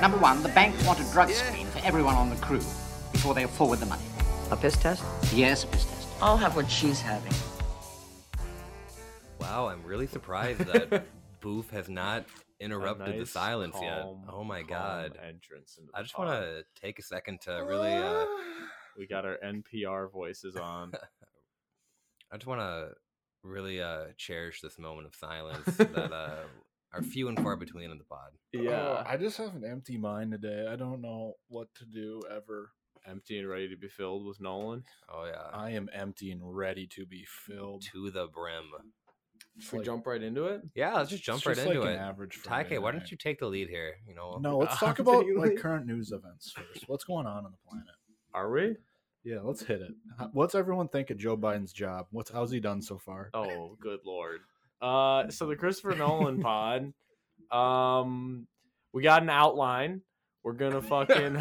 Number one, the bank want a drug screen for everyone on the crew before they forward the money. A piss test? Yes, a piss test. I'll have what she's having. Wow, I'm really surprised that Boof has not A interrupted the nice, silence yet. calm- Oh my calm god. Entrance. Into the I just pod. want to take a second to really uh We got our NPR voices on. I just want to really uh cherish this moment of silence that uh are few and far between in the pod. Uh, yeah, Oh, I just have an empty mind today. I don't know what to do ever. empty and ready to be filled with Nolan. Oh yeah. I am empty and ready to be filled. to the brim. It's Should we like- jump right into it? Yeah, let's just it's jump just right like into an it. average for me Take, why don't tonight. you take the lead here? You know, No, let's talk I'll about tell you like later. current news events first. What's going on on the planet? Are we? Yeah, let's hit it. H- What's everyone think of Joe Biden's job? What's how's he done so far? Um, Oh, good lord. Uh, so the Christopher Nolan pod. Um, we got an outline. We're gonna fucking.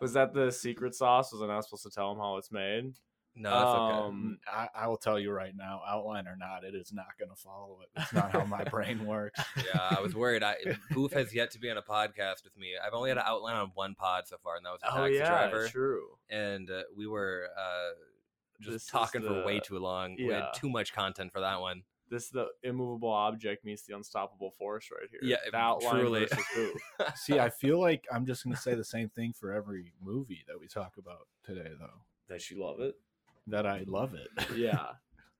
was that the secret sauce? Was I not supposed to tell him how it's made? no, that's okay. um, Mm, I, I will tell you right now, outline or not, it is not going to follow it. It's not how my brain works. Yeah, I was worried. I Boof has yet to be on a podcast with me. I've only had an outline on one pod so far, and that was a Oh taxi yeah, driver. true. And uh, we were uh, just This is talking for way the- too long. We had yeah. too much content for that one. This is the immovable object meets the unstoppable force right here. Yeah, the outline truly. versus who. See, I feel like I'm just going to say the same thing for every movie that we talk about today, though. Does she love it? That I love it. Yeah.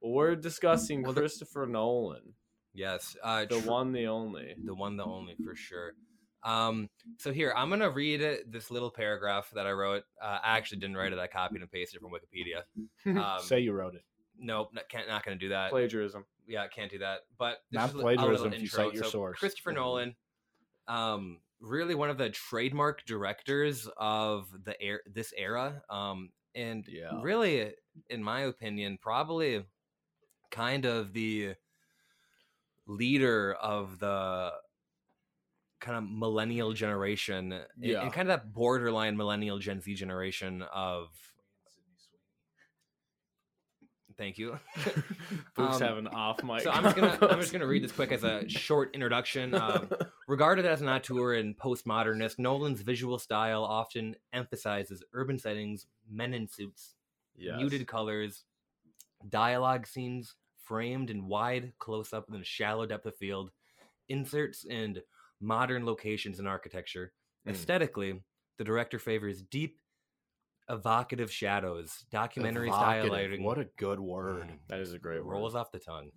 Well, we're discussing Well, the- Christopher Nolan, Yes, uh, the tr- one, the only. the one, the only for sure. Um, so here I'm gonna read uh, this little paragraph that I wrote. Uh, I actually didn't write it. I copied and pasted it from Wikipedia. Um, Say you wrote it. nope, not, can't, not gonna do that. Plagiarism. yeah, can't do that. But this Not is a little plagiarism if you intro. cite your source. Christopher Nolan, um, really one of the trademark directors of the air this era, um, and Yeah. really, in my opinion, probably kind of the leader of the kind of millennial generation and- Yeah. and kind of that borderline millennial gen z generation of thank you Boots Um, have an off mic. so I'm just gonna I'm just gonna read this quick as a short introduction. Um, regarded as an auteur and postmodernist, Nolan's visual style often emphasizes urban settings, men in suits, muted colors, dialogue scenes framed in wide close up and shallow depth of field, inserts and modern locations and architecture. Mm. Aesthetically, the director favors deep, evocative shadows, documentary style Evocative. lighting What a good word. Mm. That is a great word. rolls off the tongue.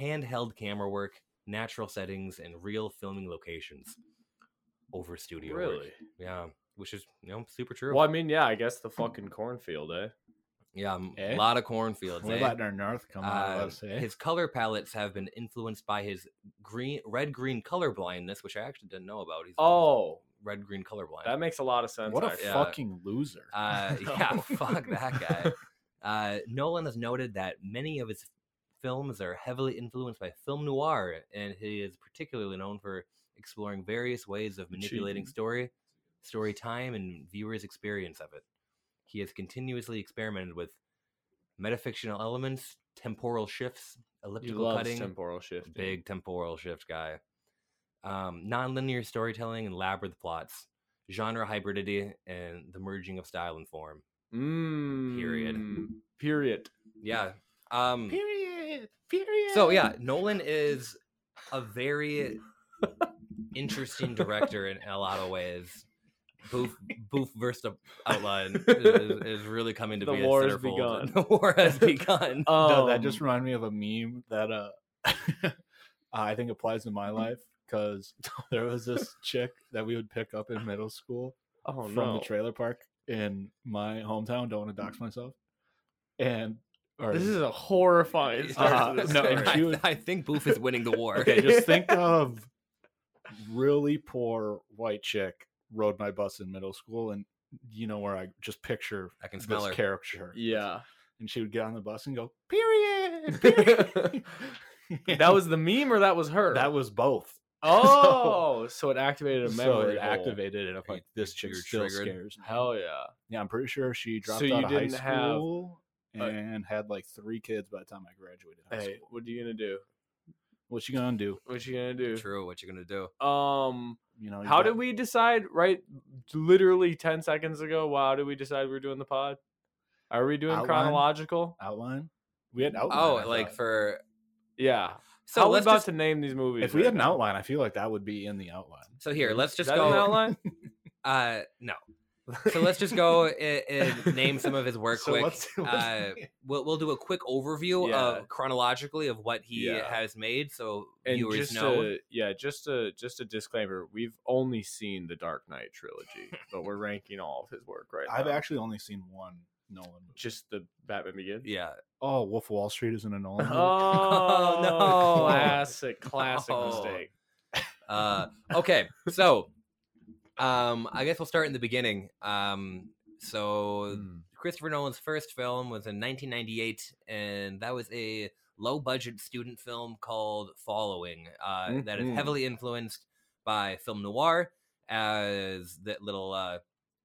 Handheld camera work, natural settings, and real filming locations over studio. work. Really? Yeah, which is you know super true. Well, I mean, yeah, I guess the fucking cornfield, eh? Yeah, m- a Eh? lot of cornfields. We're eh? letting our north come out Uh, of us, eh? His color palettes have been influenced by his green, red green color blindness, which I actually didn't know about. He's he's Oh, red green color blind. that makes a lot of sense. What a actually. yeah. fucking loser. Uh, No. Yeah, fuck that guy. Uh, Nolan has noted that many of his films are heavily influenced by film noir, and he is particularly known for exploring various ways of manipulating Cheating. story, story time, and viewers' experience of it. He has continuously experimented with metafictional elements, temporal shifts, He elliptical loves cutting, temporal shift. big temporal shift guy. Um, nonlinear storytelling and labyrinth plots, genre hybridity, and the merging of style and form. Mm, Period. Yeah. Um, Period. Period. so yeah, Nolan is a very interesting director in a lot of ways. Boof, Boof versus the Outline is, is really coming to The be war a has centerfold. begun. The war has begun. No, that just Um, reminded me of a meme that uh, I think applies to my life because there was this chick that we would pick up in middle school oh, from no. the trailer park in my hometown. Don't want to dox myself. And or, This is a horrifying start Uh, to this no, story. and she I, would- I think Boof is winning the war. okay. Just think of really poor white chick rode my bus in middle school, and you know where I just picture I can smell this her. character, Yeah. and she would get on the bus and go period. period." That was the meme or that was her? That was both. Oh, so, it activated a So memory. it hole. activated it. I'm like, this You're chick still triggered. scares me. Hell yeah. Yeah, I'm pretty sure she dropped So you out of high didn't have- school uh, and had like three kids by the time I graduated high Hey, school. what are you gonna do? What you gonna do? What you gonna do? True. What you're gonna do? Um, You know. you how got- did we decide? Right, literally ten seconds ago. Wow, did we decide we are doing the pod? Are we doing Outline? chronological? outline? We had an outline. Oh, I like thought. for Yeah. so How are we let's about just, to name these movies? if we right had an now? outline, I feel like that would be in the outline. so here let's Is just that an go. outline? Uh, no. So let's just go and, and name some of his work So quick. what's- what's- uh, we'll we'll do a quick overview Yeah. of chronologically of what he Yeah. has made, so and viewers just know. a, yeah, just a just a disclaimer: we've only seen the Dark Knight trilogy, but we're ranking all of his work right I've now. actually only seen one Nolan. Movie. just the Batman Begins. yeah, Oh, Wolf of Wall Street isn't a Nolan. Movie? Oh, no. Oh. Classic, classic No. mistake. Uh, okay, so um, I guess we'll start in the beginning. Um, so Mm. Christopher Nolan's first film was in 1998, and that was a low-budget student film called Following uh, that is Mhm. heavily influenced by film noir, as that little uh,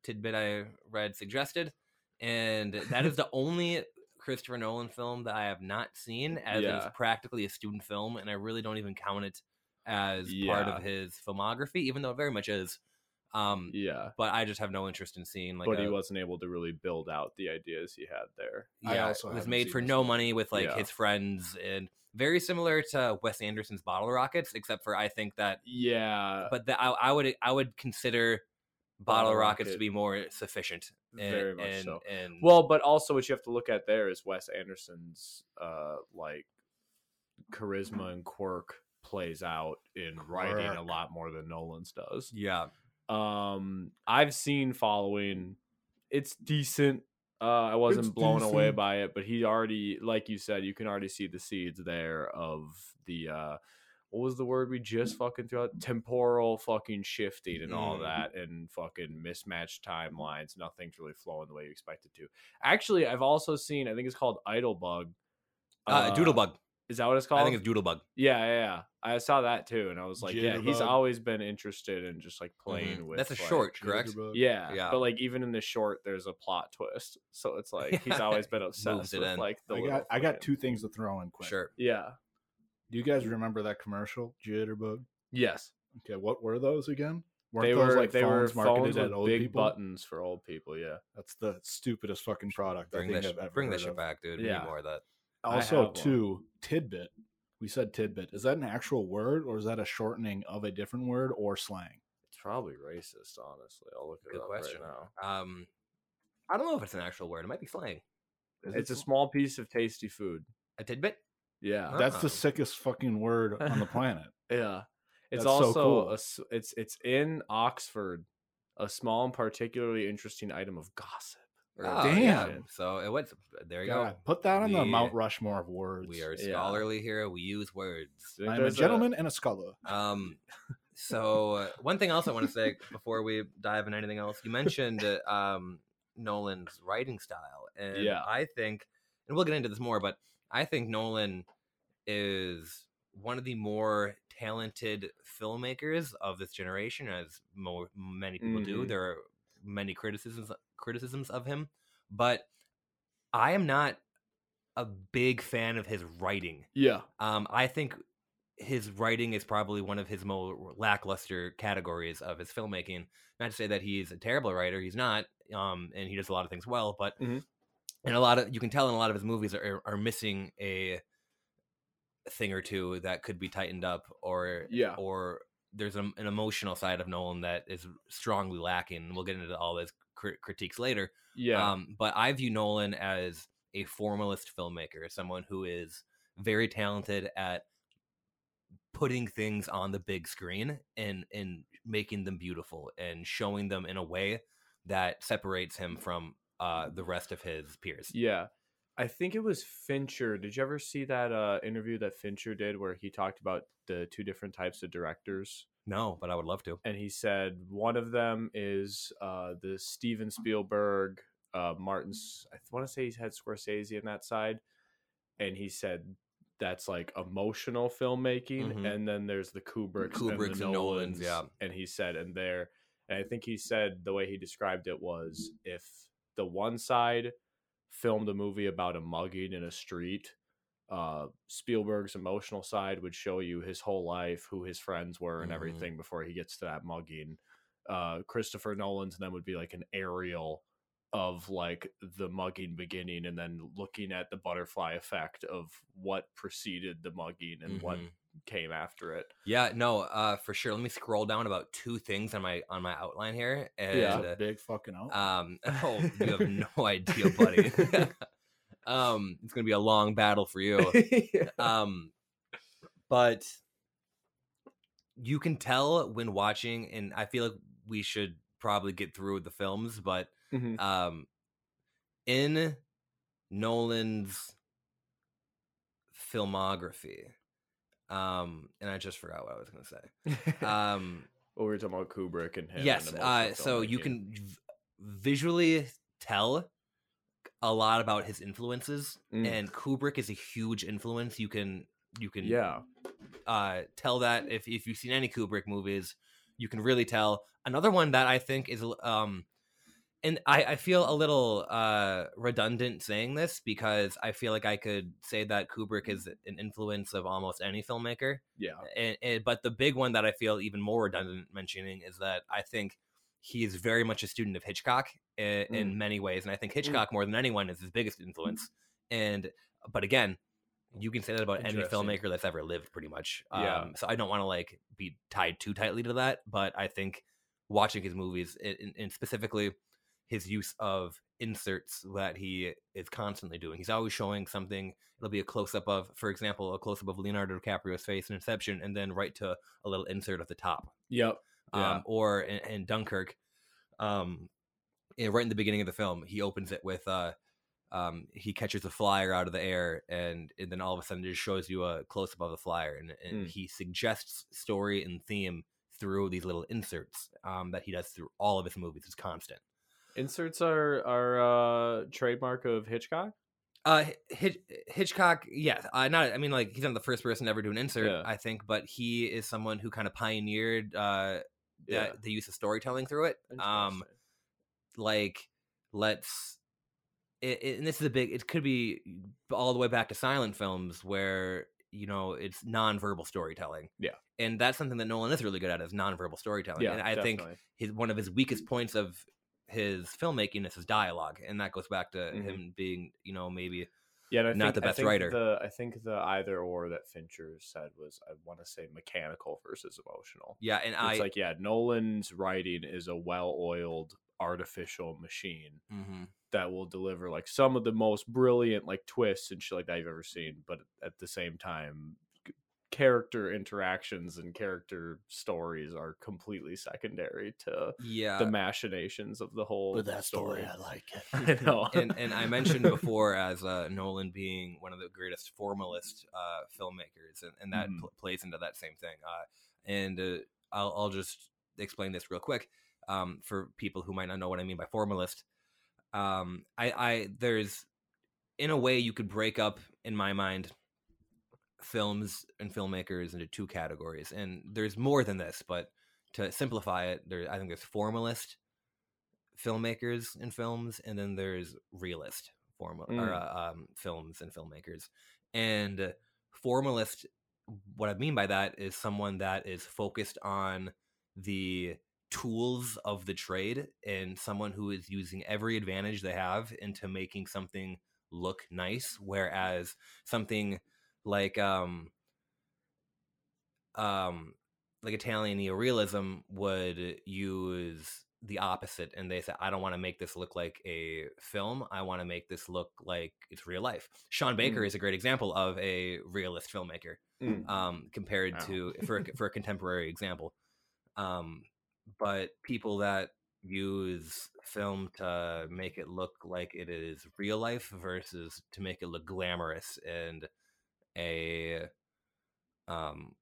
tidbit I read suggested, and that is the only. Christopher Nolan film that I have not seen, as Yeah. it's practically a student film, and I really don't even count it as part Yeah. of his filmography, even though it very much is. Um, Yeah, but I just have no interest in seeing like but he a- wasn't able to really build out the ideas he had there. I yeah, also it was haven't made seen for this no money with like Yeah. his friends and very similar to Wes Anderson's Bottle Rockets, except for I think that, Yeah, but the, I, I would I would consider Bottle, Uh. Bottle Rockets to Rocket. be more sufficient. And, very much and, so. And Well, but also what you have to look at there is Wes Anderson's uh like charisma and quirk plays out in writing a Quirk. lot more than Nolan's does. yeah, Um I've seen following. It's decent. Uh I wasn't It's blown away decent. by it, but he already like you said, you can already see the seeds there of the uh what was the word we just fucking threw out? Temporal fucking shifting and all Mm. that and fucking mismatched timelines. Nothing's really flowing the way you expect it to. Actually, I've also seen, I think it's called Idle Bug. uh, Doodlebug. Is that what it's called? I think it's Doodlebug. Yeah, yeah, yeah. I saw that too, and I was like, yeah, he's Jitterbug. always been interested in just like playing Mhm. with. That's a like- short, correct? Jitterbug. Yeah, Yeah. But like even in the short, there's a plot twist, so it's like he's always been obsessed it with in. like the. I got little I got fucking- two things to throw in quick. Sure. Yeah. Do you guys remember that commercial, Jitterbug? Yes, Okay, what were those again? Weren't they those were they were phones marketed with big buttons for old people. Yeah, That's the stupidest fucking product Bring I think that, sh- I've ever bring that heard shit of. back, dude. We Yeah. need more of that. I Also, have one. two tidbit. We said tidbit. Is that an actual word, or is that a shortening of a different word or slang? it's probably racist. Honestly, I'll look it Good up question. right now. Um, I don't know if it's an actual word. It might be slang. Is It's it a sl- small piece of tasty food. A tidbit. Yeah, Huh? That's Oh. the sickest fucking word on the planet. Yeah. It's That's so also cool. a s it's it's in Oxford, a small and particularly interesting item of gossip. or Ah, Oh, some yeah. shit. So it went. There you God, go. put that on the We- Mount Rushmore of words. We are Yeah. scholarly here. We use words. Think I'm a there's gentleman and a scholar. Um, so uh, one thing else I want to say before we dive into anything else, you mentioned uh, um, Nolan's writing style, and Yeah. I think, and we'll get into this more, but I think Nolan is one of the more talented filmmakers of this generation, as more, many people do. Mhm. There are many criticisms criticisms of him, but I am not a big fan of his writing. Yeah. Um, I think his writing is probably one of his more lackluster categories of his filmmaking. Not to say that he's a terrible writer; he's not, um, and he does a lot of things well. But Mhm. and a lot of you can tell in a lot of his movies are are missing a thing or two that could be tightened up, or Yeah. or there's an, an emotional side of Nolan that is strongly lacking. We'll get into all those cri- critiques later. Yeah. Um, but I view Nolan as a formalist filmmaker, someone who is very talented at putting things on the big screen and and making them beautiful and showing them in a way that separates him from uh, the rest of his peers. yeah. I think it was Fincher. Did you ever see that uh, interview that Fincher did where he talked about the two different types of directors? No, but I would love to. And he said one of them is uh, the Steven Spielberg, uh, Martin's. I want to say he's had Scorsese in that side, and he said that's like emotional filmmaking. Mhm. And then there's the Kubricks, Kubricks and the and Nolans, Nolans, yeah. And he said, and there, and I think he said the way he described it was if the one side filmed a movie about a mugging in a street uh, Spielberg's emotional side would show you his whole life, who his friends were, and Mhm. everything before he gets to that mugging. Uh, Christopher Nolan's then would be like an aerial of like the mugging beginning, and then looking at the butterfly effect of what preceded the mugging and what Mhm. came after it. Yeah, no, uh, for sure. Let me scroll down about two things on my on my outline here, and Yeah. It's a uh, big fucking out. Um, oh, you have no idea, buddy. um, it's gonna be a long battle for you. Um, but you can tell when watching, and I feel like we should probably get through with the films, but Mhm. um, in Nolan's filmography, um, and I just forgot what I was gonna say. Um. Mm-hmm. Well, we were talking about Kubrick and him. and yes emotional uh, so you filmmaking. can v- visually tell a lot about his influences Mm. and kubrick is a huge influence you can you can yeah, uh, tell that if, if you've seen any kubrick movies you can really tell another one that i think is um and I, I feel a little uh, redundant saying this because I feel like I could say that Kubrick is an influence of almost any filmmaker yeah, and, and but the big one that I feel even more redundant mentioning is that I think he is very much a student of Hitchcock in, in many ways, and I think Hitchcock more than anyone is his biggest influence. And but again, you can say that about any Interesting. filmmaker that's ever lived, pretty much. Yeah. Um, so I don't want to like be tied too tightly to that, but I think watching his movies a- and, and specifically his use of inserts that he is constantly doing. He's always showing something. It'll be a close up of, for example, a close up of Leonardo DiCaprio's face in Inception, and then right to a little insert at the top. yep, Yeah. Um, or in, in Dunkirk, um, and right in the beginning of the film, he opens it with uh, um, he catches a flyer out of the air, and, and then all of a sudden, it just shows you a close up of the flyer, and, and Mm. he suggests story and theme through these little inserts um, that he does through all of his movies. It's constant. Inserts are are uh, trademark of Hitchcock. Uh, Hitch- Hitchcock, yeah, uh, not. I mean, like he's not the first person to ever do an insert, Yeah. I think, but he is someone who kind of pioneered uh, the, Yeah. the use of storytelling through it. Um, Interesting. like let's, it, it- and this is a big. It could be all the way back to silent films where you know it's nonverbal storytelling. Yeah. and that's something that Nolan is really good at is nonverbal storytelling. and I think definitely. his one of his weakest points of his filmmaking is his dialogue, and that goes back to Mhm. him being, you know, maybe yeah, and I not think- the I best think writer. The I think the either or that Fincher said was I want to say mechanical versus emotional. yeah, and I It's like yeah, Nolan's writing is a well-oiled artificial machine mhm. that will deliver like some of the most brilliant like twists and shit like that you've ever seen, but at the same time c- character interactions and character stories are completely secondary to yeah, the machinations of the whole but that's the story. way I like it. I know. and and I mentioned before as uh, Nolan being one of the greatest formalist uh, filmmakers, and, and that Mhm. pl- plays into that same thing. Uh, and uh, I'll I'll just explain this real quick um, for people who might not know what I mean by formalist. Um, I, I there's in a way you could break up in my mind films and filmmakers into two categories, and there's more than this, but to simplify it, there I think there's formalist filmmakers and films, and then there's realist form or Mm. uh, um, films and filmmakers. And uh, formalist, what I mean by that is someone that is focused on the tools of the trade and someone who is using every advantage they have into making something look nice, whereas something like um um like Italian neorealism would use the opposite and they say I don't want to make this look like a film I want to make this look like it's real life. Sean Baker Mm. is a great example of a realist filmmaker Mm. um compared Wow. to for a- for a contemporary example. Um but people that use film to make it look like it is real life versus to make it look glamorous and a um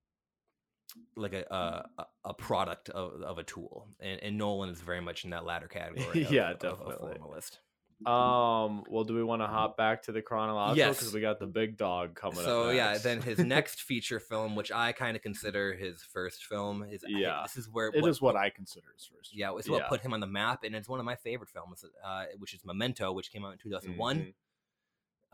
like a Mm. a, a- a product of, of a tool and, and nolan is very much in that latter category of, Yeah, of definitely. a formalist Um. Well, do we want to hop back to the chronological? Yes. Because we got the big dog coming. up so yeah next. then his next feature film which i kind of consider his first film is I- Yeah. this is where It is what I consider his first. yeah it's what Yeah. put him on the map and it's one of my favorite films uh, which is memento which came out in 2001 Mhm.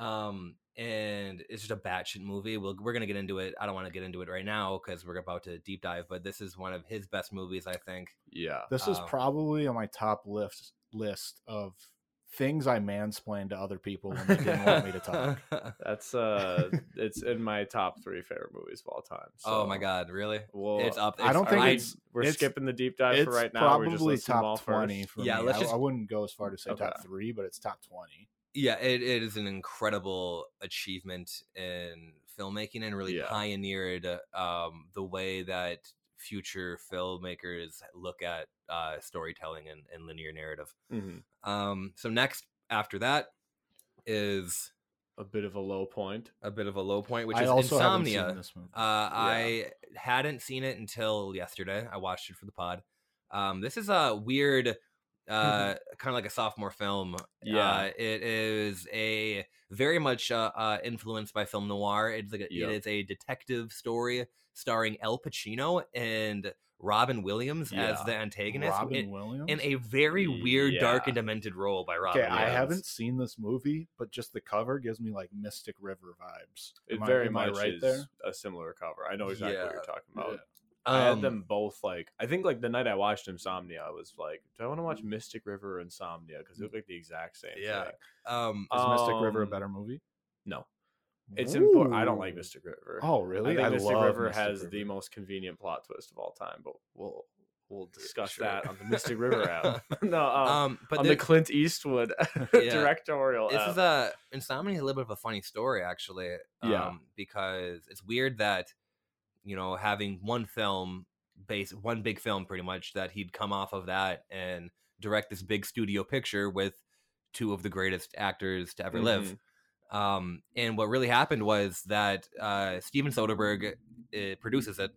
Um, and it's just a batshit movie. We'll, we're going to get into it. I don't want to get into it right now because we're about to deep dive, but this is one of his best movies, I think. Yeah. This is Um, probably on my top list list of things I mansplained to other people when they didn't want me to talk. That's uh it's in my top three favorite movies of all time. oh so my God, really? We'll, it's up. I don't I think mean, right- it's- we're it's- skipping the deep dive It's for right now. We're just probably listing them all top twenty first. for Yeah, me. let's I, just- I wouldn't go as far to say top Okay. three, but it's top twenty. yeah it, it is an incredible achievement in filmmaking and really Yeah. pioneered um, the way that future filmmakers look at uh, storytelling and, and linear narrative Mhm. um, so next after that is A bit of a low point. a bit of a low point which I is also insomnia haven't seen this movie. uh, I hadn't seen it until yesterday. I watched it for the pod. Um, this is a weird, Mm-hmm. uh, kind of like a sophomore film. Yeah. uh, it is a very much uh, uh, influenced by film noir. It's like a, Yep. it is a detective story starring El Pacino and Robin Williams as Yeah. the antagonist Robin in, Williams. in a very weird, dark, Yeah. and demented role by Robin. okay, I Williams. haven't seen this movie, but just the cover gives me like Mystic River vibes. It Am I- very am I much right is there. a similar cover. I know exactly what Yeah. you're talking about. I had Um, them both like I think like the night I watched Insomnia, I was like, do I want to watch Mystic River or Insomnia? Because they look like the exact same. Yeah. thing. um, Is Mystic River a Um, better movie? No, it's important. I don't like Ooh. Mystic River. Oh, really? I think Mystic love River Mystic has the River. most convenient plot twist of all time, but we'll we'll discuss sure. that on the Mystic River app. no, um, um, but on there- the Clint Eastwood Yeah. directorial. this app. is a insomnia is a little bit of a funny story actually um, Yeah. because it's weird that you know having one film base one big film pretty much that he'd come off of that and direct this big studio picture with two of the greatest actors to ever live Mm-hmm. um, and what really happened was that uh, steven soderbergh uh, produces it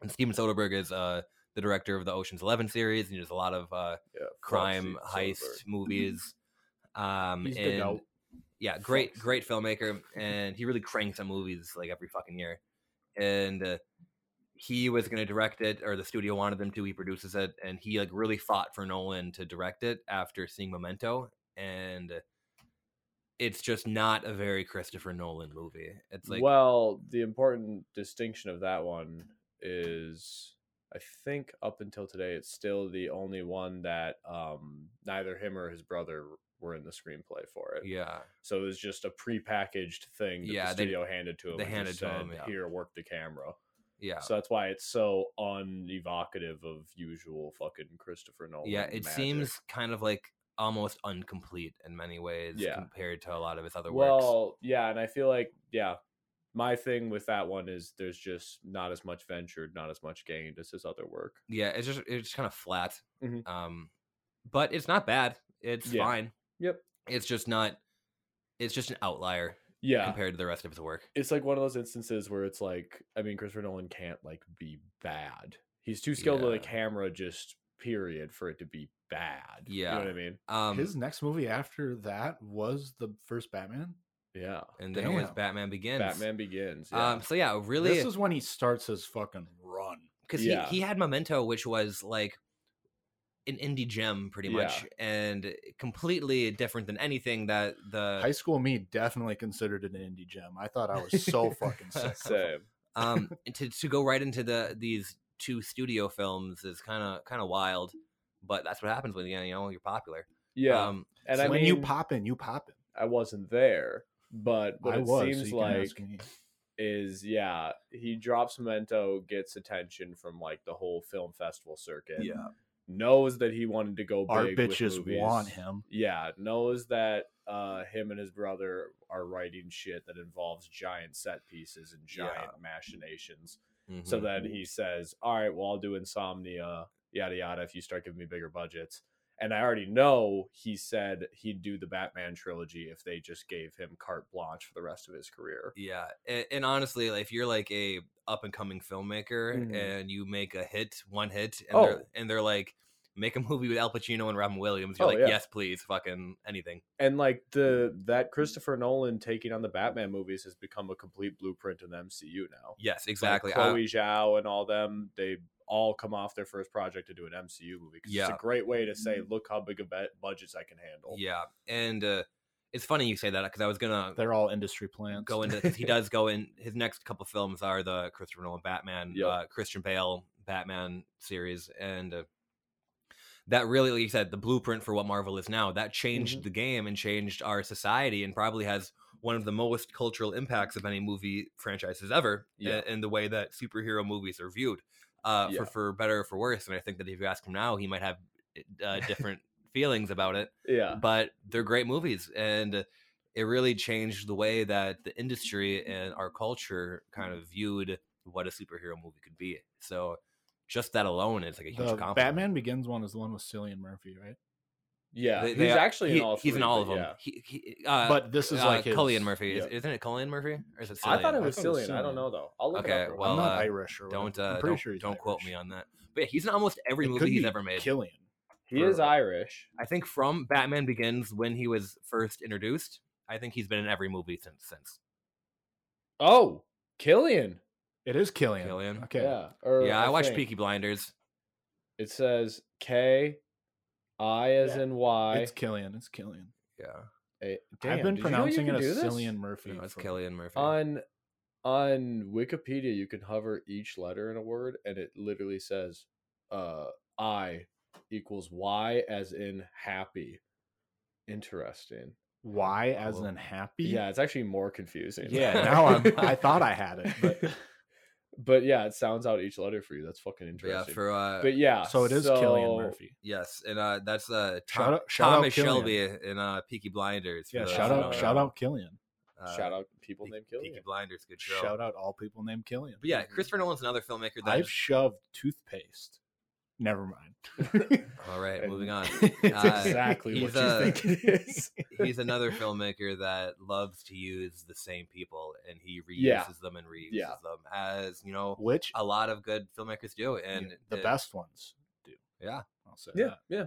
and steven soderbergh is uh, the director of the oceans 11 series and there's a lot of uh, Yeah, fuck crime Steven heist Soderbergh. movies. Um, He's good and out. yeah, Fuck great, Steven great filmmaker, and he really cranks on movies like every fucking year. And uh, he was going to direct it, or the studio wanted him to. He produces it, and he like really fought for Nolan to direct it after seeing Memento, and it's just not a very Christopher Nolan movie. It's like well, the important distinction of that one is I think up until today it's still the only one that um, neither him or his brother were in the screenplay for it. yeah, So it was just a prepackaged thing that Yeah, the they- studio handed to him. they and handed to just said, him, yeah. Here, work the camera. yeah. So that's why it's so unevocative of usual fucking Christopher Nolan. Yeah, it magic. seems kind of like almost incomplete in many ways Yeah. compared to a lot of his other works. Well, yeah, and I feel like yeah, my thing with that one is there's just not as much ventured, not as much gained as his other work. Yeah, it's just it's kind of flat. Mhm. Um but it's not bad. It's Yeah. fine. Yep. It's just not it's just an outlier Yeah, compared to the rest of his work. it's like one of those instances where it's like I mean Christopher Nolan can't like be bad. He's too skilled with a Yeah. camera, just period, for it to be bad. you Yeah. know what I mean. Um His next movie after that was the first Batman. Yeah, and then it was Damn. Batman Begins. Batman Begins. Yeah. Um so yeah, really This is when he starts his fucking run. because Yeah. he, he had memento which was like an indie gem pretty Yeah. much and completely different than anything that the High school me definitely considered it an indie gem. I thought I was so fucking sick. Same. um and to to go right into the these two studio films is kind of kind of wild but that's what happens when you know you're popular Yeah, um and So I when mean, you pop in, you pop in. I wasn't there, but what I it was. so seems you can like ask me. is yeah he drops memento gets attention from like the whole film festival circuit knows that he wanted to go big our with bitches movies. want him. yeah knows that uh him and his brother are writing shit that involves giant set pieces and Yeah. giant machinations Mm-hmm. so Mm-hmm. then he says all right well i'll do insomnia yada yada if you start giving me bigger budgets and i already know he said he'd do the batman trilogy if they just gave him carte blanche for the rest of his career yeah and, and honestly like, if you're like a up and coming filmmaker Mhm. and you make a hit one hit and, they're, Oh. and they're like make a movie with al pacino and robin williams you're Oh, like yeah. yes please fucking anything and like Mm. the that Christopher Nolan taking on the Batman movies has become a complete blueprint in the MCU now. yes exactly like Chloe Zhao and all them, they all come off their first project to do an MCU movie. 'cause Yeah. Mm. it's a great way to say, look how big a bet budgets I can handle. Yeah, and uh, It's funny you say that because I was gonna They're all industry plants. go into 'cause he does go in his next couple films are the Christopher Nolan Batman, Yep. uh, Christian Bale Batman series, and uh, that really, like you said, the blueprint for what Marvel is now. That Mm-hmm. changed the game and changed our society, and probably has one of the most cultural impacts of any movie franchises ever i- Yeah. in, the way that superhero movies are viewed, uh, Yeah. for for better or for worse. And I think that if you ask him now, he might have uh, different feelings about it Yeah. but they're great movies and it really changed the way that the industry and our culture kind of viewed what a superhero movie could be so just that alone is like a huge the compliment Batman Begins one is the one with Cillian Murphy, right? Yeah. They- he's they are- actually he- in all he's in three, all of but them yeah. he, he, uh, but this is uh, like his, Cullion Murphy yeah. is, isn't it Cullion Murphy or is it I thought Cillian? it was I thought it was Cillian. I don't Cillian. know though. I'll look Okay, it up. real well, I'm quick. not uh, Irish or don't whatever. I'm uh, pretty don't, sure he's don't quote Irish. me on that but yeah, he's in almost every It could movie he's be ever made Killian. he is Irish. i think from batman begins when he was first introduced i think he's been in every movie since since Oh, Killian. It is Killian. Killian. Okay. Yeah. or yeah i, watched think. peaky blinders It says K, I as in Y. It's Killian. It's Killian. yeah A- Damn, I've been did you know you pronouncing could it do as this? Cillian Murphy. no, it's for- Killian Murphy. On on Wikipedia, you can hover each letter in a word, and it literally says uh, I equals Y as in happy. Interesting. Why as Cool. an happy? Yeah, it's actually more confusing. Yeah. Now I'm. I thought I had it, but but yeah, it sounds out each letter for you. That's fucking yeah, interesting. for uh, but yeah, so it is Killian so- Murphy. yes, and uh, that's uh, Shout Tom, out- shout out Thomas Killian. Shelby in uh, Peaky Blinders. for Yeah. those Shout who out. don't Shout know. out Killian. Uh, Shout out people Pe- named Peaky Killian. Blinders, good show. Shout Mm-hmm. out all people named Killian. But yeah, Christopher Nolan's another filmmaker that. I've just- shoved toothpaste. Never mind. all right, and- moving on. It's Uh, exactly what he's, you uh, think it is. He's another filmmaker that loves to use the same people, and he reuses Yeah. them and reuses Yeah. them as you know Which a lot of good filmmakers do, and the it- best ones do. Yeah. I'll say yeah that. yeah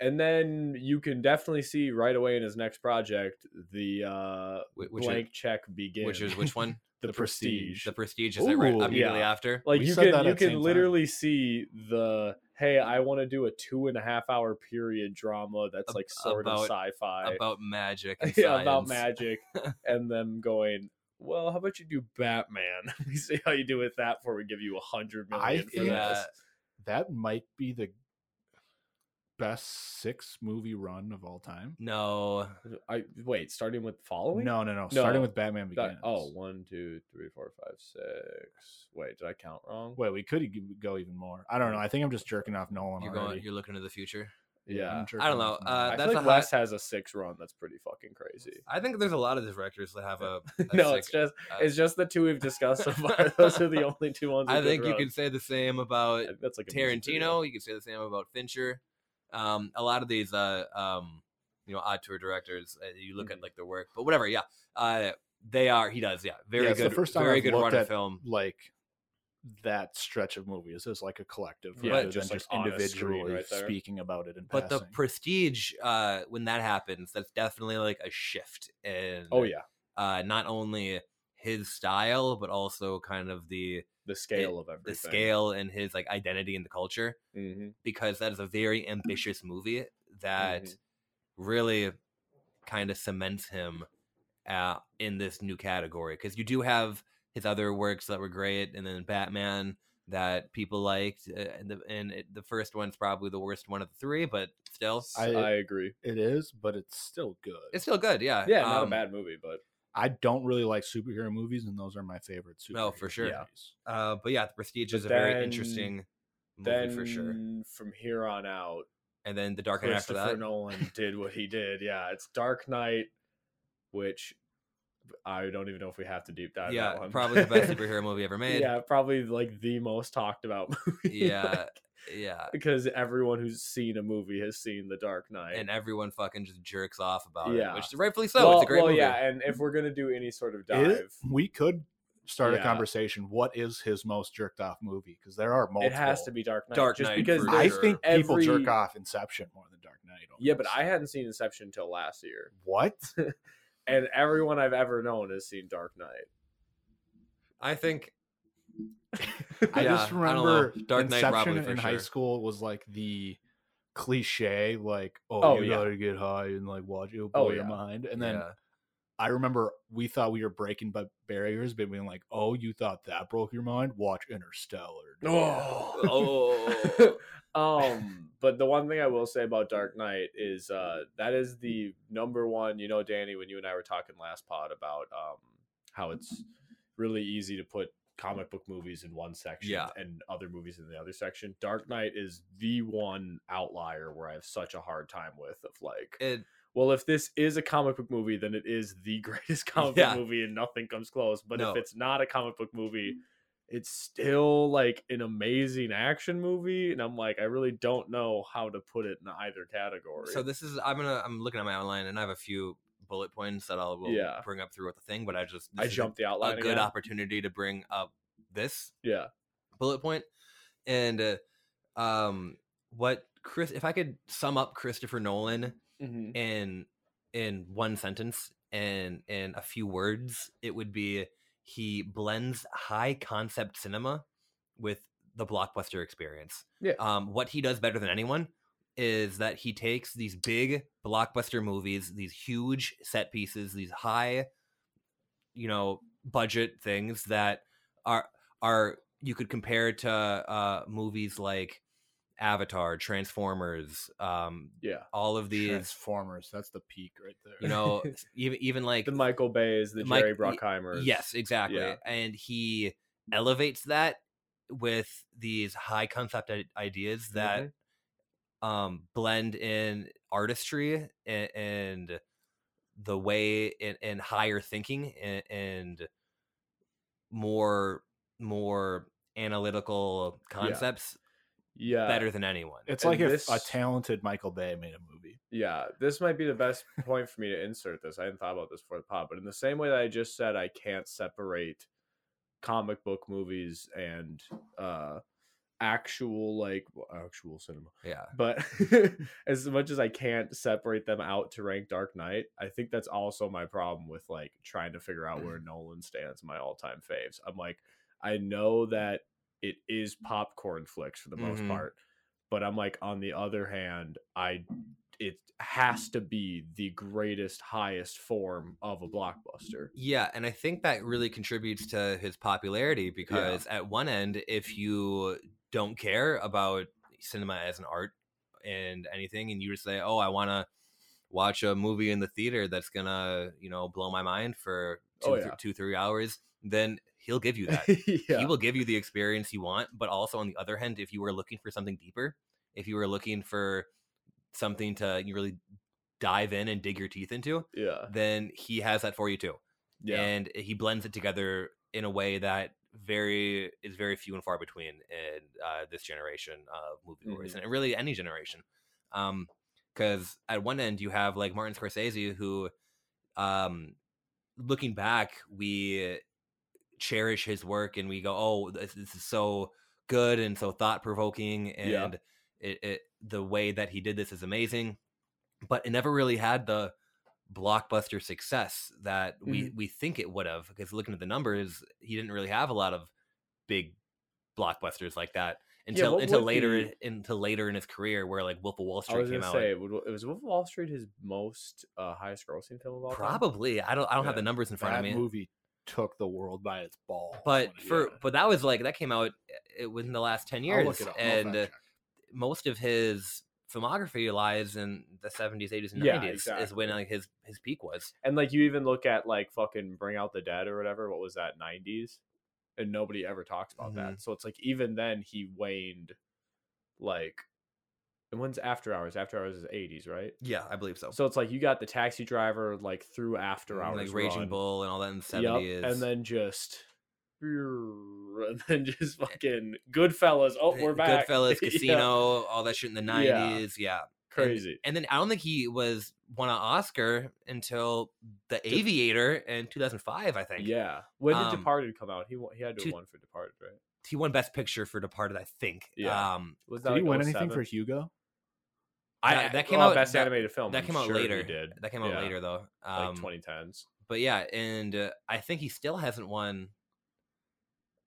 and then you can definitely see right away in his next project the uh whi- which blank is, check begin which is which one? the, The prestige, Prestige. the Prestige is it right Ooh, immediately yeah. after. like We you said can that you at can same time. literally see the hey i want to do a two and a half hour period drama that's Ab- like sort of about- sci-fi about magic and yeah, about science. magic and them going well how about you do batman we see how you do with that before we give you a hundred I million for think- this Yeah, That might be the best six movie run of all time. no, i wait starting with following No, no, no. Starting No. with Batman Begins. That- oh, one, two, three, four, five, six. Wait, did I count wrong? Wait, we could e- go even more. I don't know. I think I'm just jerking off Nolan you're already. going. You're looking to the future. yeah. I'm jerking I don't off know, I uh, Nolan. feel that's like a hot- Wes has a six run. That's pretty fucking crazy. I think there's a lot of directors that have a. a no, sick- it's just uh, it's just the two we've discussed so far. Those are the only two ones. I with good think you runs. could say the same about I think That's like a music video. Tarantino. You could say the same about Fincher. Um, a lot of these, uh, um, you know, auteur directors. Uh, you look Mm-hmm. at like their work, but whatever. Yeah, uh, they are. He does. Yeah, very Yeah, it's the good. first time very I've good looked run of at film. Like that stretch of movies is like a collective, Yeah, rather just, than like, just on a screen individually right there. speaking about it. In But the passing. prestige, uh, when that happens, that's definitely like a shift in. Oh yeah, uh, not only his style, but also kind of the the scale of everything. the scale and his like identity in the culture Mhm. because that is a very ambitious movie that Mhm. really kind of cements him uh, in this new category because you do have his other works that were great and then batman that people liked uh, and, the, and it, the first one's probably the worst one of the three but still I, I- agree. it is, but it's still good. it's still good yeah Yeah, not Um, a bad movie, but I don't really like superhero movies, and those are my favorite. Superhero No, for sure. Yeah. movies. uh, but yeah the prestige But is a very then- interesting movie then for sure from here on out, and then the dark knight after Christopher that Nolan did what he did. Yeah, it's Dark Knight, which I don't even know if we have to deep dive. yeah that one. probably the best superhero movie ever made Yeah, probably like the most talked about movie. yeah like, yeah because everyone who's seen a movie has seen The Dark Knight. and everyone fucking just jerks off about Yeah. it, which rightfully so. well, it's a great well, movie. yeah, and if we're gonna do any sort of dive, It- we could start Yeah. a conversation. What is his most jerked off movie? Because there are multiple. it has to be Dark Knight. Dark just Knight because for I there's- sure. think people jerk every- off Inception more than Dark Knight. Yeah, but I almost. hadn't seen Inception until last year, what? and everyone I've ever known has seen Dark Knight. I think I Yeah, just I don't know. remember Dark Knight Inception probably for in high sure. school was like the cliche like oh, Oh, you yeah. gotta get high and like watch it'll blow Oh, your yeah. mind and then Yeah. i remember we thought we were breaking but barriers between like oh you thought that broke your mind watch interstellar dude." Oh. um, Um, but the one thing I will say about Dark Knight is uh, that is the number one. You know, Danny, when you and I were talking last pod about um, how it's really easy to put comic book movies in one section Yeah. and other movies in the other section. Dark Knight is the one outlier where I have such a hard time with of like, It- well, if this is a comic book movie, then it is the greatest comic Yeah. book movie, and nothing comes close. But No. if it's not a comic book movie, it's still like an amazing action movie, and I'm like, I really don't know how to put it in either category. so this is I'm gonna I'm looking at my outline and I have a few bullet points that I'll will Yeah. bring up throughout the thing, but I just I this is a- jumped the a outline. good again. opportunity to bring up this Yeah. bullet point and uh, um what Chris if I could sum up Christopher Nolan Mm-hmm. Mhm. in in one sentence and in a few words it would be he blends high concept cinema with the blockbuster experience Yeah. um, what he does better than anyone is that he takes these big blockbuster movies these huge set pieces these high you know budget things that are are you could compare to uh movies like avatar transformers um Yeah. all of these transformers that's the peak right there you know even even like The Michael Bay's, the Mike- Jerry y- Bruckheimer. yes exactly Yeah. and he elevates that with these high concept i- ideas that Mm-hmm. um blend in artistry and, and the way and, and higher thinking and, and more more analytical concepts Yeah. better than anyone it's And like if a this- talented michael bay made a movie Yeah, this might be the best point for me to insert this. I hadn't thought about this for the pod, but in the same way that I just said I can't separate comic book movies and uh actual like well, actual cinema. yeah But as much as I can't separate them out to rank Dark Knight, I think that's also my problem with like trying to figure out Mm. where Nolan stands in my all-time faves. I'm like I know that it is popcorn flicks for the most Mhm. part, but I'm like on the other hand, I it has to be the greatest highest form of a blockbuster. Yeah, and I think that really contributes to his popularity because at one end, if you don't care about cinema as an art and anything, and you just say, "Oh, I want to watch a movie in the theater that's gonna, you know, blow my mind for two, Oh, thr- yeah. two, three hours," then he'll give you that. yeah. He will give you the experience you want, but also on the other hand, if you were looking for something deeper, if you were looking for something to you really dive in and dig your teeth into, yeah. then he has that for you too Yeah. and he blends it together in a way that very is very few and far between in uh, this generation of moviegoers, Mm-hmm. and really any generation. Because at one end you have like Martin Scorsese, who, um, looking back, we cherish his work and we go, "Oh, this, this is so good and so thought provoking," and Yeah. it, it the way that he did this is amazing. But it never really had the blockbuster success that we Mm-hmm. we think it would have because looking at the numbers he didn't really have a lot of big blockbusters like that until what until would later be- in until later in his career where like Wolf of Wall I Street was came gonna out say, would, was Wolf of Wall Street his most uh, highest grossing film of all time? probably I don't I don't have the Yeah. numbers in front that of me movie took the world by its ball but for but that was like that came out eh, it was in the last 10 years and uh, most of his filmography lies in the 70s 80s and Yeah, 90s is when like his his peak was And like you even look at like fucking Bring Out the Dead or whatever. What was that? Nineties, and nobody ever talks about Mm-hmm. that. So it's like even then he waned, like, and when's After Hours? After Hours is eighties, right? yeah I believe so So it's like you got the Taxi Driver like through After Hours, Mm-hmm, like Raging run. Bull and all that in the Yup, 70s and then just. And then just fucking Goodfellas. Oh, we're back. Eh. Goodfellas, Yeah, Casino, all that shit in the Yeah. nineties. Yeah. And- Crazy. And, then I don't think he was won an Oscar until The Aviator in 2005. I think. Yeah. When did Um, Departed come out? He wa- he had to two- have won for Departed, right? He won Best Picture for Departed. I think. Yeah. Um, Was did he win oh anything 07? for hugo I- uh, That- that came well, out- best that- animated film. that I'm came out sure he later. Did That came out Yeah, later though. Um, like 2010s. But yeah, and uh, I think he still hasn't won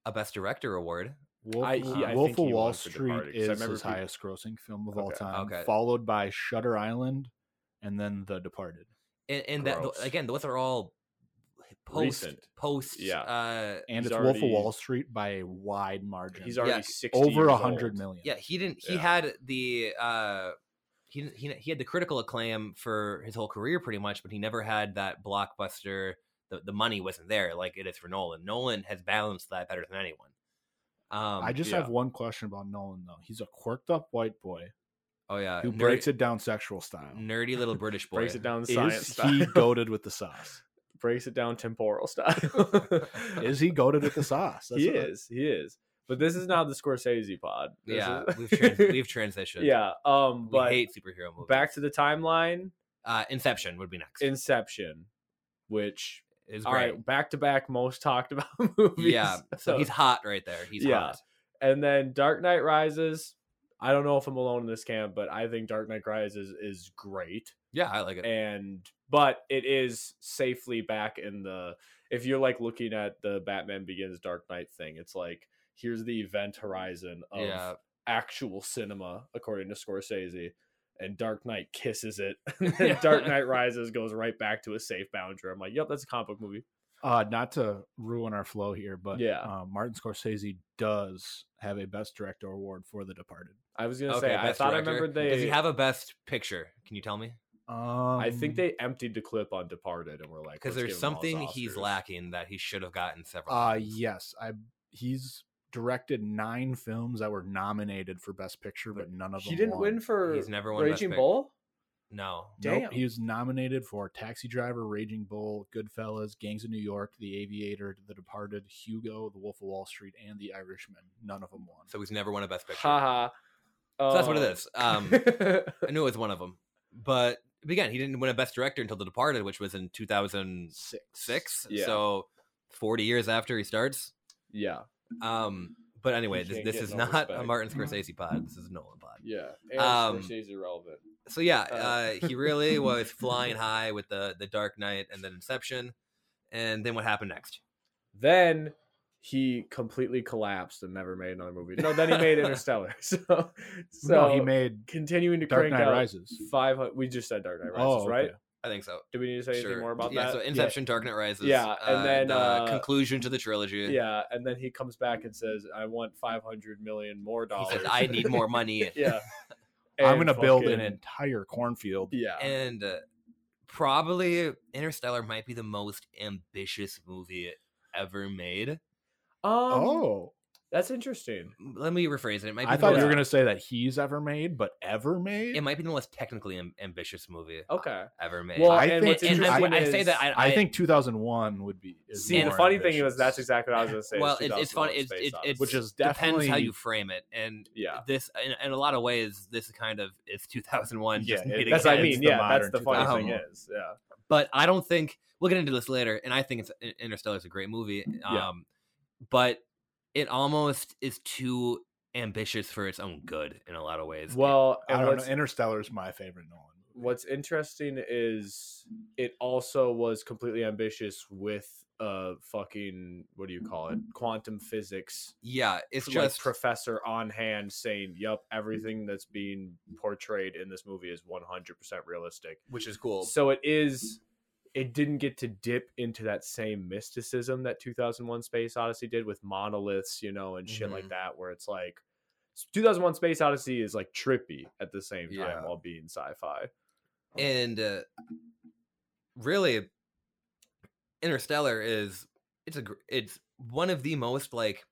a Best Director award. Wolf, I- he- I Wolf think of he Wall won for Street Departed, 'cause I is remember his peop- highest grossing film of all Okay. time, Okay. followed by Shutter Island, and then The Departed. and, and that tho- Gross. again, those are all post Recent. post. Yeah. Uh, And He's it's Wolf already- of Wall Street by a wide margin. He's already Yeah, 60 over years a hundred old. million. yeah, he didn't. He Yeah. had the uh, he didn't- he he had the critical acclaim for his whole career pretty much, but he never had that blockbuster. The, the money wasn't there like it is for Nolan. Nolan has balanced that better than anyone. Um, I just yeah. have one question about Nolan though. He's a quirked up white boy oh Uh, yeah, who nerdy- breaks it down sexual style. nerdy little British boy. Breaks it down science Is style. he goaded with the sauce? Breaks it down temporal style. Is he goaded with the sauce? he what I- is. He is. But this is not the Scorsese pod. This Yeah, is- we've trans- we've transitioned. yeah. Um, we but hate superhero movies. back to the timeline. uh, Inception would be next. Inception, which It was all great. right, back to back most talked about movies. Yeah, so he's hot right there. He's Yeah. hot. and then Dark Knight Rises. I don't know if I'm alone in this camp, but I think Dark Knight Rises is great. Yeah, I like it. and but it is safely back in the if you're like looking at the batman begins dark knight thing it's like here's the event horizon of yeah, actual cinema according to scorsese and dark knight kisses it and then dark knight rises goes right back to a safe boundary i'm like yep that's a comic book movie Uh, not to ruin our flow here, but Yeah. uh, Martin Scorsese does have a Best Director award for The Departed. i was gonna okay. say i best thought director. i remembered they Does he have a best picture? Can you tell me? Um, i think they emptied the clip on departed and we're like Because there's "Let's give him all his something he's Oscars." lacking that he should have gotten several. Uh, times. yes, I. He's directed nine films that were nominated for Best Picture, but none of them. he didn't won. win for He's never won Best raging Pic- bull No. Nope, Damn. he was nominated for Taxi Driver, Raging Bull, Goodfellas, Gangs of New York, The Aviator, The Departed, Hugo, The Wolf of Wall Street, and The Irishman. None of them won. So he's never won a best picture. Uh, haha So that's what it Um, is. Um, I knew it was one of them, but but again, he didn't win a best director until The Departed, which was in 2006. Six. Yeah. So 40 years after he starts. yeah Um, but anyway, this, can't this get is no not a respect. Martin Scorsese pod. This is a Nolan pod. Yeah, and Um, Scorsese's irrelevant. So yeah, Uh, uh, he really was flying high with the the Dark Knight and then Inception, and then what happened next? Then he completely collapsed and never made another movie. No, then he made Interstellar. So, so no, he made continuing to Dark crank Knight out Rises. five hundred. We just said Dark Knight Rises, Oh, okay. right? I think so. Do we need to say anything Sure. more about yeah, that? So Inception, Dark Knight Rises. Yeah, and uh, then, the uh, conclusion to the trilogy. yeah, and then he comes back and says, "I want five hundred million more he dollars." says, "I need more money." oh. yeah, I'm And gonna build an fucking- Um, entire cornfield. Yeah, and uh, probably Interstellar might be the most ambitious movie ever made. um, oh, that's interesting. Let me rephrase it. It might be I the thought you most- were gonna say that he's ever made, but ever made. It might be the most technically am- ambitious movie Uh, Okay. ever made. Oh, Well, I and think- what's and I, interesting I say is- that I, I, think 2001 would be. is See, the more funny thing ambitious, was that's exactly what I was gonna say. is well, it's it's 2001: funny. It's, Space it's, Odyssey. it's which is depends how definitely- you frame it, and yeah. this in, in a lot of ways, this kind of is 2001. just Yeah, it- made That's what I again. It's mean. the Yeah, that's modern the funny thing 2001. is. Yeah. but I don't think we'll get into this later. And I think it's Interstellar is a great movie. Um, Yeah. but it almost is too ambitious for its own good in a lot of ways. Well, I and don't know. what's, Interstellar is my favorite Nolan. movie. what's interesting is it also was completely ambitious with uh fucking what do you call it quantum physics yeah, it's like just Mm. professor on hand saying yep everything that's being portrayed in this movie is 100% realistic which is cool. so it is it didn't get to dip into that same mysticism that 2001 space odyssey did with monoliths you know and shit like Mhm. that where it's like 2001 space odyssey is like trippy at the same time Yeah. while being sci-fi and uh, really, Interstellar is it's a gr- it's one of the most like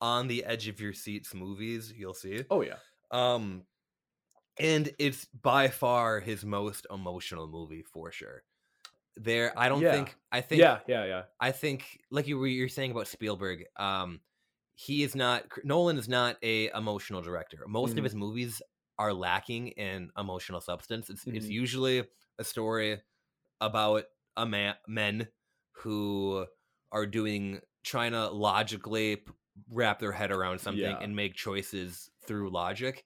on the edge of your seats movies you'll see. oh yeah Um, and it's by far his most emotional movie for sure. There, I don't Yeah. think I think yeah yeah yeah I think like you were you're saying about Spielberg. Um, he is not Cr- Nolan is not a emotional director. Most Mhm. of his movies are lacking in emotional substance. It's it's Mhm. usually a story about a man men who are doing trying to logically p- wrap their head around something Yeah. and make choices through logic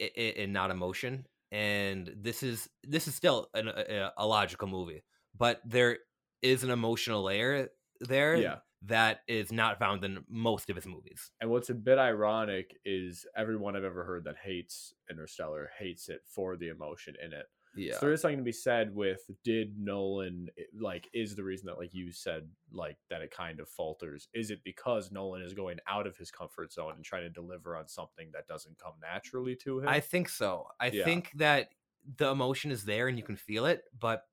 i- i- and not emotion and this is this is still an, a, a logical movie but there is an emotional layer there Yeah. that is not found in most of his movies. And what's a bit ironic is everyone I've ever heard that hates Interstellar hates it for the emotion in it. So there is something to be said with did Nolan it- like is the reason that like you said like that it kind of falters? Is it because Nolan is going out of his comfort zone and trying to deliver on something that doesn't come naturally to him? I think so. I Yeah. think that the emotion is there and you can feel it, but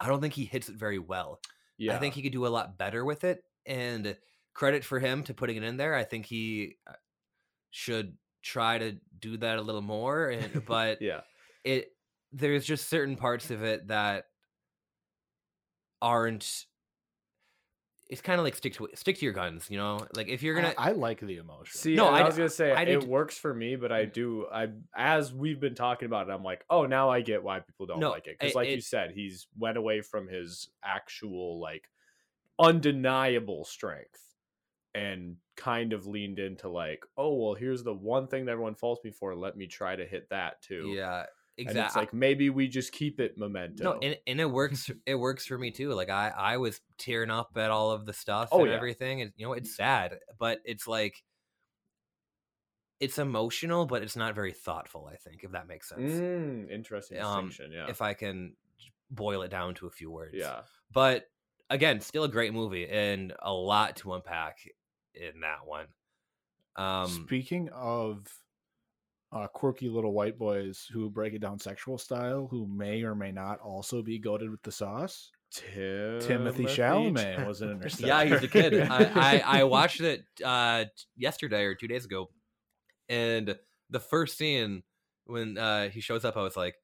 I don't think he hits it very well. I think he could do a lot better with it. And credit for him to putting it in there. I think he uh, should try to do that a little more. And but yeah, it there's just certain parts of it that aren't. It's kind of like stick to stick to your guns, you know. Like if you're gonna, I, I like the emotion. See, No, no, I, I- was gonna say I Mm. it did- works for me, but I do. I as we've been talking about it, I'm like, oh, now I get why people don't No, like it because, it- like you it- said, he's went away from his actual like undeniable strength and kind of leaned into like, oh, well, here's the one thing that everyone faults me for. Let me try to hit that too. yeah, and it's exactly. like maybe we just keep it memento. No, and, and it works. It works for me too. Like I, I was tearing up at all of the stuff Oh, and yeah. Mm-hmm. everything. And you know, it's sad, but it's like it's emotional, but it's not very thoughtful. I think if that makes sense. Mm, interesting Um, distinction. Yeah, If I can boil it down to a few words. yeah. But again, still a great movie and a lot to unpack in that one. Um. Speaking of uh, quirky little white boys who break it down sexual style, who may or may not also be goaded with the sauce, Timothy Chalamet was an interstellar. yeah, he's a kid. I, I, I watched it uh, t- yesterday or two days ago, and the first scene when uh, he shows up, I was like,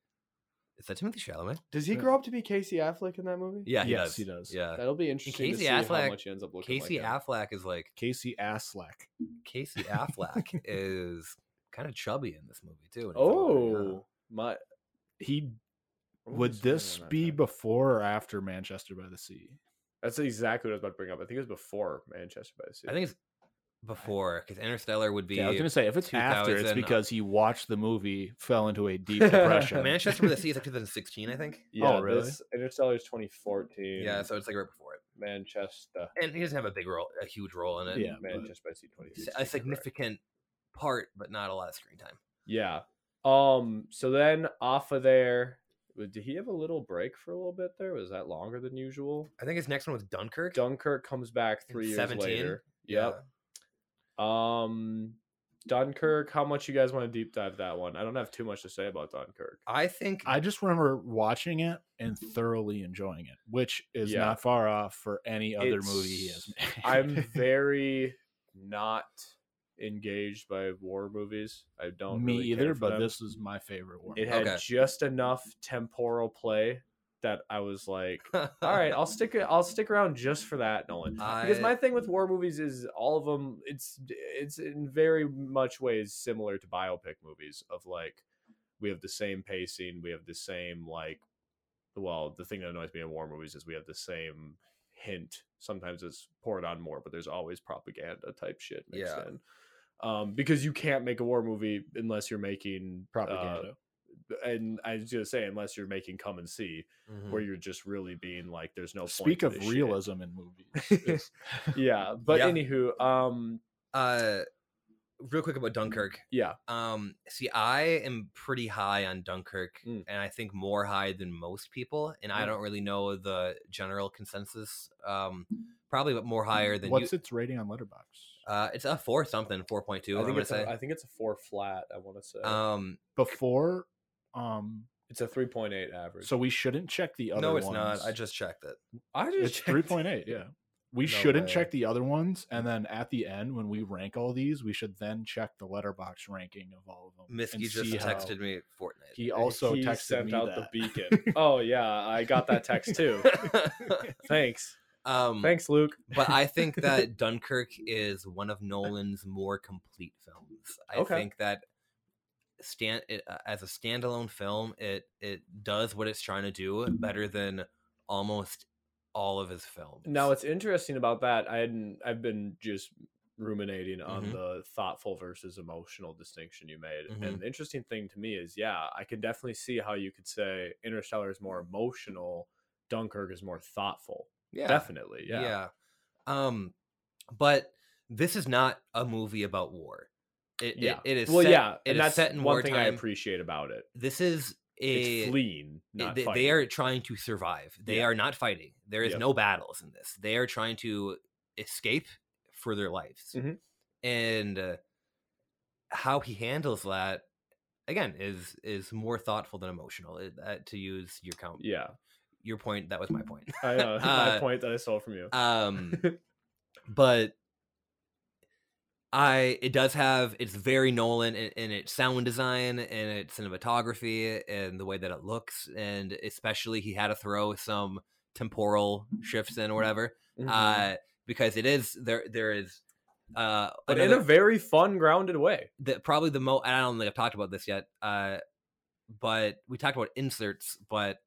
"Is that Timothy Chalamet?" Does he grow up to be Casey Affleck in that movie? Yeah, he Yes, does. he does. Yeah, That'll be interesting Casey to see how Affleck- much he ends up looking. Casey like him. Affleck is like Casey Affleck. Casey Affleck is kind of chubby in this movie too. and it's older, yeah. Oh my! He would this be before or after Manchester by the Sea? That's exactly what I was about to bring up. I think it was before Manchester by the Sea. I think it's before because Interstellar would be. yeah, I was gonna say if it's after, it's 2000 uh, because he watched the movie, fell into a deep depression. Manchester by the Sea is like 2016, I think. yeah, oh, really? This Interstellar is 2014. Yeah, so it's like right before it, Manchester. and he doesn't have a big role, a huge role in it. Yeah, but- Manchester by the Sea 2016. a correct. significant part, but not a lot of screen time. Yeah. Um. So then off of there, w- did he have a little break for a little bit there? Was that longer than usual? I think his next one was Dunkirk. Dunkirk comes back In three years 17? later. Yep. Um. Dunkirk. How much you guys want to deep dive that one? I don't have too much to say about Dunkirk. I think I just remember watching it and thoroughly enjoying it, which is Yeah. not far off for any other movie he It's- has made. I'm very not engaged by war movies. I don't me really care either, for but them. this is my favorite one. it had Okay. just enough temporal play that I was like, all right, I'll stick I'll stick around just for that, Nolan. Because I- my thing with war movies is all of them it's it's in very much ways similar to biopic movies of like we have the same pacing, we have the same like well, the thing that annoys me in war movies is we have the same hint. Sometimes it's poured on more, but there's always propaganda type shit mixed Yeah. in. Um, because you can't make a war movie unless you're making uh, propaganda. and I was gonna say unless you're making come and see, Mhm. where you're just really being like, there's no. Mm. Speak point of to this shit. realism in movies. is- yeah. But Yeah. anywho, um, uh, real quick about Dunkirk. yeah, Um, see, I am pretty high on Dunkirk, Mm. and I think more high than most people. And I Mm. don't really know the general consensus. Um, probably, but Hmm. more higher than What's you. its rating on Letterbox? Uh, it's a four something, four point two. I I'm think gonna it's say. a, I think it's a four flat. I want to say um, Before, um, it's a three point eight average. so we shouldn't check the other. no, it's ones. not. I just checked it. I it's checked three point eight. Yeah, we No shouldn't way. check the other ones, Mm. and then at the end when we rank all these, we should then check the Letterbox ranking of all of them. Misky and just see how- texted me Fortnite. He also He texted sent me out that. the beacon. oh yeah, I got that text too. Thanks, Mm. um, thanks, Luke. but I think that Dunkirk is one of Nolan's more complete films. I Okay. think that stand it, uh, as a standalone film, it it does what it's trying to do better than almost all of his films. Now it's interesting about that. I hadn't. I've been just ruminating on Mm-hmm. Mhm. the thoughtful versus emotional distinction you made. Mhm. Mm-hmm. And the interesting thing to me is, yeah, I can definitely see how you could say Interstellar is more emotional, Dunkirk is more thoughtful. yeah, Definitely, yeah. yeah. Um, but this is not a movie about war. It, Yeah. it, it is. well, set, yeah, it and is that's set in one wartime. thing I appreciate about it. This is a. It's fleeing, it- not they, fighting. they are trying to survive. They Yeah. are not fighting. There is Yep. no battles in this. They are trying to escape for their lives. Mhm. And uh, how he handles that again is is more thoughtful than emotional. It, uh, to use your count, Yeah, your point. That was my point. I, uh, my Uh, point that I saw from you. Um, but I it does have it's very Nolan in, in its sound design and its cinematography and the way that it looks and especially he had to throw some temporal shifts in or whatever Mm-hmm. uh, because it is there there is uh but in another- a very fun, grounded way. the probably the most I don't think I've talked about this yet. Uh, but we talked about inserts, but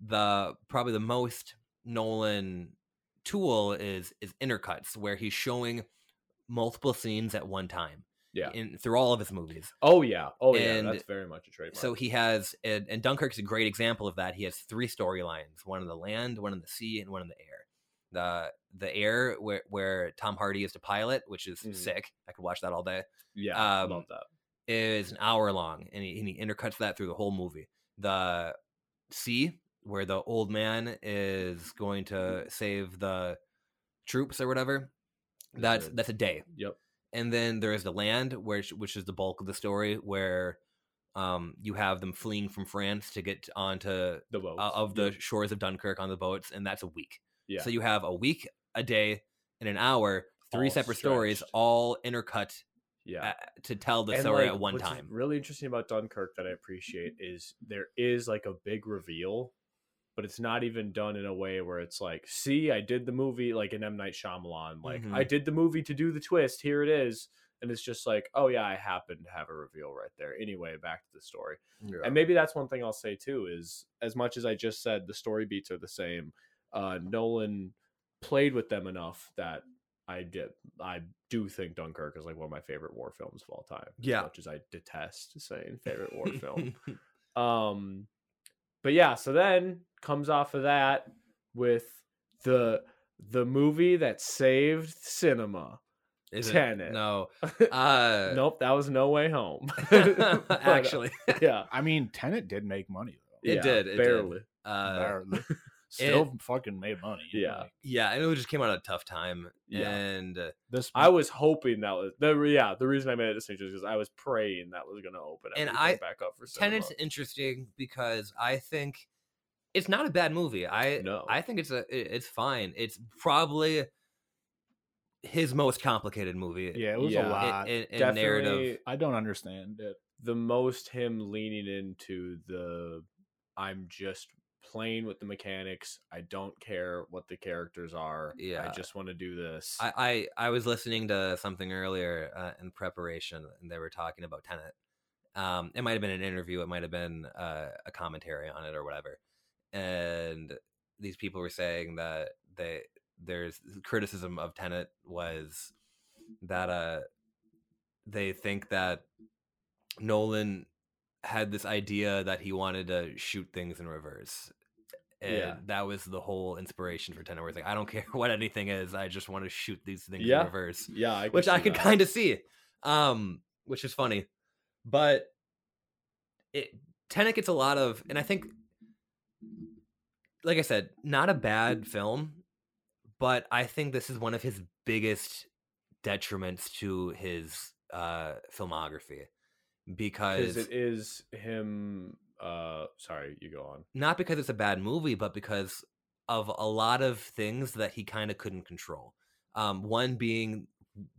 the probably the most Nolan tool is is intercuts where he's showing multiple scenes at one time. Yeah. In through all of his movies. Oh yeah, oh yeah, And that's very much a trademark. So he has and, and Dunkirk's a great example of that. He has three storylines, one on the land, one on the sea, and one on the air. The the air where where Tom Hardy is the pilot, which is Mhm. sick. I could watch that all day. yeah, I um, love that. is an hour long, and he, and he intercuts that through the whole movie. The sea, where the old man is going Mm-hmm. to save the troops or whatever, that's Good. that's a day. Yep. And then there is the land, which which is the bulk of the story, where um, you have them fleeing from France to get onto uh, The boat of the shores of Dunkirk on the boats, and that's a week. yeah. So you have a week, a day, and an hour, three All separate stories, stretched. all intercut yeah. to tell the And, story like, at one what's time. really interesting about Dunkirk that I appreciate is there is like a big reveal, but it's not even done in a way where it's like, see, I did the movie like an M Night Shyamalan, like Mm-hmm. I did the movie to do the twist. Here it is. And it's just like, oh yeah, I happened to have a reveal right there. Anyway, back to the story. And maybe that's one thing I'll say too is as much as I just said the story beats are the same, uh, Nolan played with them enough that I did I do think Dunkirk is like one of my favorite war films of all time. Yeah. As much as I detest saying favorite war film. Um but yeah, so then comes off of that with the the movie that saved cinema. Is it? Tenet. No. Uh, nope, that was No Way Home. But, uh, actually, yeah. I mean, Tenet did make money though. It yeah, did, it did. barely. uh, Barely. Still fucking made money. Yeah. Like, yeah, I know it just came out at a tough time, Yeah. and uh, this I was hoping that was the yeah the reason I made a distinction is because I was praying that was going to open And everything I- back up for cinema. Tenet's interesting because I think it's not a bad movie. I No. I think it's a it- it's fine. It's probably his most complicated movie. yeah, it was Yeah. a in- lot. in, in Definitely narrative. I don't understand it. the most him leaning into the I'm just playing with the mechanics. I don't care what the characters are. I Yeah. just want to do this. I, I I was listening to something earlier uh, in preparation, and they were talking about Tenet. Um, it might have been an interview, it might have been uh, a commentary on it or whatever. And these people were saying that they there's criticism of Tenet was that uh they think that Nolan had this idea that he wanted to shoot things in reverse. And Yeah. that was the whole inspiration for Tenet. Where it's like, I don't care what anything is, I just want to shoot these things Yeah. in reverse, yeah, I which I see could that. kind of see, um, which is funny. But it Tenet gets a lot of, and I think, like I said, not a bad film, but I think this is one of his biggest detriments to his uh, filmography because because it is him. Uh, sorry, you go on. not because it's a bad movie, but because of a lot of things that he kind of couldn't control. Um, one being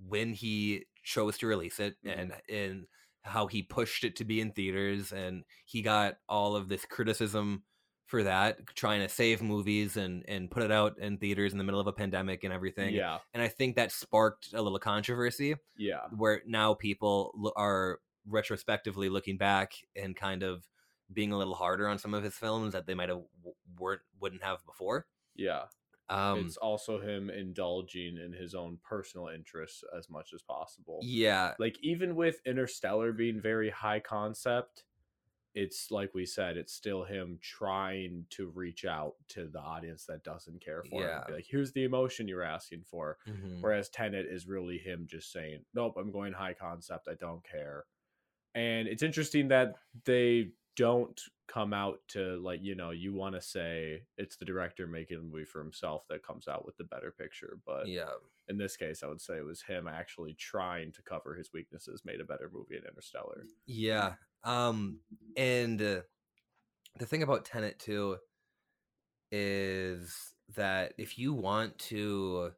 when he chose to release it and and how he pushed it to be in theaters, and he got all of this criticism for that, trying to save movies and and put it out in theaters in the middle of a pandemic and everything. Yeah, And I think that sparked a little controversy yeah, where now people lo- are retrospectively looking back and kind of being a little harder on some of his films that they might have w- weren't wouldn't have before. yeah. Um, it's also him indulging in his own personal interests as much as possible. yeah, Like even with Interstellar being very high concept, it's like we said, it's still him trying to reach out to the audience that doesn't care for him. Yeah. Be Like, here's the emotion you're asking for. Mhm. Whereas Tenet is really him just saying, "Nope, I'm going high concept. I don't care." And it's interesting that they don't come out to like you know you want to say it's the director making a movie for himself that comes out with the better picture, but Yeah. in this case, I would say it was him actually trying to cover his weaknesses, made a better movie in Interstellar. Yeah. Um and uh, the thing about Tenet too is that if you want to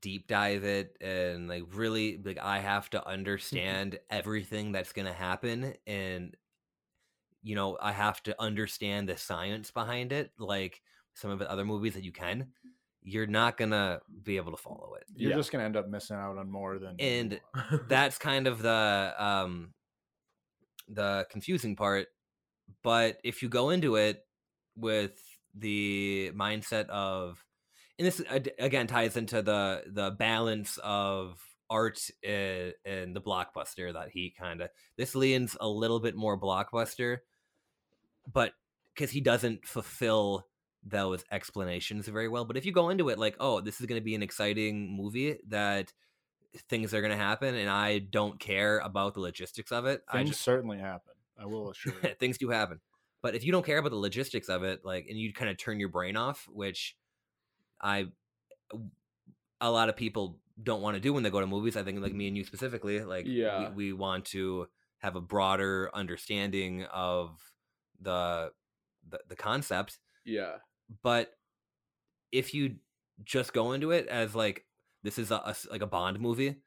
deep dive it and like really like I have to understand everything that's going to happen and you know, I have to understand the science behind it like some of the other movies that you can you're not going to be able to follow it You're Yeah. just gonna end up missing out on more than you And want. that's kind of the um the confusing part but if you go into it with the mindset of and this ad- again ties into the the balance of art and, and the blockbuster that he kind of this leans a little bit more blockbuster but because he doesn't fulfill those explanations very well but if you go into it like oh this is going to be an exciting movie that things are going to happen and i don't care about the logistics of it i things just certainly happen. I will assure you. things do happen. But if you don't care about the logistics of it, like, and you kind of turn your brain off, which I, a lot of people don't want to do when they go to movies. I think, like me and you specifically, like, we- Yeah. we, want to have a broader understanding of the the, the concept. Yeah. But if you just go into it as like this is a, a s- like a Bond movie,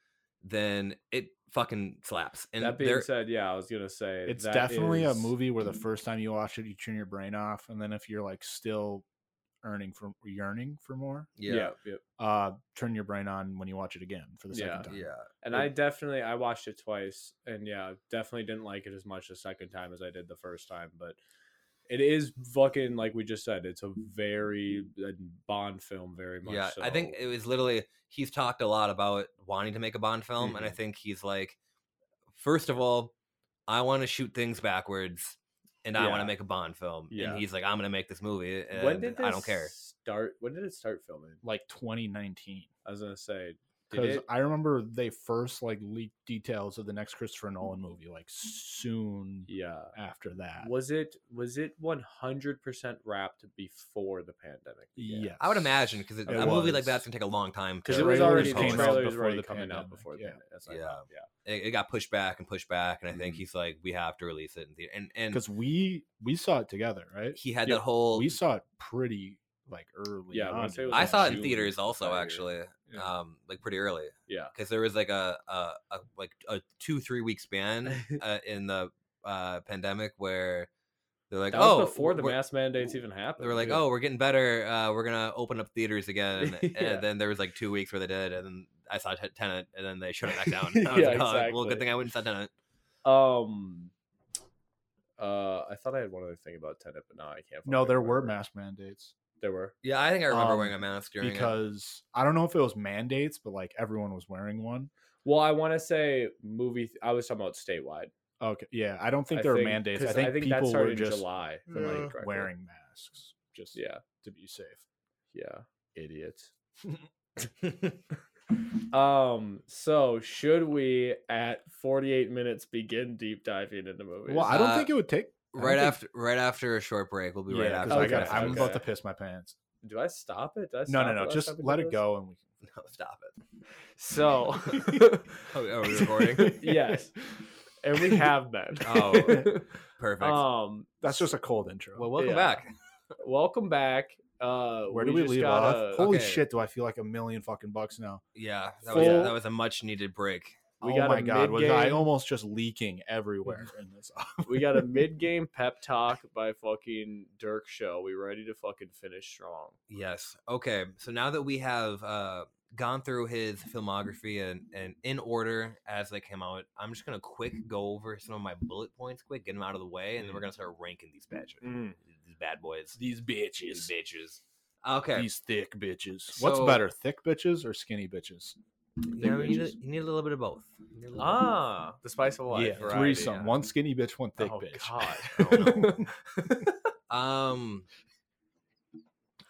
then it fucking slaps. And that being there, said, yeah, I was gonna say It's that definitely a is- movie where the first time you watch it, you turn your brain off, and then if you're like still earning for yearning for more, Yeah. yeah, yeah. uh, turn your brain on when you watch it again for the second Yeah. time. yeah. And I definitely I watched it twice, and yeah, definitely didn't like it as much the second time as I did the first time. But it is fucking like we just said, it's a very a Bond film, very much. Yeah, so. I think it was literally he's talked a lot about wanting to make a Bond film, and I Mhm. think he's like, first of all, I want to shoot things backwards, and I want Yeah. to make a Bond film, Yeah. and he's like, I'm gonna make this movie, and when did I don't this care. start? When did it start filming? Like 2019, I was gonna say, did because it? I remember they first like leaked details of the next Christopher Nolan movie like Mm. soon yeah. after that. Was it was it one hundred percent wrapped before the pandemic? began? Yes. I would imagine because It a movie like was. that's gonna take a long time because to it was Trailers already the came post. out trailer was before already the coming out pandemic, before the yeah. pandemic. That's what I thought, yeah. It, it got pushed back and pushed back, and I think Mhm. he's like, we have to release it, in the- and and because we we saw it together, right? he had yeah, that whole. we saw it pretty like early. Yeah, I wanna on say it was dude. I like saw it in June theaters also, prior. actually, Yeah. um, like pretty early. Yeah. because there was like a, a, a like a two three week span uh, in the uh, pandemic where they're like, That oh, was before the we're- mask mandates even happened. They were like, yeah. oh, we're getting better. Uh, we're gonna open up theaters again. Yeah. And then there was like two weeks where they did, and then I saw Ten- Tenet, and then they shut it back down. I was Yeah, like, oh, well, exactly. good thing I went and saw Tenet. oh Um, uh, I thought I had one other thing about Tenet, but now I can't. no, fucking there were remember. mask mandates There were. Yeah, I think I remember Um, wearing a mask during it. because I don't know if it was mandates, but like everyone was wearing one. Well, I want to say movie. th- I was talking about statewide. Okay, yeah, I don't think I there were think- mandates. I 'cause think, that people started were in just July. if I'm not uh, incorrect. wearing masks just Yeah, to be safe. yeah, idiots. um. So should we at 48 minutes begin deep diving into movies? Well, I don't Uh, think it would take I don't Right think- after, right after a short break, we'll be right Yeah, after. 'cause I the got, next I'm episode. about to piss my pants. do I stop it? Did I No, stop no, it no. last Just time we let did it this? go, and we No, stop it. So, Oh, are we recording? yes, and we have been. Oh. Perfect. um. that's just a cold intro. well, welcome yeah. back. Welcome back. Uh, Where do we just leave got off? a- Holy okay. shit! Do I feel like a million fucking bucks now? Yeah, that Full- was that was a much needed break. We oh got a my god, was I mid-game- almost just leaking everywhere in this? we got a mid-game pep talk by fucking Dirk Show. We ready to fucking finish strong. Yes. Okay. So now that we have uh, gone through his filmography and, and in order as they came out, I'm just gonna quick go over some of my bullet points, quick, get them out of the way, and then we're gonna start ranking these bad these bad boys, These these bitches. Okay. These thick bitches. What's So- better, thick bitches or skinny bitches? You, know, you, need, you need a little bit of both. You need a little bit of both. Ah, the spice of life. yeah, variety, threesome. yeah. One skinny bitch, one thick oh, bitch. God. Oh, Um.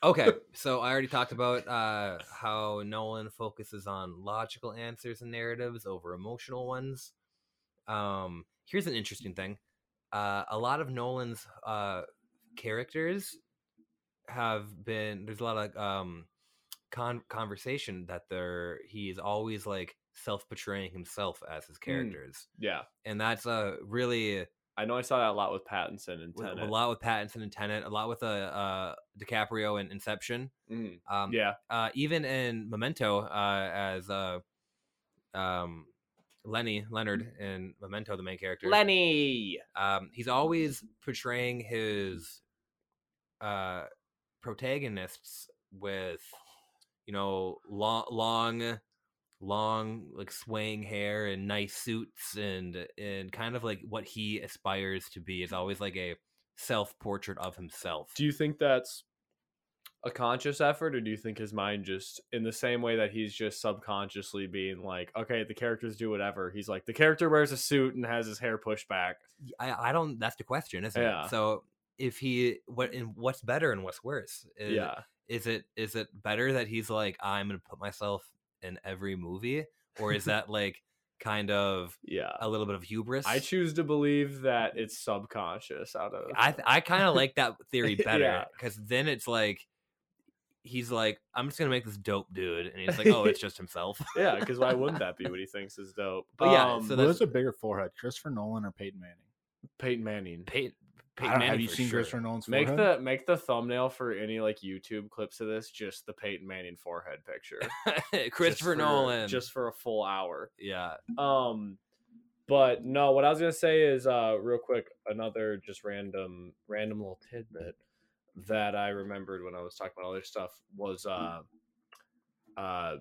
Okay, so I already talked about uh, how Nolan focuses on logical answers and narratives over emotional ones. Um, here's an interesting thing: uh, a lot of Nolan's uh, characters have been there's a lot of um, con- conversation that they're he is always like self portraying himself as his characters, yeah. and that's uh, really I know I saw that a lot with Pattinson and with- Tenet. a lot with Pattinson and Tenet, a lot with uh, uh DiCaprio and Inception. Mm, Um, yeah. uh, even in Memento, uh, as uh, um, Lenny Leonard in Memento, the main character, Lenny. um, he's always portraying his uh, protagonists with, you know, long, long, long, like swaying hair and nice suits and and kind of like what he aspires to be is always like a self portrait of himself. Do you think that's a conscious effort, or do you think his mind just, in the same way that he's just subconsciously being like, okay, the characters do whatever. He's like, the character wears a suit and has his hair pushed back. I, I don't. That's the question, isn't Yeah. it? So if he what and what's better and what's worse? Is, yeah. is it is it better that he's like I'm gonna put myself in every movie, or is that like kind of Yeah. a little bit of hubris? I choose to believe that it's subconscious out of. I th- I kind of like that theory better Yeah. because then it's like he's like I'm just gonna make this dope dude, and he's like oh it's just himself. yeah, because why wouldn't that be what he thinks is dope? Um, But yeah, so Who that's- has a bigger forehead, Christopher Nolan or Peyton Manning? Peyton Manning. Peyton, I don't- Peyton Manning have you for seen sure. Christopher Nolan's Make forehead? the make the thumbnail for any like YouTube clips of this just the Peyton Manning forehead picture. Christopher Just for- Nolan? just for a full hour. yeah, Um, but no, what I was gonna say is uh, real quick another just random random little tidbit that I remembered when I was talking about other stuff was uh, uh, uh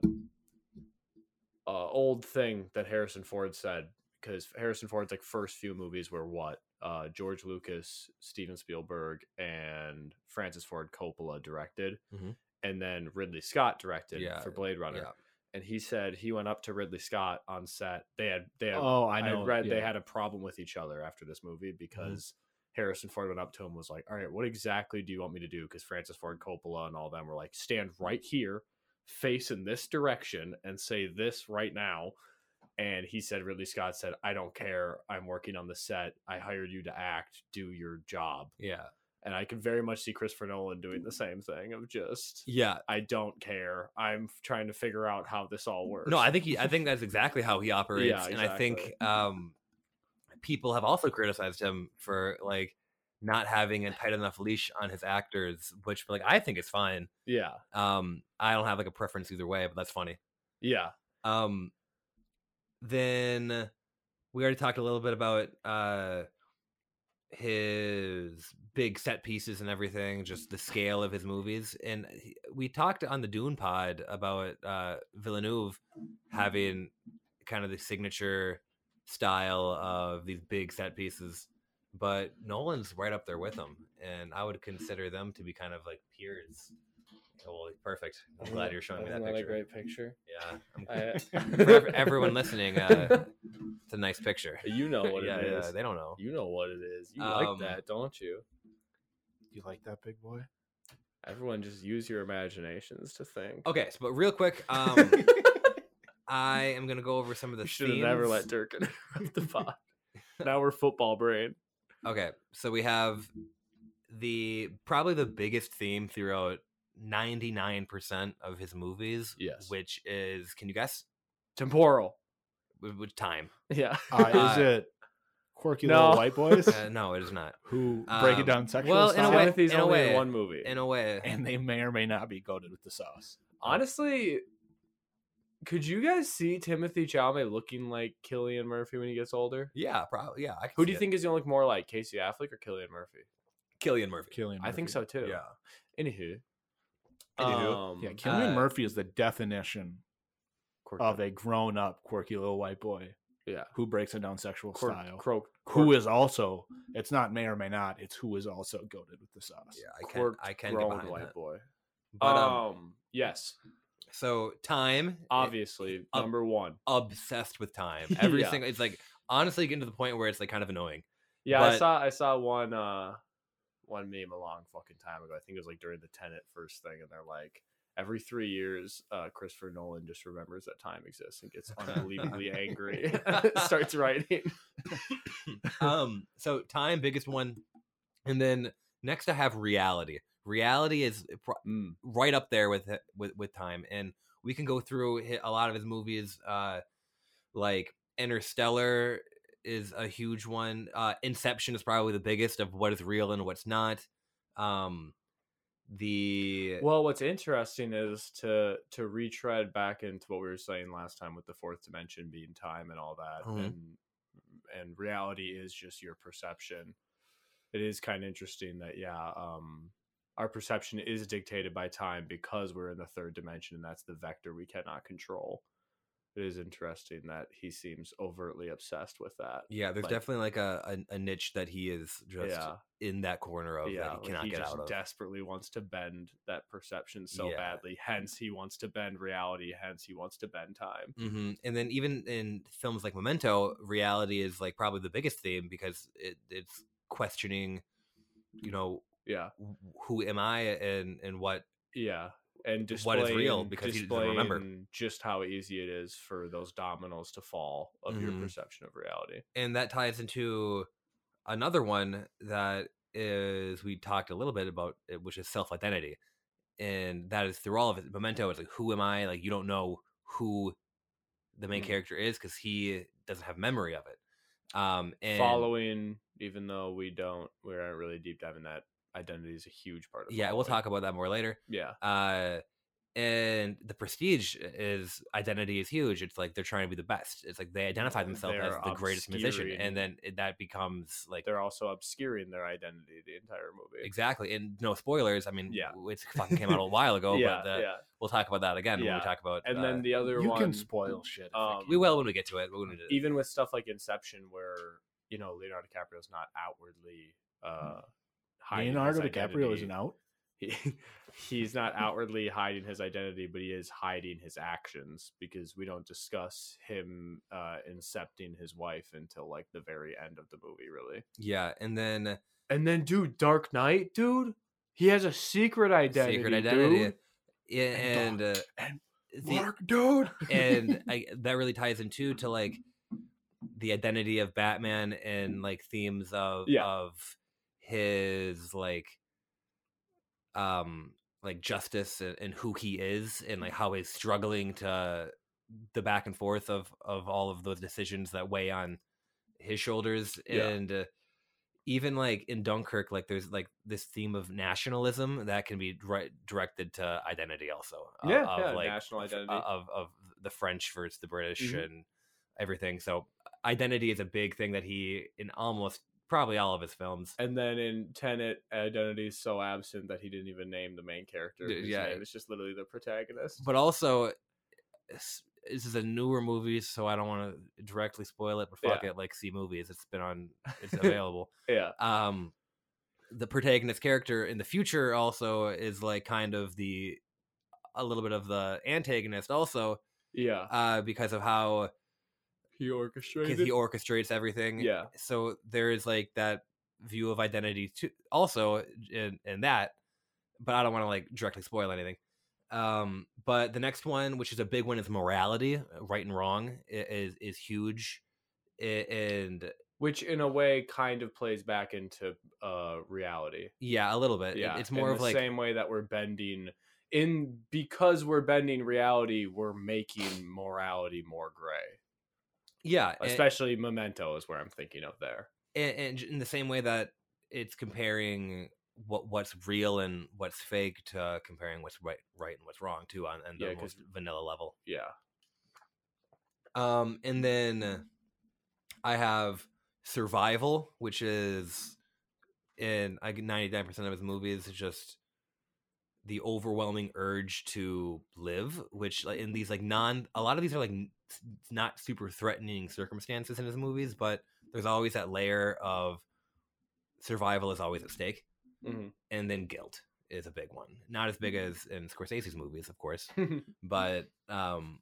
old thing that Harrison Ford said because Harrison Ford's like first few movies were what uh George Lucas, Steven Spielberg, and Francis Ford Coppola directed, Mhm. and then Ridley Scott directed Yeah, for Blade Runner yeah. and he said he went up to Ridley Scott on set. They had they had oh, I, I know. read they yeah. Mm-hmm. had a problem with each other after this movie because Harrison Ford went up to him and was like, "All right, what exactly do you want me to do?" Because Francis Ford Coppola and all them were like, "Stand right here, face in this direction, and say this right now." And he said, Ridley Scott said, "I don't care. I'm working on the set. I hired you to act. Do your job." yeah, And I can very much see Christopher Nolan doing the same thing of just. yeah. I don't care. I'm trying to figure out how this all works. No, I think he, I think that's exactly how he operates, and I think exactly. um, people have also criticized him for like not having a tight enough leash on his actors, which like I think is fine. Yeah, Um, I don't have like a preference either way, but that's funny. yeah, Um, then we already talked a little bit about uh, his big set pieces and everything, just the scale of his movies. And he- we talked on the Dune pod about uh, Villeneuve having kind of the signature style of these big set pieces. But Nolan's right up there with him, and I would consider them to be kind of like peers. Oh, Well, perfect. I'm glad you're showing me that Isn't picture. great picture. Yeah, I'm I- uh, for ev- everyone listening, uh, it's a nice picture. you know what yeah, it is. yeah, they don't know. You know what it is. You Um, like that, don't you? You like that big boy? Everyone, just use your imaginations to think. Okay, so, but real quick, Oh, um, I am gonna go over some of the we should have never let themes. Dirk interrupt the pod. now we're football brain. Okay, so we have the probably the biggest theme throughout ninety nine percent of his movies. Yes. which is can you guess? Temporal. Wh- Which time? Yeah. Uh, is Uh, it quirky no. little white boys Uh, no, it is not. who break it um, down sexual well, in a style? way- Timothy's in a only way- in one movie. In a way, and they may or may not be goaded with the sauce. Honestly, could you guys see Timothy Chalamet looking like Killian Murphy when he gets older? yeah, probably. Yeah, I can Who see do you it. think is going to look more like Casey Affleck or Killian Murphy? Killian Murphy? Killian, I think Murphy. so too. Yeah, Anywho. Anywho. Um, Yeah, Killian uh, Murphy is the definition Cork- of a grown-up quirky little white boy yeah. who breaks it down sexual Cork- style. Croak. who is also? It's not may or may not. It's who is also goaded with the sauce. yeah, I can. I can get behind white that. boy. But um, um, yes. So time, i- Obviously, Ob- number one. obsessed with time. Every Yeah. single, it's like honestly getting to the point where it's like kind of annoying. Yeah, I But- saw I saw one uh one meme a long fucking time ago. I think it was like during the Tenet first thing, and they're like, every three years, uh, Christopher Nolan just remembers that time exists and gets unbelievably angry, starts writing. um so time biggest one and then next i have reality reality is pro- right up there with it- with with time and we can go through hi- a lot of his movies uh like interstellar is a huge one uh inception is probably the biggest of what is real and what's not um the Well, what's interesting is to to retread back into what we were saying last time with the fourth dimension being time and all that, Mhm. and and reality is just your perception. It is kind of interesting that yeah, um, our perception is dictated by time because we're in the third dimension and that's the vector we cannot control. It is interesting that he seems overtly obsessed with that. yeah there's like- definitely like a, a a niche that he is just yeah, in that corner of yeah, that like, he cannot he get just out of desperately wants to bend that perception so Yeah. badly. Hence, he wants to bend reality. Hence, he wants to bend time. hmm And then even in films like Memento, reality is like probably the biggest theme because it, it's questioning, you know, Yeah, w- who am I and and what yeah, and What displaying, is real, because he doesn't remember. displaying just how easy it is for those dominoes to fall of your Mhm. perception of reality. and that ties into another one that is we talked a little bit about it, which is self identity, and that is through all of it. Memento is like who am I? Like you don't know who the main Mhm. character is because he doesn't have memory of it. Um, and following, even though we don't, we aren't really deep diving that. Identity is a huge part of. Yeah, we'll following. talk about that more later. Yeah, uh and the prestige is identity is huge it's like they're trying to be the best it's like they identify themselves as They're the greatest musician obscuring- and then it, that becomes like they're also obscuring their identity the entire movie. exactly and no spoilers i mean Yeah. w- it's fucking came out a while ago yeah, oh, but the, yeah, we'll talk about that again when Yeah. we talk about and uh, then the other You one can spoil shit. if I um, can. we will when we get to it we're gonna do even with stuff like Inception, where you know Leonardo DiCaprio's not outwardly Mm-hmm. uh, hiding Leonardo his DiCaprio identity. isn't out. He- he's not outwardly hiding his identity, but he is hiding his actions because we don't discuss him uh, incepting his wife until like the very end of the movie, really. yeah and then And then, dude, Dark Knight, dude, he has a secret identity. secret identity dude. Yeah, And and, uh, and the- dude. and I, that really ties into to like the identity of Batman and like themes of Yeah. of his like um like justice and, and who he is and like how he's struggling to the back and forth of of all of those decisions that weigh on his shoulders Yeah. and uh, even like in Dunkirk like there's like this theme of nationalism that can be dri- directed to identity also uh, Yeah, of yeah, like national f- uh, identity. of of the French versus the British Mhm. and everything so identity is a big thing that he in almost probably all of his films And then in Tenet, identity is so absent that he didn't even name the main character. Dude, His yeah. name is just literally the protagonist. but also s- this is a newer movie, so I don't want to directly spoil it. But fuck it, like see movies. It's been on. It's available. yeah, um, the protagonist character in the future also is like kind of the a little bit of the antagonist also yeah. uh, because of how He because orchestrated. he orchestrates everything. yeah, So there is like that view of identity too, also uh, in, in that. But I don't want to like directly spoil anything. Um, but the next one, which is a big one, is morality. uh, Right and wrong i- is is huge, I- and which in a way kind of plays back into uh reality. yeah, a little bit. Uh, It- Yeah, it's more in of the like same way that we're bending in because we're bending reality, we're making morality more gray. yeah, a- Especially Memento is where I'm thinking of there. and, and j- in the same way that it's comparing what what's real and what's fake to comparing what's right right and what's wrong too on, on the Yeah, 'cause- most vanilla level. Yeah, Um, and then I have Survival, which is in I ninety nine percent of his movies is just the overwhelming urge to live, which like, in these like non a lot of these are like n- s- not super threatening circumstances in his movies, but there's always that layer of survival is always at stake, Mhm. and then guilt is a big one. Not as big as in Scorsese's movies, of course, but um,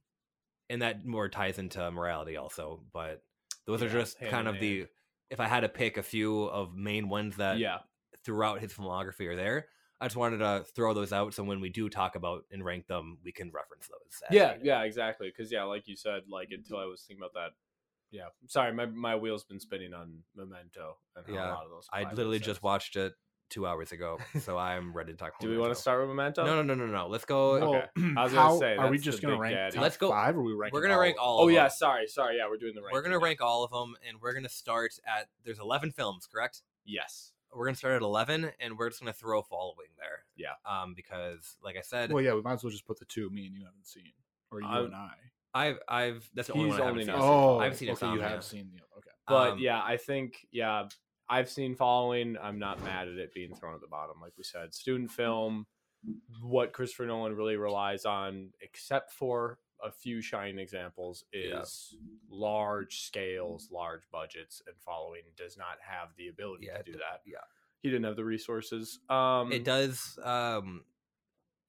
and that more ties into morality also. But those are Yeah, just hand kind in of the if I had to pick a few of main ones that yeah, throughout his filmography are there. I just wanted to throw those out so when we do talk about and rank them, we can reference those. as yeah, needed. yeah, exactly. Because yeah, like you said, like mm-hmm. until I was thinking about that. Yeah, sorry, my my wheel's been spinning on Memento and how Yeah, a lot of those. I apply literally just themselves. watched it two hours ago, so I'm ready to talk. Do we want to Memento. start with Memento? No, no, no, no, no. Let's go. Well, okay. I was gonna How say, are we that's just the gonna Big rank Daddy. top Let's go- five? Or are we ranking? we're gonna rank all. Oh of yeah, them. sorry, sorry. Yeah, we're doing the ranking. we're gonna now. rank all of them, and we're gonna start at. There's 11 films, correct? Yes. We're gonna start at 11, and we're just gonna throw following there. Yeah. Um, because like I said, Well, yeah, we might as well just put the two me and you haven't seen, or you I'm- and I. I've I've that's the only He's one I haven't only seen. not- Oh, I've seen okay, you Insomnia. have seen the okay. But Um, yeah, I think yeah, I've seen following. I'm not mad at it being thrown at the bottom, like we said. Student film, what Christopher Nolan really relies on, except for a few shining examples, Yeah. is large scales, large budgets, and following does not have the ability Yeah, to it do d- that. yeah. he didn't have the resources. Um, it does um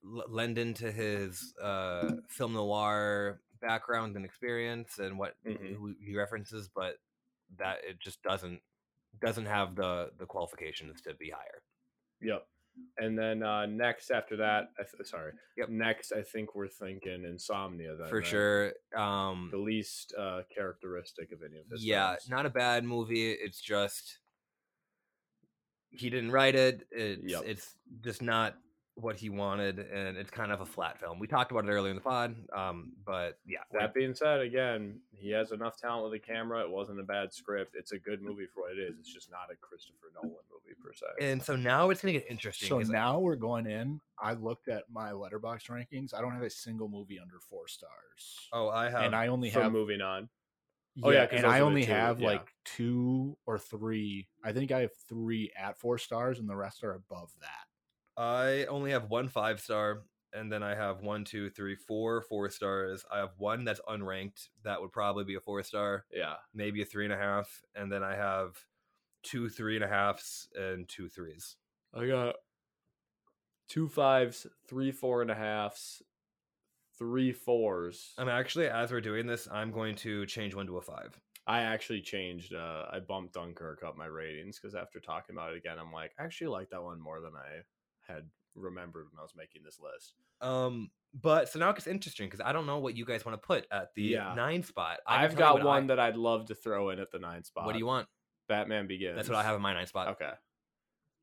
l- lend into his uh film noir background and experience and what Mhm. who he references but that it just doesn't doesn't have the the qualifications to be higher Yep. And then uh, next after that, I th- sorry. Yep. Next, I think we're thinking Insomnia. Then for right? sure um the least uh, characteristic of any of his. yeah films. not a bad movie it's just he didn't write it it's, Yep. it's just not what he wanted and it's kind of a flat film we talked about it earlier in the pod um but yeah That being said, again, he has enough talent with the camera. It wasn't a bad script. It's a good movie for what it is. It's just not a Christopher Nolan movie per se. And so now it's going to get interesting. So 'cause now we're going in. I looked at my letterbox rankings. I don't have a single movie under four stars, oh, I have. and I only So have moving on. Yeah, Oh, yeah, 'cause and those are I the only two, have yeah. like two or three. I think I have three at four stars, and the rest are above that. I only have one five star, and then I have one, two, three, four four stars. I have one that's unranked. That would probably be a four star, Yeah. maybe a three and a half, and then I have two three and a halfs and two threes. I got two fives, three four and a halfs, three fours. I'm actually, as we're doing this, I'm going to change one to a five. I actually changed. Uh, I bumped Dunkirk up my ratings because after talking about it again, I'm like, I actually like that one more than I had remembered when I was making this list. Um, but so now it's interesting because I don't know what you guys want to put at the Yeah. nine spot. I can I've tell you got what I- one that I'd love to throw in at the nine spot. What do you want? Batman Begins. That's what I have in my nine spot. Okay.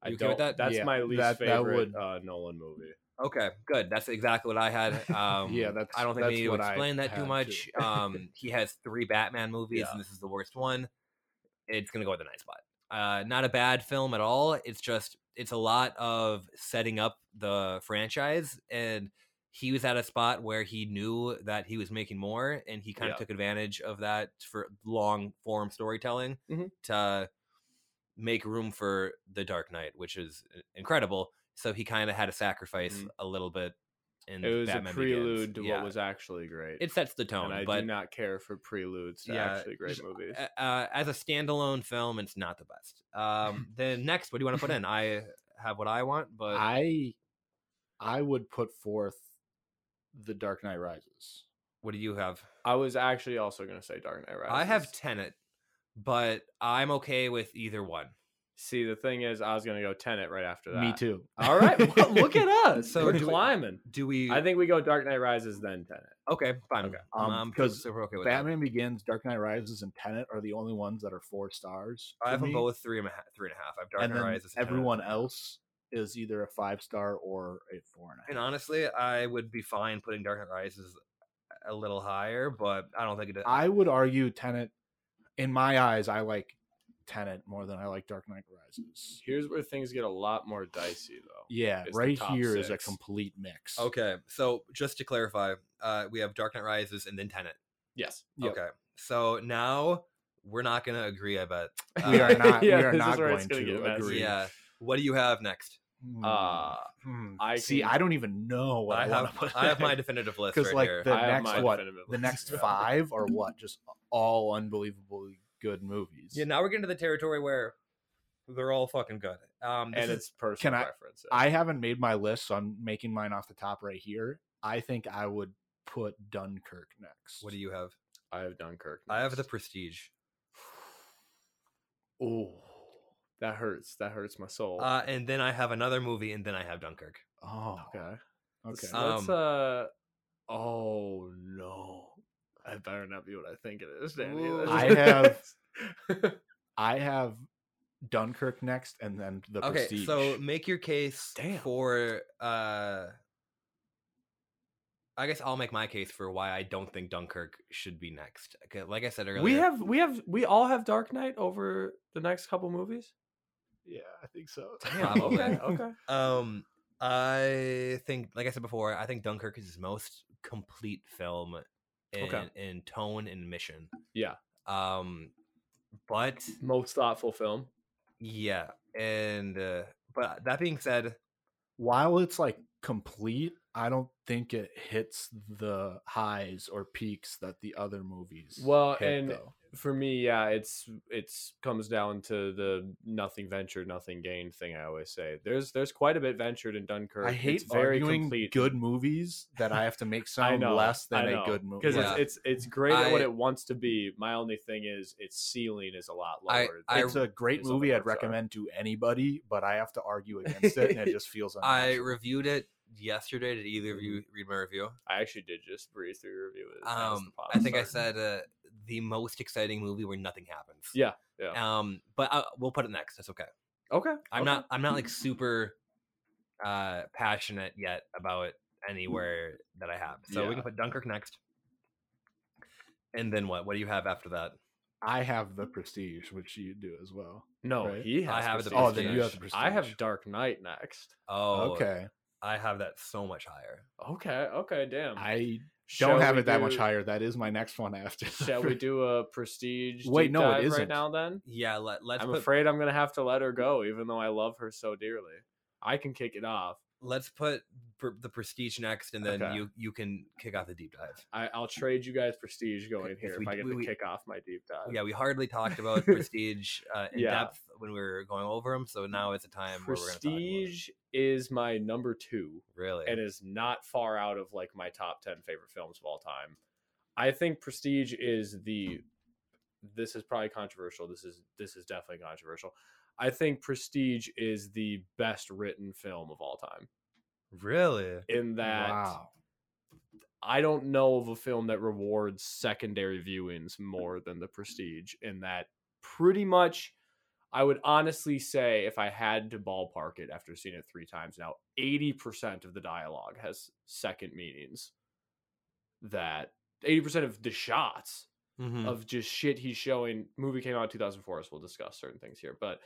I You okay don't, with that? That's Yeah, my least that- that favorite would- uh, Nolan movie. Okay, good. That's exactly what I had. Um, Yeah, that's- I don't think that's we need to what I explain that too had, much. too. um, he has three Batman movies, Yeah. and this is the worst one. It's gonna go at the ninth spot. Uh, not a bad film at all. It's just it's a lot of setting up the franchise, and he was at a spot where he knew that he was making more, and he kind of Yeah. took advantage of that for long form storytelling Mm-hmm. Mhm. to make room for the Dark Knight, which is i- incredible. So he kind of had to sacrifice Mhm. a little bit. In It was Mm, Batman Begins. a prelude to Yeah. what was actually great. It sets the tone, and I but do not care for preludes to Yeah, actually great just- movies. uh, uh, as a standalone film, it's not the best. Um, the next, what do you want to put in? I have what I want, but I, I would put forth the Dark Knight Rises. what do you have? I was actually also going to say Dark Knight Rises. I have Tenet, but I'm okay with either one. See, the thing is, I was going to go Tenet right after that. Me too. All right. Well, look at us. So We're do we- climbing. Do we? I think we go Dark Knight Rises, then Tenet. okay, fine. Okay. Um, Um, I'm because super okay with that. Batman Begins, Dark Knight Rises, and Tenet are the only ones that are four stars. I to have them me, both three and a half. Three and a half. I've Dark and Knight then Rises. Tenet. everyone else is either a five star or a four and a half. And honestly, I would be fine putting Dark Knight Rises a little higher, but I don't think it. I would argue Tenet, in my eyes, I like Tenet more than I like Dark Knight Rises. Here's where things get a lot more dicey, though. Yeah, It's the right top here is a six. complete mix. Okay, so just to clarify, uh, we have Dark Knight Rises and then Tenet. Yes. Yep. Okay, so now we're not going to agree. I bet We Uh, are not. Yeah, we are this is not where going it's to gonna get messy. agree. Yeah. What do you have next? Hmm, Uh, hmm. I see. can- I don't even know what I, I want have to put. I have my definitive list because right like here. the I have next my what definitive the list. next five are what just all unbelievably good movies. yeah, now we're getting to the territory where They're all fucking good. Um, this and is- it's personal Can I- preferences. I haven't made my list, so I'm making mine off the top right here. I think I would put Dunkirk next. what do you have? I have Dunkirk. I have the next. Prestige. Oh, that hurts. That hurts my soul. Uh, and then I have another movie, and then I have Dunkirk. Oh, okay. okay. uh, Let's. Um, uh, oh no! I better not be what I think it is, Danny. That's- I have- I have Dunkirk next, and then the okay, Prestige. so make your case Damn. for. Uh, I guess I'll make my case for why I don't think Dunkirk should be next. Okay, Like I said earlier, we have we have we all have Dark Knight over the next couple movies. yeah, I think so. Damn, Probably. Okay, okay. Um, I think, like I said before, I think Dunkirk is his most complete film in, Okay. in tone and mission. Yeah. Um, but most thoughtful film. yeah, and uh, but that being said, While it's like complete, I don't think it hits the highs or peaks that the other movies. Well, hit, and- though. For me, yeah, it's it's comes down to the nothing ventured, nothing gained thing. I always say there's there's quite a bit ventured in Dunkirk. I hate it's very arguing complete. good movies that I have to make I sound know, less than I a know, good movie. because Yeah. it's, it's it's great at what I- it wants to be. My only thing is its ceiling is a lot I- lower. I- it's a great There's other movie works I'd out. recommend to anybody, but I have to argue against it, and it just feels. I unnatural. reviewed it yesterday. Did either of you read my review? I actually did just breeze through your review. as- as the Um, pod I think I started. said uh, the most exciting movie where nothing happens. Yeah, yeah. Um, but I, we'll put it next. That's okay. okay. I'm okay. not I'm not like super uh passionate yet about anywhere that I have. So we Yeah. can put Dunkirk next. And then what? What do you have after that? I have the Prestige, which you do as well. No, right? he has. I have the Prestige. Oh, then you have the I have Prestige. Dark Knight next. Oh, okay, I have that so much higher. Okay, okay, um, damn. I Shall don't have we it that much do- higher. That is my next one after. Shall we do a prestige? Wait, deep no, dive it right isn't. now. Then Yeah, let, let's I'm put afraid I'm gonna have to let her go, even though I love her so dearly. I can kick it off. let's put pr- the prestige next, and then Okay. you you can kick off the deep dive. I, I'll trade you guys prestige going if here we if d- I get we- to we- kick off my deep dive. Yeah, we hardly talked about prestige uh, in Yeah. depth when we were going over them, so now it's a time where we're going to prestige is my number two. really and is not far out of like my top 10 favorite films of all time. I think Prestige is the this is probably controversial. This is this is definitely controversial. I think Prestige is the best written film of all time. really In that Wow. I don't know of a film that rewards secondary viewings more than The Prestige in that pretty much I would honestly say if I had to ballpark it after seeing it 3 times now 80% of the dialogue has second meanings that 80% of the shots Mhm. of just shit he's showing movie came out in 2004 so we'll discuss certain things here but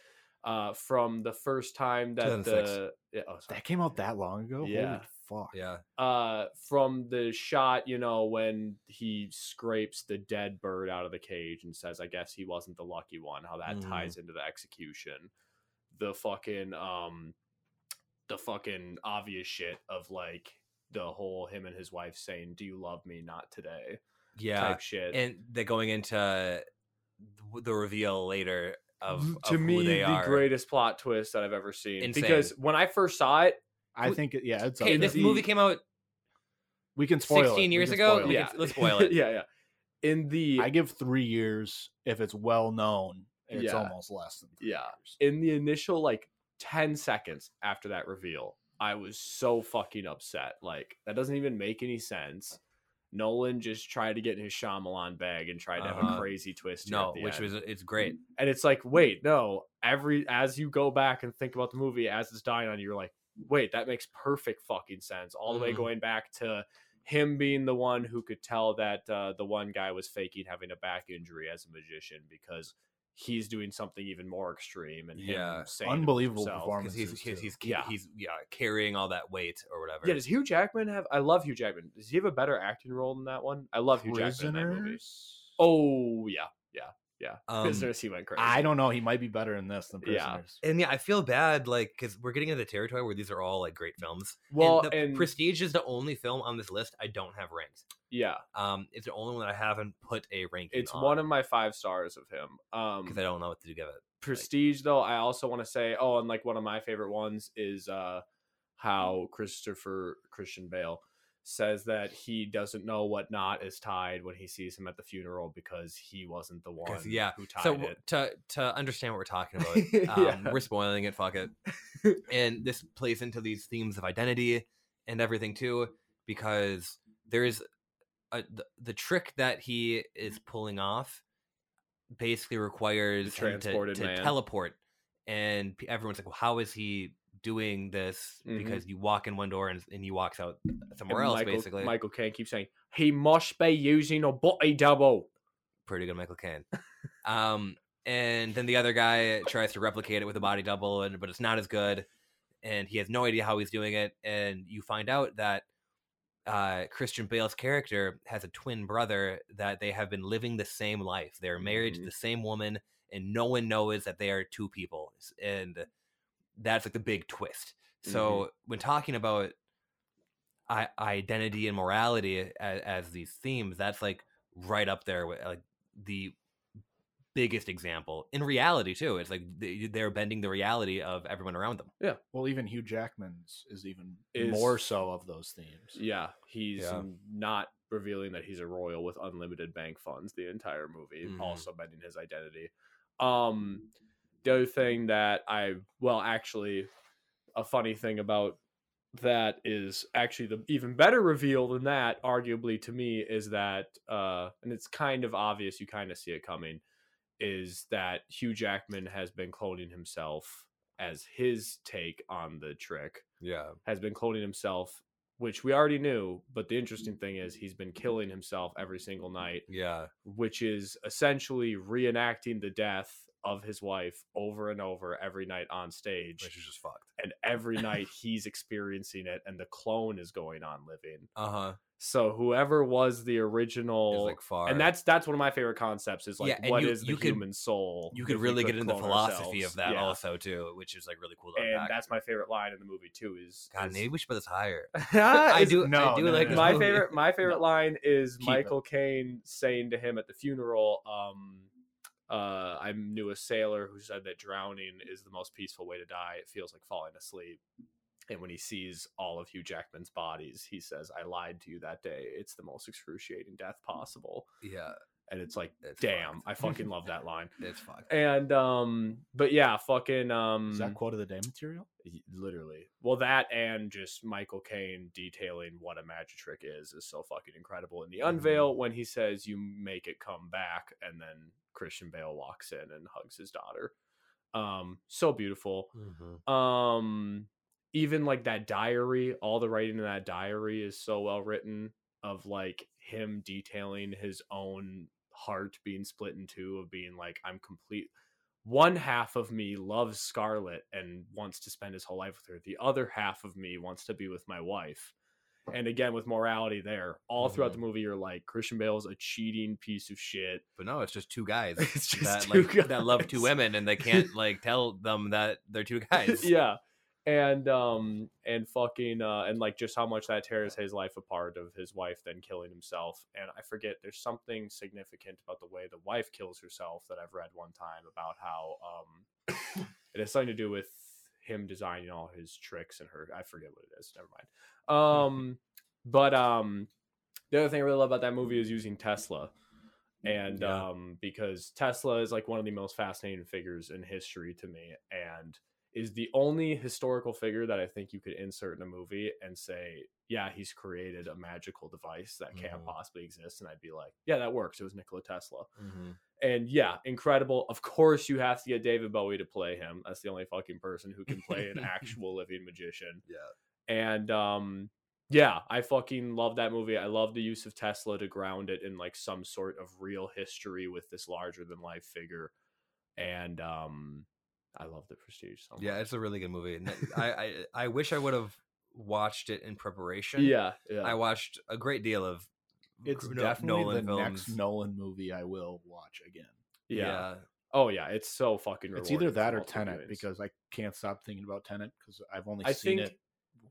uh from the first time that 2006. the yeah, oh, sorry That came out that long ago. Yeah. Holy fuck. yeah uh from the shot you know when he scrapes the dead bird out of the cage and says i guess he wasn't the lucky one how that Mhm. ties into the execution the fucking um the fucking obvious shit of like the whole him and his wife saying do you love me not today yeah type shit and they're going into th- the reveal later of, to of me who they the are. greatest plot twist that i've ever seen Insane. because when i first saw it I We- think it, yeah, it's up Okay, there. this movie came out we can spoil it. 16 We years can ago. spoil We it. can- let's spoil it. yeah yeah in the I give three years if it's well known. It's Yeah. almost less than three Yeah. years. in the initial like 10 seconds after that reveal, I was so fucking upset. Like, that doesn't even make any sense. Nolan just tried to get in his Shyamalan bag and tried to have Uh-huh. a crazy twist. here at no, the which end. was it's great. and it's like, wait, no. Every as you go back and think about the movie as it's dying on you, you're like, wait, that makes perfect fucking sense. All the way Mm-hmm. Mhm. going back to him being the one who could tell that uh, the one guy was faking having a back injury as a magician because he's doing something even more extreme and him Yeah. saying it was Unbelievable himself. Because he's Performances, he's too. he's, Yeah. he's yeah carrying all that weight or whatever. Yeah, does Hugh Jackman have? I love Hugh Jackman. Does he have a better acting role than that one? I love Hugh Jackman in that movie. Prisoners? Oh yeah, yeah, yeah. Um, Prisoners, he went crazy. I don't know. He might be better in this than Yeah. prisoners. and yeah, I feel bad like because we're getting into the territory where these are all like great films. And Well, the and- Prestige is the only film on this list I don't have ranked. Yeah, Um, it's the only one that I haven't put a ranking. it's one of my five stars of him. Um, because I don't know what to give it. prestige though i also want to say oh and like one of my favorite ones is Mm. uh how christopher christian bale says that he doesn't know what knot is tied when he sees him at the funeral because he wasn't the one 'Cause, yeah. who tied so w- it to to understand what we're talking about, um, Yeah. we're spoiling it. Fuck it. and this plays into these themes of identity and everything too, because there is a, the, the trick that he is pulling off basically requires The him to, transported to man. teleport, and p- everyone's like, "Well, how is he?" doing this Mhm. because you walk in one door and, and he walks out somewhere And else michael, basically michael Caine keeps saying he must be using a body double pretty good Michael Caine. um, and then the other guy tries to replicate it with a body double, and but it's not as good, and he has no idea how he's doing it. And you find out that uh, Christian Bale's character has a twin brother that they have been living the same life. They're married Mhm. to the same woman, and no one knows that they are two people. S- And that's like the big twist. So when talking about I- identity and morality as, as these themes, that's like right up there with like the biggest example in reality too. It's like they- they're bending the reality of everyone around them. Well, even Hugh Jackman's is even Is- more so of those themes. yeah he's Yeah. not revealing that he's a royal with unlimited bank funds the entire movie Mhm. also bending his identity um the other thing that i well actually a funny thing about that is actually the even better reveal than that arguably to me is that uh and it's kind of obvious you kind of see it coming is that hugh jackman has been cloning himself as his take on the trick Yeah. has been cloning himself, which we already knew. But the Mm-hmm. interesting thing is he's been killing himself every single night, Yeah. which is essentially reenacting the death of his wife over and over every night on stage. is just fucked. And every night he's experiencing it, and the clone is going on living. Uh huh. So whoever was the original, like far. and that's that's one of my favorite concepts is Yeah, like, and what is you- the you could- human soul? you could if we really get into the clone philosophy ourselves? of that Yeah. also too, which is like really cool. To And unpack. that's my favorite line in the movie too. Is God, is- maybe we should put this higher. I I do. do. no, I do no, like no, this no. my movie. favorite my favorite line is Keep it. Michael Caine saying to him at the funeral, um, uh, I knew a sailor who said that drowning is the most peaceful way to die. It feels like falling asleep. And when he sees all of Hugh Jackman's bodies, he says, I lied to you that day. It's the most excruciating death possible. Yeah. And it's like, It's damn, fucked. I fucking love that line. It's fucked. And um, but yeah, fucking um Is that quote of the day material? Y- literally well that and just michael caine detailing what a magic trick is is so fucking incredible in the unveil when he says you make it come back and then christian bale walks in and hugs his daughter um so beautiful um even like that diary all the writing in that diary is so well written of like him detailing his own heart being split in two of being like i'm complete one half of me loves scarlet and wants to spend his whole life with her the other half of me wants to be with my wife and again with morality there all throughout Mhm. the movie you're like christian bale's a cheating piece of shit But no, it's just two guys It's just that two like that love two guys. women, and they can't like tell them that they're two guys. yeah and um and fucking uh and like just how much that tears his life apart of his wife then killing himself and i forget there's something significant about the way the wife kills herself that i've read one time about how um it has something to do with him designing all his tricks and her i forget what it is never mind um but um the other thing i really love about that movie is using tesla and Yeah. um because tesla is like one of the most fascinating figures in history to me and is the only historical figure that I think you could insert in a movie and say, yeah, he's created a magical device that can't Mhm. possibly exist. And I'd be like, yeah, that works. It was Nikola Tesla. Mhm. And yeah, incredible. Of course, you have to get David Bowie to play him. That's the only fucking person who can play an actual living magician. Yeah. And um, yeah, I fucking love that movie. I love the use of Tesla to ground it in like some sort of real history with this larger than life figure. And um, I love the prestige so much. Yeah, it's a really good movie. and I, I I wish I would have watched it in preparation. Yeah, yeah. I watched a great deal of It's Kuno- definitely Nolan the films. next Nolan movie I will watch again. yeah. Oh yeah, it's so fucking. It's either rewarding for that or multiple Tenet viewings. because I can't stop thinking about Tenet because I've only I seen think- it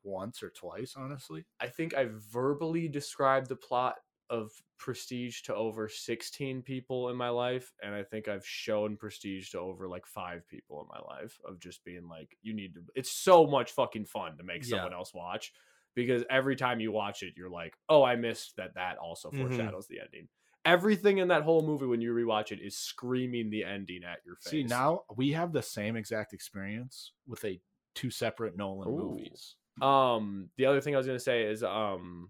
once or twice, honestly. I think I verbally described the plot of prestige to over 16 people in my life and i think i've shown prestige to over like five people in my life of just being like you need to it's so much fucking fun to make Yeah. someone else watch because every time you watch it you're like oh i missed that that also Mm-hmm. Mhm. foreshadows the ending everything in that whole movie when you rewatch it is screaming the ending at your face See, now we have the same exact experience with a two separate Nolan Ooh. movies. Um, the other thing I was gonna say is um,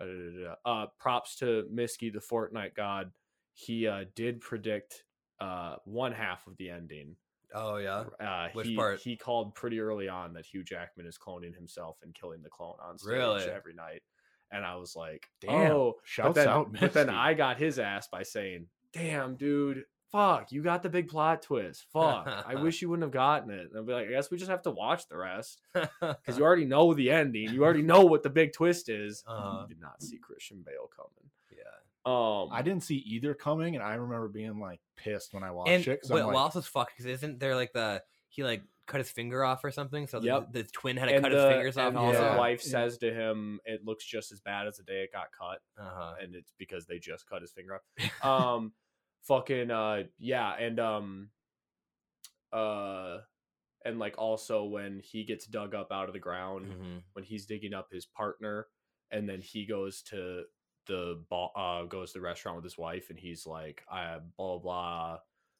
uh, uh, props to Miski the Fortnite God. He uh, did predict uh one half of the ending. Oh yeah. Uh, Which he, part? He called pretty early on that Hugh Jackman is cloning himself and killing the clone on stage Really? every night, and I was like, Damn. Oh, Shouts but then, out, But then Misty. I got his ass by saying, "Damn, dude." Fuck, you got the big plot twist. Fuck, I wish you wouldn't have gotten it. And I'll be like, I guess we just have to watch the rest because you already know the ending. You already know what the big twist is. Uh-huh. you did not see Christian Bale coming. yeah. Um, I didn't see either coming, and I remember being like pissed when I watched And it. 'cause I'm what, like, what else is fucked? Because isn't there like the he like cut his finger off or something? So the- Yep. the, twin had to and cut the- his fingers off. and also. his Yeah. wife says to him, "It looks just as bad as the day it got cut," Uh-huh. and it's because they just cut his finger off. Um, fucking uh, yeah, and um, uh, and like also when he gets dug up out of the ground, Mhm. when he's digging up his partner and then he goes to the ba- uh goes to the restaurant with his wife and he's like i blah blah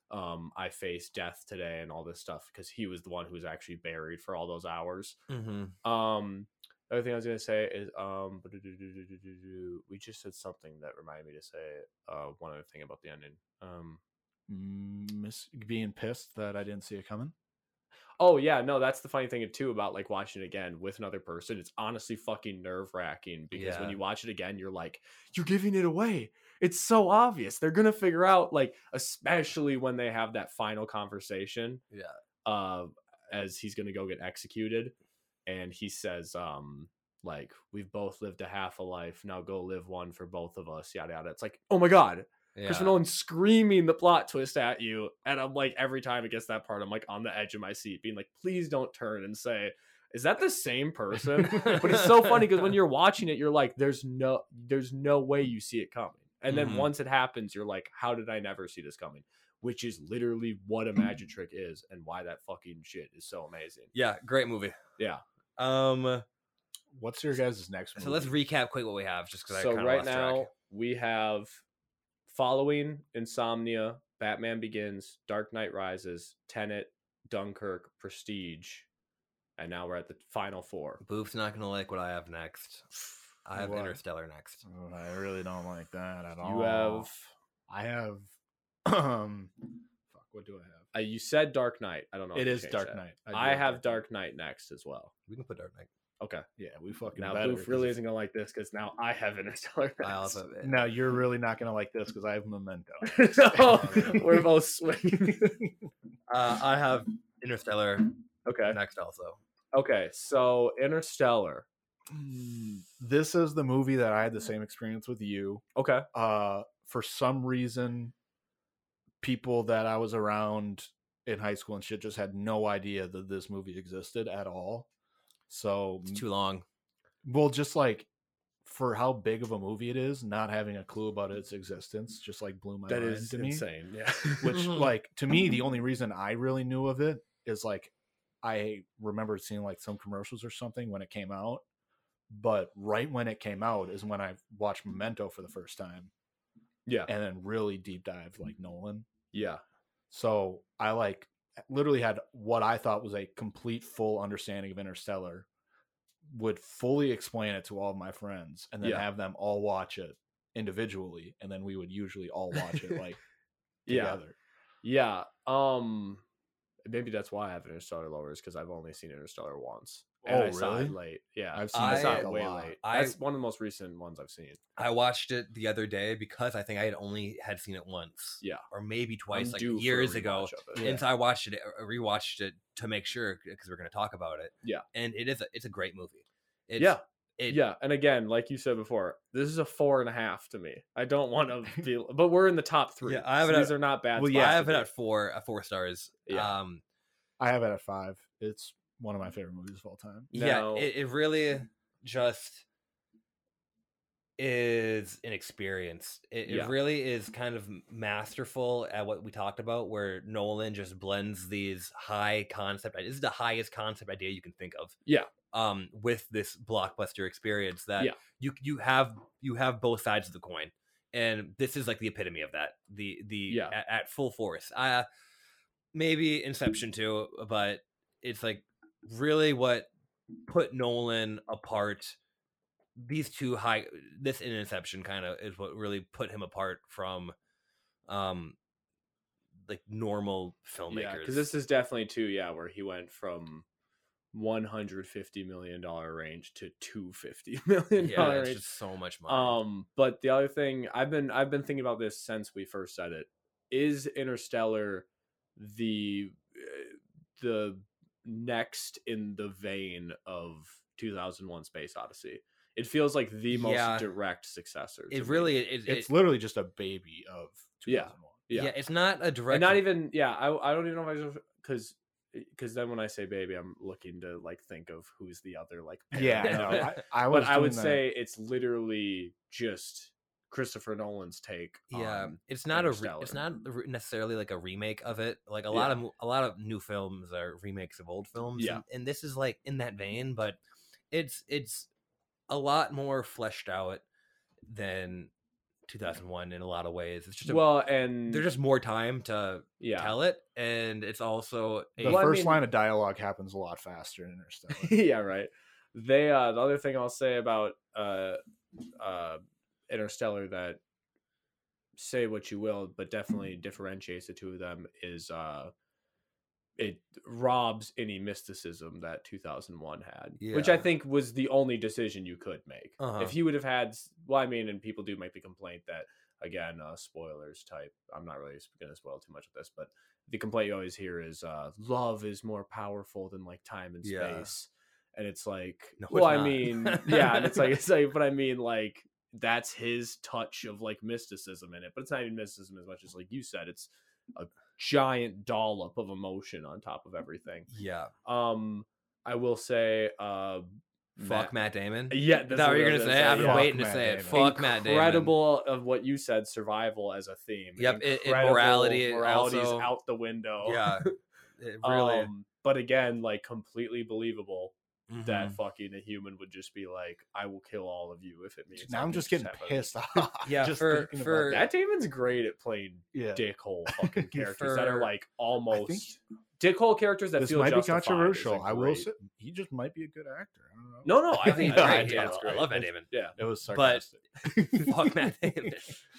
blah, um i faced death today and all this stuff because he was the one who was actually buried for all those hours Mhm. um the other thing i was gonna say is um ba-do-do-do-do-do-do-do. we just said something that reminded me to say uh one other thing about the ending um mm, miss, being pissed that I didn't see it coming. Oh yeah, no, that's the funny thing too about like watching it again with another person. It's honestly fucking nerve wracking because when Yeah. you watch it again, you're like, you're giving it away. It's so obvious. They're gonna figure out like, especially when they have that final conversation. Yeah. Uh, as he's gonna go get executed, and he says, um, like, we've both lived a half a life. Now go live one for both of us. Yada yada. It's like, oh my god, Yeah. Christopher Nolan screaming the plot twist at you, and I'm like, every time it gets that part, I'm like on the edge of my seat, being like, please don't turn and say, is that the same person? but it's so funny because when you're watching it, you're like, there's no, there's no way you see it coming, and then Mhm. once it happens, you're like, how did I never see this coming? Which is literally what a magic trick is, and why that fucking shit is so amazing. yeah, great movie. Yeah. Um. What's your guys' next? So let's movie? recap quick what we have, just because I So kind of right lost now track. we have following Insomnia, Batman Begins, Dark Knight Rises, Tenet, Dunkirk, Prestige, and now we're at the final four. Boof's not gonna like what I have next. I have What? Interstellar next. Oh, I really don't like that at all. You have I have. Um, fuck. What do I uh, you said Dark Knight. I don't know. have? if It you is changed Dark that. Knight. do I, like have Knight. Dark Knight next as well. We can put Dark Knight. Okay. Yeah, we fucking Now better, Boof 'cause really isn't gonna like this because now I have Interstellar. I next. also No, you're really not gonna like this because I have Memento. no, we're both swinging. uh, I have Interstellar okay. next also. Okay. So Interstellar. this is the movie that I had the same experience with you. Okay. Uh, for some reason, people that I was around in high school and shit just had no idea that this movie existed at all. So, Mm. It's too long. well, just like for how big of a movie it is, not having a clue about its existence just like blew my That mind is to me insane. Yeah. which Mhm. like to me the only reason i really knew of it is like i remember seeing like some commercials or something when it came out but right when it came out is when i watched memento for the first time yeah. and then really deep dived like nolan Yeah. so i like literally had what i thought was a complete full understanding of interstellar would fully explain it to all of my friends and then Yeah. have them all watch it individually and then we would usually all watch it like Yeah. together Yeah. Um maybe that's why I have Interstellar lower is because I've only seen Interstellar once. And Oh, I saw it really? late. Yeah. I've seen I, it saw like it a way lot. late. I- That's one of the most recent ones I've seen. I watched it the other day because I think I had only had seen it once. Yeah. Or maybe twice, I'm like due for a years ago. rewatch of it. And so I watched it, I rewatched it to make sure because we're going to talk about it. Yeah. And it is a, it's a great movie. It's, yeah. It, yeah. And again, like you said before, this is a four and a half to me. I don't want to be but we're in the top three. Yeah, I have so it these at- are not bad. Well, yeah, I spots have to it be. at four, at four stars. Yeah. Um, I have it at five. It's one of my favorite movies of all time. yeah No. it, it really just is an experience. It, Yeah. it really is kind of masterful at what we talked about, where Nolan just blends these high concept. This is the highest concept idea you can think of. Yeah. Um, with this blockbuster experience that Yeah. you you have you have both sides of the coin, and this is like the epitome of that. The the Yeah. at, at full force. Uh maybe Inception too, but it's like really what put Nolan apart these two high this in inception kind of is what really put him apart from um like normal filmmakers Yeah, because this is definitely too. Yeah, where he went from one hundred fifty million dollar range to two fifty million yeah dollar it's range. just so much money Um, but the other thing I've been I've been thinking about this since we first said it is Interstellar the uh, the next in the vein of 2001 Space Odyssey. It feels like the most Yeah. direct successor. to it me. really it, it, It's literally just a baby of Yeah. 2001. yeah. yeah. it's not a direct and not even yeah. I I don't even know if I just because because then when I say baby, I'm looking to like think of who's the other like Yeah, parent no, of it. I, I was but I doing would that. say it's literally just Christopher Nolan's take. yeah on- it's not a re- it's not Interstellar. a re- necessarily like a remake of it like a lot Yeah. of mo- a lot of new films are remakes of old films Yeah. and, and this is like in that vein but it's it's a lot more fleshed out than 2001 in a lot of ways it's just a well, and there's just more time to yeah, tell it, and it's also a, the Well, I first mean- line of dialogue happens a lot faster in Interstellar. yeah, right. They uh, the other thing I'll say about uh, uh, Interstellar that say what you will, but Mm-hmm. definitely differentiates the two of them is uh, it robs any mysticism that 2001 had, which I Yeah. think was the only decision you could make. Uh-huh. If you would have had, s- well, I mean, and people do make the complaint that again, uh, spoilers type. I'm not really going to spoil too much of this, but the complaint you always hear is uh, love is more powerful than like time and Yeah. space. And it's like, No, it's well, I not. mean, yeah, and it's like, it's like, but I mean, like, that's his touch of like mysticism in it, but it's not even mysticism as much as like you said, it's a giant dollop of emotion on top of everything. yeah, Um, I will say, uh, fuck Matt- Matt Damon. yeah, Is that's that what you're I was gonna say? I've been yeah. waiting to Fuck say Matt it. Damon. Fuck Matt Damon. incredible of what you said survival as a theme Yep, it- it- Incredible morality morality is also- out the window Yeah, it really. um, but again like completely believable that mhm. Mm-hmm. fucking a human would just be like i will kill all of you if it means now I I'm make just this getting happen." pissed off. Yeah, just for- thinking about for- that. that damon's great at playing Yeah. dickhole fucking characters that are For- like almost dickhole characters that this feel might be justified is a controversial. I will great- say he just might be a good actor. I don't know. no no i think he's it's great, great, yeah, it's I great. love Matt Damon. yeah It was But- sarcastic. fuck Matt Damon.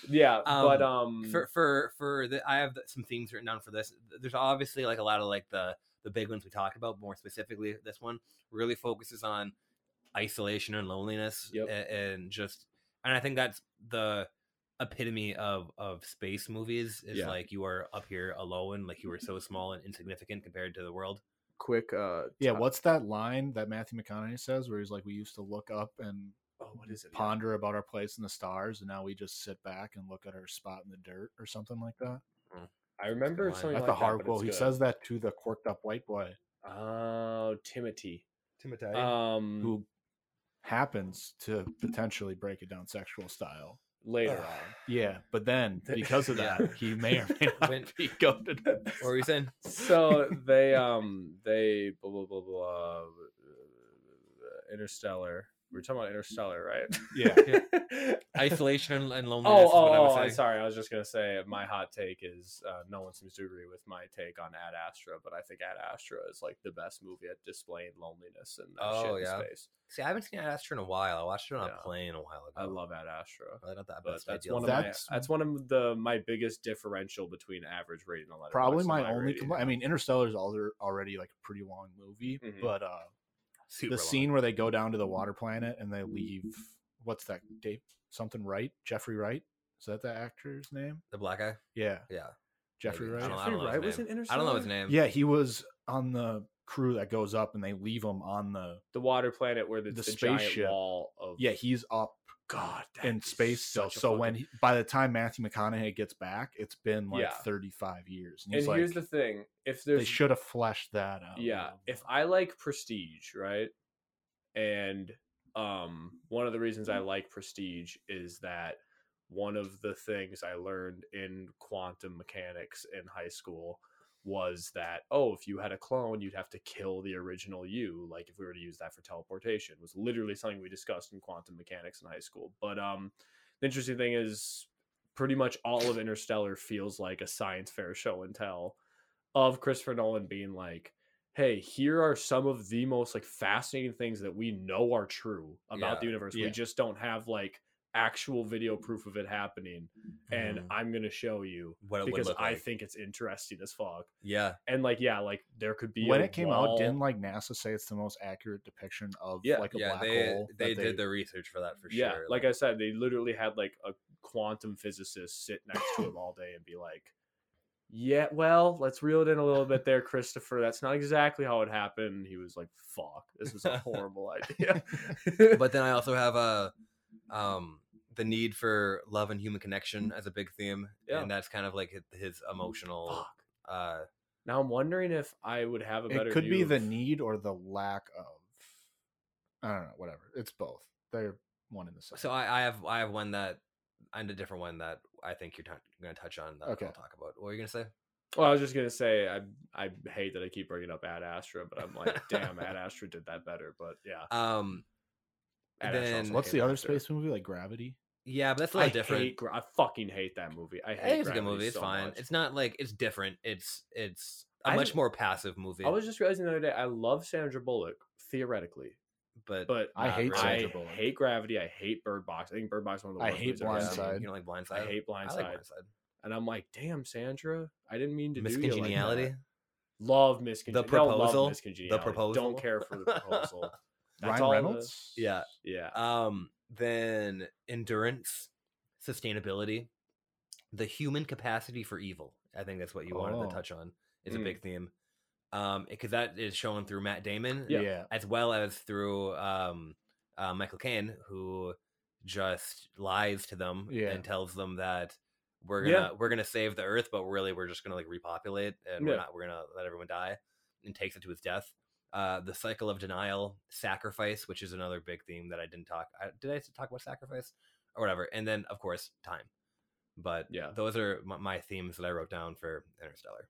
yeah but Um, um For for for the, I have th- some themes written down for this. There's obviously like a lot of like the the big ones we talked about. More specifically, this one really focuses on isolation and loneliness, Yep. a- and, just and I think that's the epitome of of space movies is Yeah. like you are up here alone, like you are so small and insignificant compared to the world. quick uh yeah, top- what's that line that Matthew McConaughey says where he's like, "We used to look up and oh, what is it again? ponder about our place in the stars, and now we just sit back and look at our spot in the dirt or something like that." I remember line. something That's like the that, hard but well. it's He good. says that to the quirked up white boy "Oh, Timothy." Timothy. Um, who happens to potentially break it down sexual style. later Ugh. on, Yeah, but then because of Yeah. that, he may or may not When- be goaded. or you saying? so they um they blah blah blah blah. uh, Interstellar. We were talking about Interstellar, right? Yeah. Isolation and, and Oh, loneliness. oh, is what I oh! was I'm saying. sorry. I was just gonna say my hot take is uh, no one seems to agree with my take on Ad Astra, but I think Ad Astra is like the best movie at displaying loneliness and that Oh, shit in yeah. space. See, I haven't seen Astro in a while. I watched it on Yeah. a plane a while ago. I love Ad Astra. Probably not that but best that's ideal one of film. my, That's- that's one of the my biggest differential between average rating and Letterboxd Probably and my only. rating. Compl- I mean, Interstellar is already like a pretty long movie, Mhm. but uh, Super the long. scene where they go down to the water planet and they leave. What's that? Dave something Wright? Jeffrey Wright? Is that the actor's name? the black guy. Yeah, Yeah, Jeffrey maybe. Wright. I don't, I Jeffrey don't know Wright his was name. in I don't know his Interstellar? name. Yeah, he was on the crew that goes up and they leave him on the. the water planet where the, The the, giant spaceship. wall of Yeah, he's up God that in is space still. such a So fucking- when he, by the time Matthew McConaughey gets back, it's been like Yeah. 35 years, and and he's like, here's the thing, if they there's should have fleshed that out. a yeah, little if more." I like Prestige, right, and um, one of the reasons I like Prestige is that one of the things I learned in quantum mechanics in high school was that oh if you had a clone you'd have to kill the original you like if we were to use that for teleportation was literally something we discussed in quantum mechanics in high school but um the interesting thing is pretty much all of interstellar feels like a science fair show and tell of christopher nolan being like hey, here are some of the most like fascinating things that we know are true about Yeah, the universe. yeah. We just don't have like actual video proof of it happening. And Mhm. I'm gonna show you what it would because look I like. think it's interesting as fuck. yeah, And like, yeah, like there could be when a it came out, wall- didn't like NASA say it's the most accurate depiction of Yeah. like a yeah, black they hole? that they did the research for that for yeah, sure. like I said, they literally had like a quantum physicist sit next to him all day and be like, "Yeah, well, let's reel it in a little bit there, Christopher. That's not exactly how it happened." He was like, "Fuck, this was a horrible idea." but then I also have a um the need for love and human connection as a big theme, Yeah. and that's kind of like hi- his emotional. Fuck. Uh, Now I'm wondering if I would have a better. it could be view the of- need or the lack of. I don't know. Whatever. It's both. They're one in the same. so I, I have I have one that and a different one that I think you're t- going to touch on that Okay. I'll talk about. What were you going to say? Well, I was just gonna say I I hate that I keep bringing up Ad Astra, but I'm like, damn, Ad Astra did that better. But yeah, Um, Ad Astra then- also What's came the other after. space movie like Gravity? yeah, but that's a I little different. hate Gra- I fucking hate that movie. I hate. I think it's a good Gravity movie. It's so fine. much. It's not like it's different. It's it's a I much don't- more passive movie. I was just realizing the other day I love Sandra Bullock theoretically, but, but I Not hate really. I Sandra Bullock. hate Gravity. I hate Bird Box. I think Bird Box is one of the I worst. hate movies I've yeah, ever Blindside. seen. You don't like Blindside. I hate Blindside, I like Blindside. and I'm like, damn, Sandra, I didn't mean to do you like that. Miscongeniality. Love miscongeniality. The Proposal? The Proposal? Don't care for the proposal. That's Ryan all the- Reynolds. yeah. Yeah. Um. Then endurance, sustainability, the human capacity for evil. I think that's what you wanted Oh. to touch on. Is a Mm. big theme. Um, because that is shown through Matt Damon. Yeah. yeah. as well as through um, uh, Michael Caine, who just lies to them Yeah. and tells them that we're Yeah. gonna we're gonna save the Earth, but really we're just gonna like repopulate and we're Yeah. not we're gonna let everyone die, and takes it to his death. Uh, the cycle of denial, sacrifice, which is another big theme that I didn't talk. I, did I talk about sacrifice or whatever? And then of course time. But Yeah. those are my, my themes that I wrote down for Interstellar.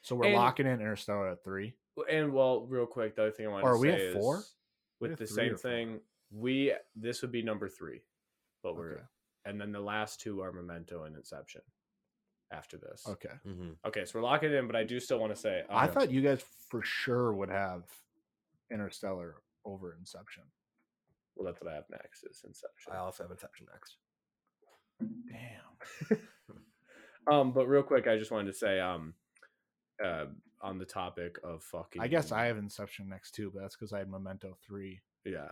So we're And- locking in Interstellar at three. And well, real quick, the other thing I want Are to we say at four? is We with at the three same or four? thing, we this would be number three, but we're Okay. and then the last two are Memento and Inception. After this, okay, Okay. Mm-hmm. so we're locking it in, but I do still want to say I um, thought you guys for sure would have Interstellar over Inception. well, that's what I have next is Inception. I also have Inception next. Damn. Um, but real quick, I just wanted to say, um, uh, on the topic of fucking, I guess I have Inception next too, but that's because I had Memento three. yeah.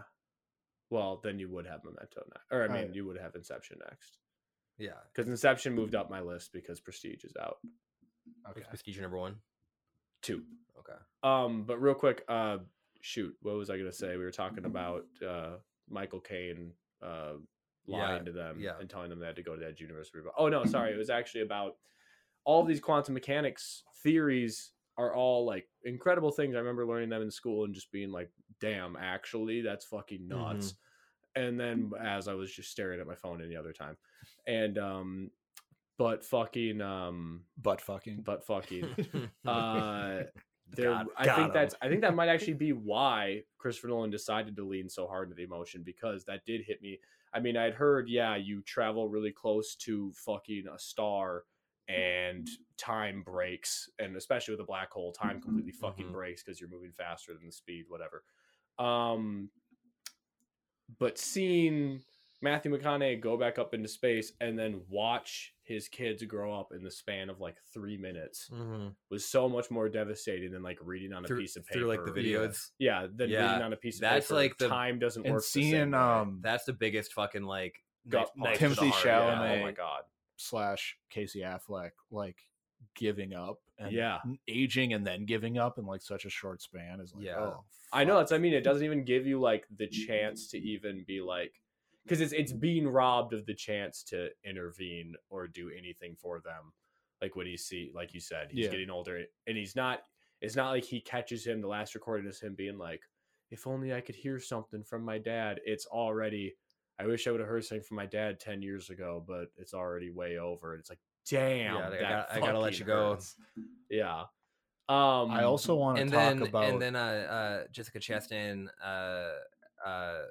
Well, then you would have Memento next, or I Oh, mean, yeah. you would have Inception next Yeah, because Inception moved up my list because Prestige is out Okay. it's Prestige number one. two. Okay. Um, but real quick, uh, shoot, what was I gonna say? We were talking about uh Michael Caine uh lying Yeah, to them yeah. and telling them they had to go to the Edge Universe. Reboot. Oh no, sorry, it was actually about all these quantum mechanics theories are all like incredible things. I remember learning them in school and just being like, "Damn, actually, that's fucking nuts." And then as I was just staring at my phone any other time, and um, but fucking um, Butt fucking. but fucking uh there God- I got think 'em. that's I think that might actually be why Christopher Nolan decided to lean so hard into the emotion because that did hit me. I mean, I'd heard, yeah, you travel really close to fucking a star and Mm-hmm. time breaks and especially with a black hole, time completely fucking Mhm. breaks because you're moving faster than the speed, whatever. Um but seeing Matthew McConaughey go back up into space and then watch his kids grow up in the span of like three minutes Mhm. was so much more devastating than like reading on a through, piece of paper. through like the videos. Yeah, than Yeah, reading on a piece of that's paper. like the- time doesn't And work. the seeing same way. um That's the biggest fucking like Gut punch. knife to the Timothy heart, Yeah, Chalamet. Oh my god. slash Casey Affleck like giving up and Yeah. n- aging and then giving up in like such a short span is like Yeah. oh I know fuck. that's I mean it doesn't even give you like the chance to even be like because it's it's being robbed of the chance to intervene or do anything for them. Like what do you see like you said, he's Yeah. getting older and he's not it's not like he catches him, the last recording is him being like if only I could hear something from my dad. It's already, I wish I would have heard something from my dad 10 years ago, but it's already way over. And it's like, damn, Yeah, I that gotta- I gotta let fucking you go. hurts. Yeah. Um, I also want to and talk then about and then uh, uh, Jessica Chastain, uh, uh,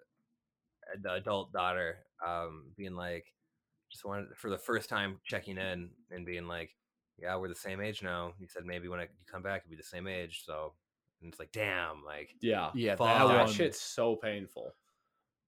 the adult daughter, um, being like, just wanted for the first time checking in and being like, yeah, we're the same age now. You said maybe when I, you come back, you'll be the same age. So, and it's like, damn, like, yeah. yeah, Fuck. that that one- shit's so painful.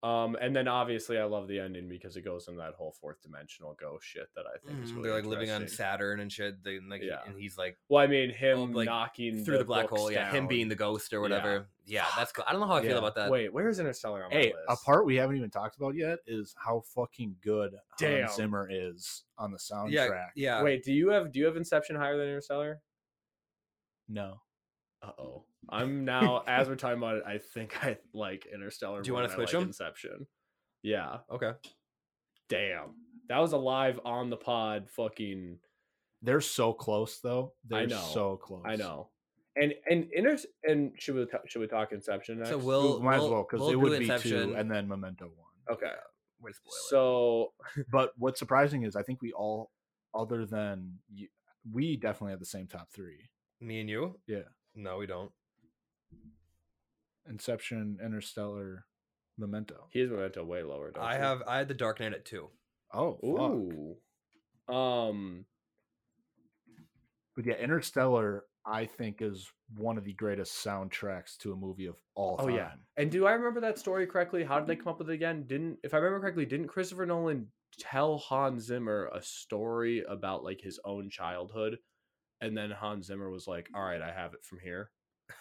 Um, and then obviously I love the ending because it goes in that whole fourth dimensional ghost shit that I think is really Mm-hmm. they're like living on interesting. Saturn and shit. They, like, he- Mm-hmm. Yeah. and he's like Well, I mean, him Oh, like, knocking through the, black books hole. Yeah, him down. being the ghost or whatever. Yeah, that's cool. I don't know how I feel Yeah. about that. Wait, where is Interstellar on my Hey, list? a part we haven't even talked about yet is how fucking good Damn. Hans Zimmer is on the soundtrack. yeah, yeah. Wait, do you have do you have Inception higher than Interstellar? No. Uh oh. I'm now as we're talking about it. I think I like Interstellar. Do you more wanna than I switch like 'em? Inception. Yeah. Okay. Damn. That was a live on the pod. Fucking. They're so close though. They're know. so close. I know. And and inter and should we ta- should we talk Inception next? So We we'll might we'll, as well because we'll it do would be Inception. two and then Memento one. okay. Way to spoil it. So But what's surprising is I think we all, other than you, we definitely have the same top three: Me and you? Yeah. No, we don't. Inception, Interstellar, Memento. he has Memento way lower. Don't I you? have I had the Dark Knight at two. Oh, Ooh. fuck. Um. but yeah, Interstellar I think is one of the greatest soundtracks to a movie of all Oh, time. yeah. And do I remember that story correctly? How did they come up with it again? Didn't if I remember correctly, didn't Christopher Nolan tell Hans Zimmer a story about like his own childhood? And then Hans Zimmer was like, "All right, I have it from here."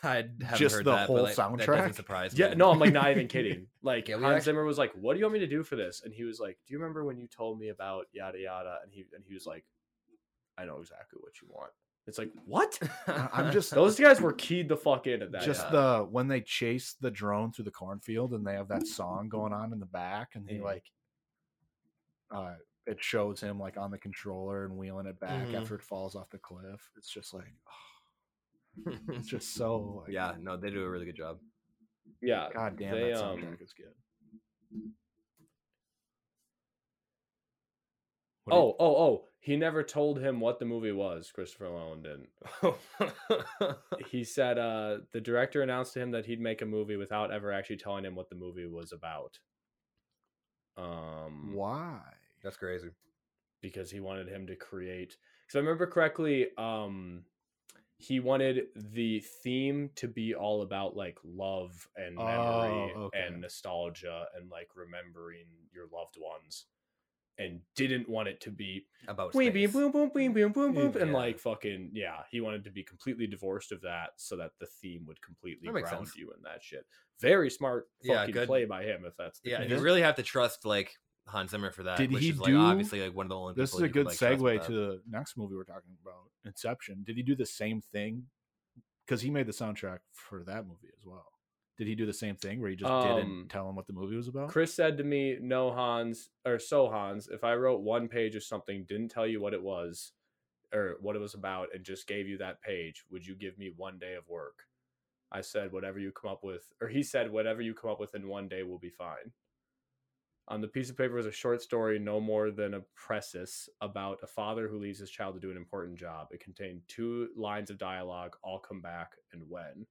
I haven't Just heard the that, whole but like, That doesn't soundtrack? surprise me. Yeah, no, I'm like not even kidding. Like Yeah, we Hans actu- Zimmer was like, "What do you want me to do for this?" And he was like, "Do you remember when you told me about yada yada?" And he and he was like, "I know exactly what you want." It's like, "What?" I- I'm just Those guys were keyed the fuck in at that. just time. the when they chase the drone through the cornfield and they have that song going on in the back and he Mhm. like uh it shows him like on the controller and wheeling it back Mhm. after it falls off the cliff it's just like it's just so like, yeah, no, they do a really good job. yeah. god damn They, that um, soundtrack is good What do you- Oh, oh, oh! He never told him what the movie was. Christopher Nolan didn't. he said uh, the director announced to him that he'd make a movie without ever actually telling him what the movie was about. Um, why That's crazy. because he wanted him to create. If I remember correctly, um, he wanted the theme to be all about like love and memory Oh, okay. and nostalgia and like remembering your loved ones, and didn't want it to be About Boom, boom, space. boom, boom, boom, boom, boom, boom, and Yeah. like fucking yeah, he wanted to be completely divorced of that so that the theme would completely That makes ground sense. you in that shit. Very smart Yeah, fucking good. play by him if that's the Yeah, case. you really have to trust like Hans Zimmer for that. Did which he is, like, do- obviously like one of the only. this people is a you can, good like, trust with segue that. to the next movie we're talking about inception did he do the same thing because he made the soundtrack for that movie as well did he do the same thing where he just Um, didn't tell him what the movie was about Chris said to me, "No Hans or so Hans, if I wrote one page of something, didn't tell you what it was or what it was about, and just gave you that page, would you give me one day of work?" I said, "Whatever you come up with," or he said, "Whatever you come up with in one day will be fine." On the piece of paper was a short story, no more than a preface, about a father who leaves his child to do an important job. It contained two lines of dialogue: "I'll come back" and "When."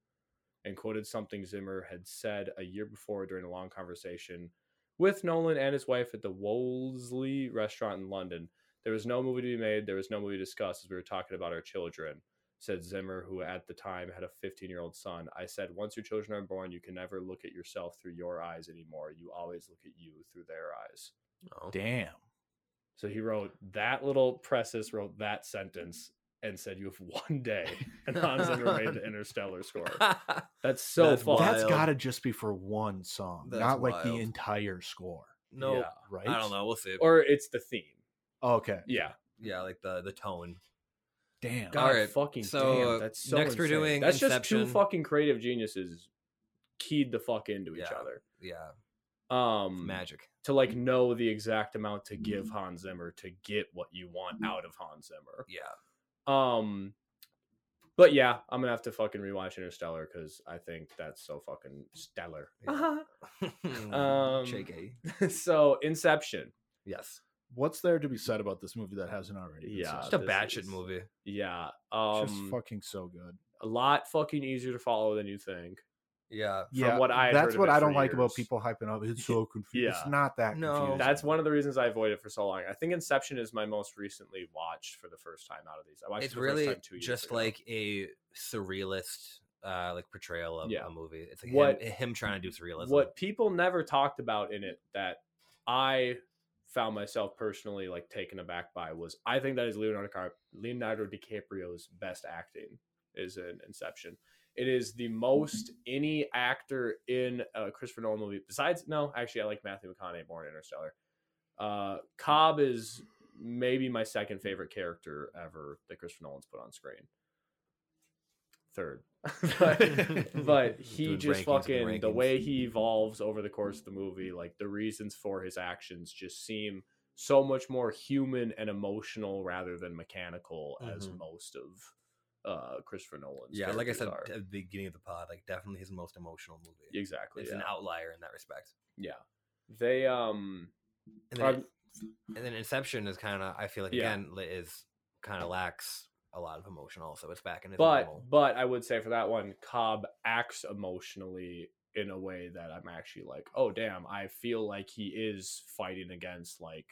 and quoted something Zimmer had said a year before during a long conversation with Nolan and his wife at the Wolseley restaurant in London. There was no movie to be made, there was no movie to discuss as we were talking about our children, said Zimmer, who at the time had a 15 year old son. I said, Once your children are born, you can never look at yourself through your eyes anymore. You always look at you through their eyes. Oh. damn So he wrote that little preface, wrote that sentence, and said, You have one day. And Hans Zimmer made the interstellar score. That's so That's fun. That's Wild. got to just be for one song, That's not like the wild. entire score, no, Yeah. right? I don't know. We'll see. Or it's the theme. Okay, Yeah. yeah, like the the tone. damn. God, All right, fucking so, damn. That's so next we're insane. doing That's just Inception. two fucking creative geniuses keyed the fuck into each Yeah. other. Yeah, Hmm. Um magic. to like know the exact amount to give Hans Mm-hmm. Zimmer to get what you want out of Hans Zimmer. Yeah, Um But yeah, I'm gonna have to fucking rewatch Interstellar because I think that's so fucking stellar. Uh-huh. Um, JK. so Inception. Yes. What's there to be said about this movie that hasn't already? been Yeah, said? Just a this batshit is- movie. Yeah. It's Um just fucking so good. a lot fucking easier to follow than you think. Yeah. Yeah, what I had heard that's of what it for I don't like about years. people hyping up. It's so confusing. Yeah. It's not that. No. confusing. That's one of the reasons I avoided it for so long. I think Inception is my most recently watched for the first time out of these. I watched it it's for the first really time two years just ago. like a surrealist uh like portrayal of Yeah. a movie. It's like What- him, him trying to do surrealism. what people never talked about in it that I found myself personally like taken aback by was I think that is Leonardo Car- Leonardo DiCaprio's best acting is in Inception. It is the most any actor in a Christopher Nolan movie besides no, actually I like Matthew McConaughey more in Interstellar. Uh, Cobb is maybe my second favorite character ever that Christopher Nolan's put on screen. Third. but, but he Doing just rankings and fucking the rankings. way he evolves over the course of the movie, like the reasons for his actions just seem so much more human and emotional rather than mechanical as Mhm. most of uh Christopher Nolan's. yeah, like I characters said uh, are. at the beginning of the pod, like definitely his most emotional movie. exactly. It's yeah. an outlier in that respect. they um And then, Um, and then Inception is kind of I feel like Yeah. again li- is kind of lacks a lot of emotion. Also, it's back in his but normal. but I would say for that one, Cobb acts emotionally in a way that I'm actually like, oh damn, I feel like he is fighting against like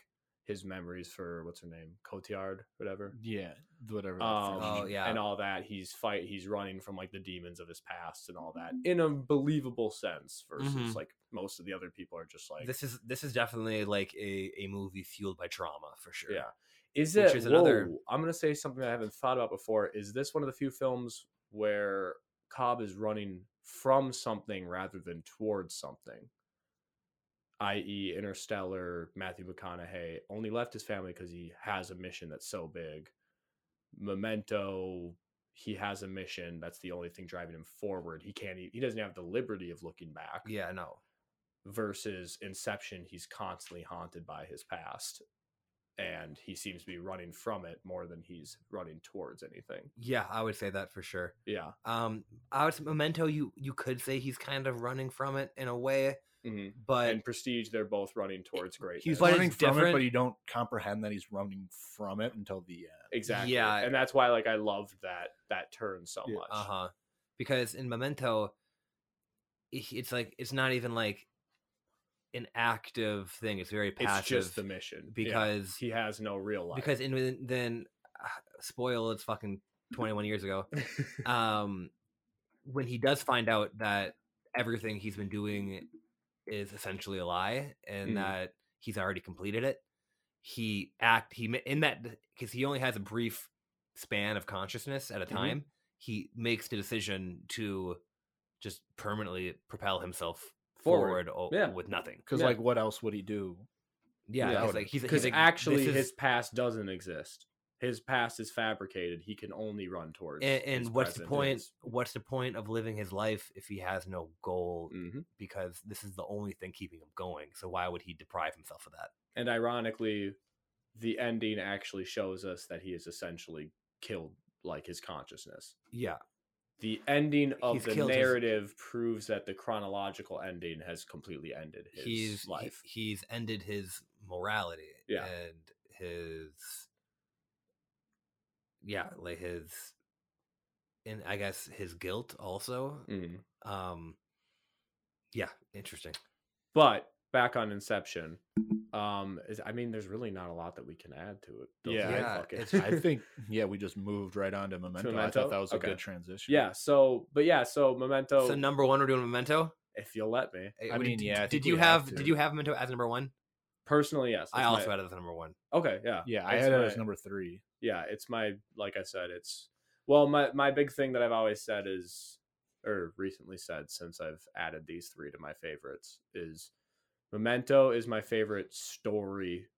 his memories for what's her name, Cotillard, whatever. yeah, whatever. that Um, first Oh, one- yeah. and all that. He's fight. He's running from like the demons of his past and all that Mm-hmm. in a believable sense. Versus Mhm. like most of the other people are just like, this is this is definitely like a, a movie fueled by trauma for sure. yeah. Is Which it? is another- whoa, I'm gonna say something I haven't thought about before. Is this one of the few films where Cobb is running from something rather than towards something? I.e., Interstellar, Matthew McConaughey only left his family because he has a mission that's so big. Memento, he has a mission. That's the only thing driving him forward. He can't. e- He doesn't have the liberty of looking back. Yeah, no. Versus Inception, he's constantly haunted by his past, and he seems to be running from it more than he's running towards anything. Yeah, I would say that for sure. Yeah. Um, I would say Memento. You you could say he's kind of running from it in a way, Mm-hmm. but And Prestige, they're both running towards greatness. He's But running it's from it, but different. you don't comprehend that he's running from it until the end. exactly. Yeah. and that's why like I loved that that turn so Yeah. much. Uh huh. Because in Memento, i- it's like it's not even like an active thing. It's very passive. It's just the mission Yeah. because he has no real life. because in within- then uh, spoil it's fucking twenty one years ago. um, when he does find out that everything he's been doing is essentially a lie and Mhm. that he's already completed it, he act he ma- in that because he only has a brief span of consciousness at a Mhm. time. He makes the decision to just permanently propel himself Forward. forward, o- Yeah. with nothing. Because Yeah. like, what else would he do? Yeah, Yeah. he's like he's, he's because like, this actually is- his past doesn't exist. His past is fabricated. He can only run towards. and, and what's the point what's the point of living his life if he has no goal hmm because this is the only thing keeping him going so why would he deprive himself of that And ironically, the ending actually shows us that he is essentially killed, like his consciousness. yeah The ending of He's the killed his- narrative proves that the chronological ending has completely ended his he's he- life. he's ended his morality Yeah. and his yeah like his and i guess his guilt also Mhm. um yeah interesting But back on Inception, um, is, I mean, there's really not a lot that we can add to it. Those Yeah. are Yeah, fucking- it's- I think yeah, we just moved right on to Memento. I Memento? thought that was Okay. a good transition. yeah. So, but yeah. So Memento, so number one we're doing memento if you'll let me, Eh, I what did- mean, did, yeah, I think did you we have have, to. did you have memento as number one personally, yes. i it's also my- had it as number one Okay, yeah, yeah. I It's had it my- as number three. yeah. It's my like I said, it's well, my my big thing that I've always said is, or recently said since I've added these three to my favorites is, Memento is my favorite story.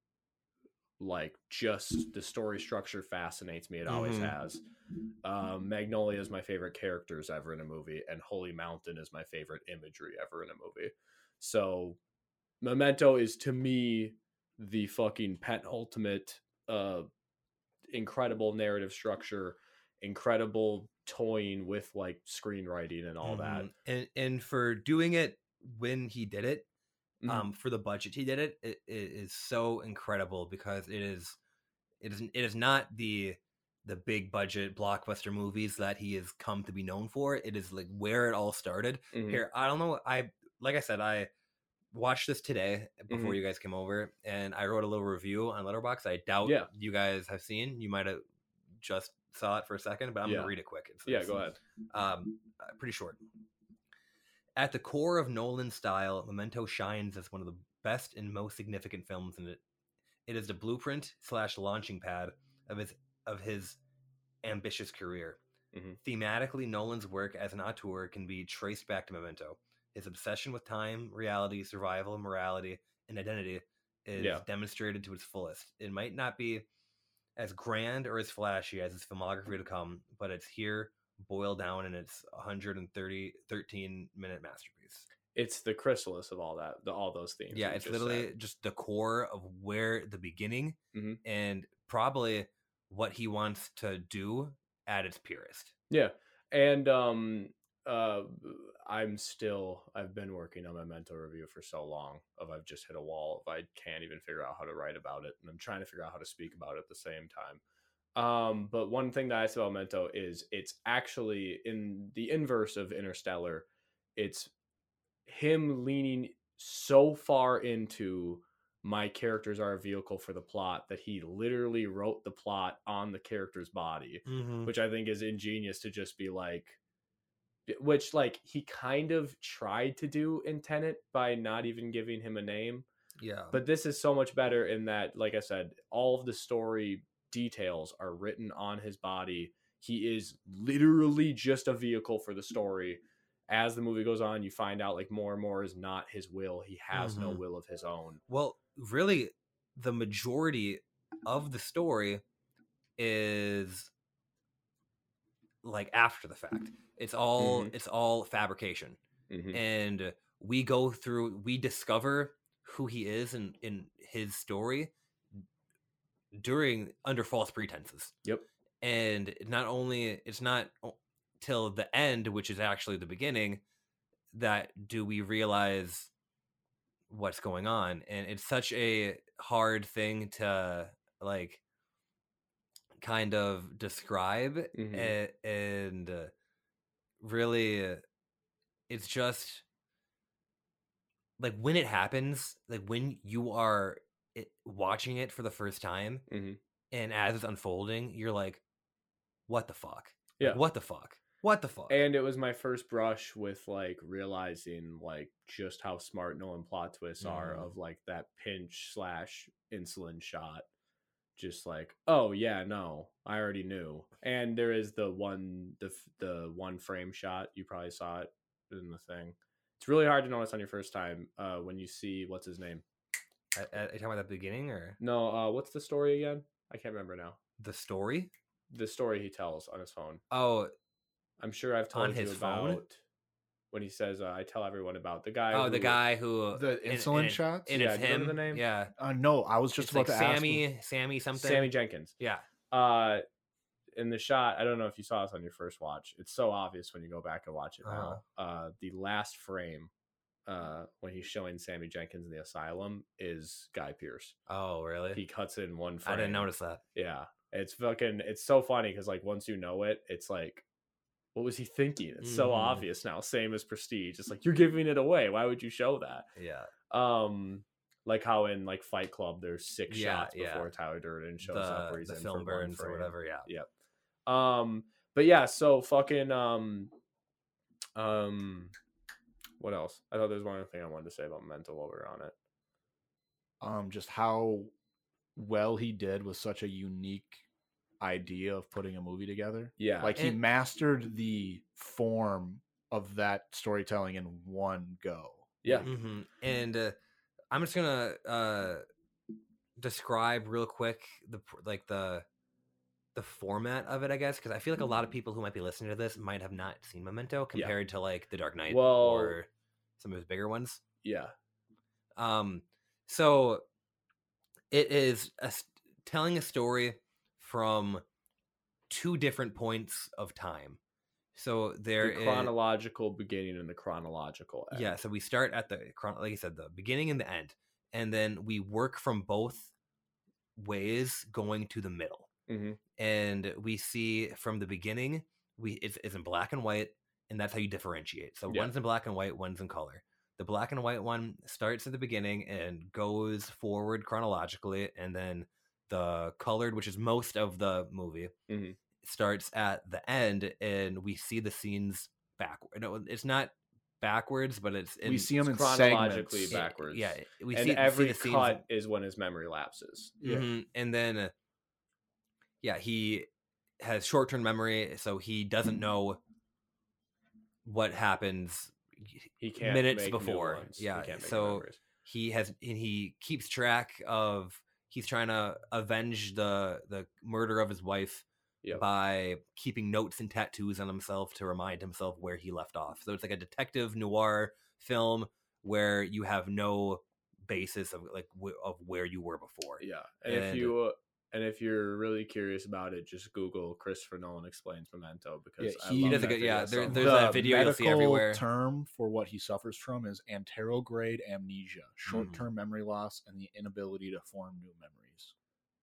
Like just the story structure fascinates me. It always Mhm. has. Um, Magnolia is my favorite characters ever in a movie, and Holy Mountain is my favorite imagery ever in a movie. So, Memento is to me the fucking penultimate, uh, incredible narrative structure incredible toying with like screenwriting and all that. Mhm. and and for doing it when he did it Mhm. um for the budget he did it, it it is so incredible because it is it is it is not the the big budget blockbuster movies that he has come to be known for it is like where it all started Mhm. here i don't know i like i said i watched this today before Mhm. you guys came over and i wrote a little review on letterbox i doubt Yeah. you guys have seen you might have just saw it for a second but i'm Yeah. gonna read it quick it's, Yeah, it's- go ahead. um, uh, pretty short. At the core of Nolan's style, Memento shines as one of the best and most significant films in it. It is the blueprint slash launching pad of his of his ambitious career. Mhm. Thematically, Nolan's work as an auteur can be traced back to Memento. His obsession with time, reality, survival, morality, and identity is Yeah. demonstrated to its fullest. It might not be as grand or as flashy as his filmography to come, but it's here boiled down in its 130 13 minute masterpiece. It's the chrysalis of all that, the, all those themes. yeah, you it's just uh said. literally just the core of where the beginning Mhm. and probably what he wants to do at its purest. Yeah. And um uh I'm still I've been working on my mental review for so long of I've just hit a wall of I can't even figure out how to write about it and I'm trying to figure out how to speak about it at the same time. Um, but one thing that I say about Memento is it's actually in the inverse of Interstellar. It's him leaning so far into my characters are a vehicle for the plot that he literally wrote the plot on the character's body Mm-hmm. which I think is ingenious to just be like, which like he kind of tried to do in Tenet by not even giving him a name, Yeah. but this is so much better in that, like I said, all of the story details are written on his body. He is literally just a vehicle for the story. As the movie goes on, you find out like more and more is not his will. He has no Mhm. will of his own. Well, really, the majority of the story is like after the fact. It's all it's all fabrication, and we go through. We discover who he is and in his story during under false pretenses. Yep. And not only it's not o- till the end, which is actually the beginning, that do we realize what's going on and it's such a hard thing to like kind of describe Mhm. a- and uh, really uh, it's just like when it happens like when you are it, watching it for the first time Mhm. and as it's unfolding you're like what the fuck Like, Yeah. what the fuck what the fuck and it was my first brush with like realizing like just how smart Nolan plot twists are Mhm. of like that pinch slash insulin shot. Just like, oh yeah, no, I already knew. And there is the one the f- the one frame shot you probably saw it in the thing. It's really hard to notice on your first time uh, when you see what's his name. A- a- are you talking about the beginning or No, uh, what's the story again? I can't remember now. the story The story he tells on his phone. oh I'm sure I've On told you his phone? about when he says, uh, "I tell everyone about the guy." Oh, who- the guy who The and- insulin and- shots? And Yeah, it's do you him. remember the name? Yeah, Uh, no, I was just it's about like to ask. Sammy, Sammy something. Sammy Jenkins. Yeah, Uh, in the shot, I don't know if you saw this on your first watch. It's so obvious when you go back and watch it Uh-huh. now. Uh, the last frame, uh, when he's showing Sammy Jenkins in the asylum, is Guy Pierce. Oh, really? He cuts it in one frame. I didn't notice that. Yeah, it's fucking. It's so funny because like once you know it, it's like. What was he thinking? It's so Mhm. obvious now. Same as Prestige. It's like you're giving it away. Why would you show that? Yeah, um like how in like Fight Club there's six Yeah, shots yeah. before Tyler Durden shows up the, where he's the in film for one burns or frame. whatever. Yeah, Yep. Um but yeah, so fucking um um what else? I thought there was one other thing I wanted to say about mental while we were on it. um, just how well he did with such a unique idea of putting a movie together. Yeah. Like he And- mastered the form of that storytelling in one go. yeah. hmm And uh, I'm just gonna uh, describe real quick the pr- like the the format of it, I guess, because I feel like a lot Mm-hmm. of people who might be listening to this might have not seen Memento compared to like The Dark Knight Well- or some of his bigger ones. Yeah. Um, so it is a, s- telling a story from two different points of time. So there The is chronological beginning and the chronological end. yeah. So we start at the chron- like I said, the beginning and the end, and then we work from both ways going to the middle. Mhm. And we see from the beginning, we it's, it's in black and white, and that's how you differentiate. So Yeah. one's in black and white, one's in color. The black and white one starts at the beginning and goes forward chronologically, and then the colored, which is most of the movie, Mhm. starts at the end, and we see the scenes backward. No, it's not backwards, but it's we see them in chronologically segments. yeah, backwards. Yeah, we and see every see the scenes cut is when his memory lapses. Mhm. And then, uh, yeah, he has short term memory, so he doesn't Mm. know what happens. He can't Minutes make new before. ones. Yeah, He can't make new so- memories. He has, and he keeps track of. He's trying to avenge the the murder of his wife Yep. by keeping notes and tattoos on himself to remind himself where he left off. So it's like a detective noir film where you have no basis of like w- of where you were before. Yeah, and, if And- you uh, and if you're really curious about it, just Google Christopher Nolan explains Memento because Yeah, I he love does a that good- yeah, video so There's much. that video you'll see everywhere. term for what he suffers from is anterograde amnesia, Hmm. short-term memory loss, and the inability to form new memories.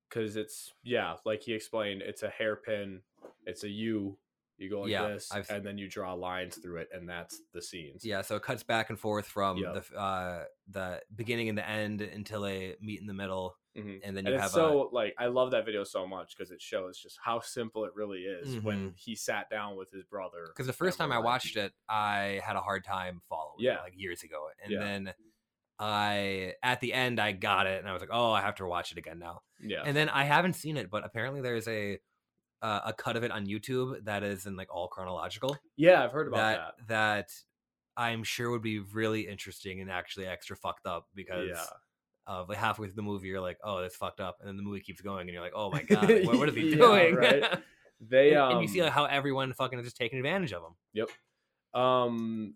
because it's yeah, like he explained, it's a hairpin, it's a U. You go like Yeah, this, I've- and then you draw lines through it, and that's the scenes. Yeah, so it cuts back and forth from Yeah. the f- uh, the beginning and the end until they meet in the middle, Mhm. and then and you it's have so like I love that video so much because it shows just how simple it really is when he sat down with his brother. because Mm-hmm. the first and time I were like- watched it, I had a hard time following. it, Yeah. like years ago, and Yeah. then I at the end I got it, and I was like, oh, I have to watch it again now. yeah, And then I haven't seen it, but apparently there is a uh, a cut of it on YouTube that is in like all chronological. yeah, I've heard about that. that I'm sure would be really interesting and actually extra fucked up because. Yeah. of like halfway through the movie, you're like, oh, that's fucked up. And then the movie keeps going and you're like, oh my God, like, what, what is he Yeah, doing? right. and, They um, and you see like, how everyone fucking is just taking advantage of him. Um,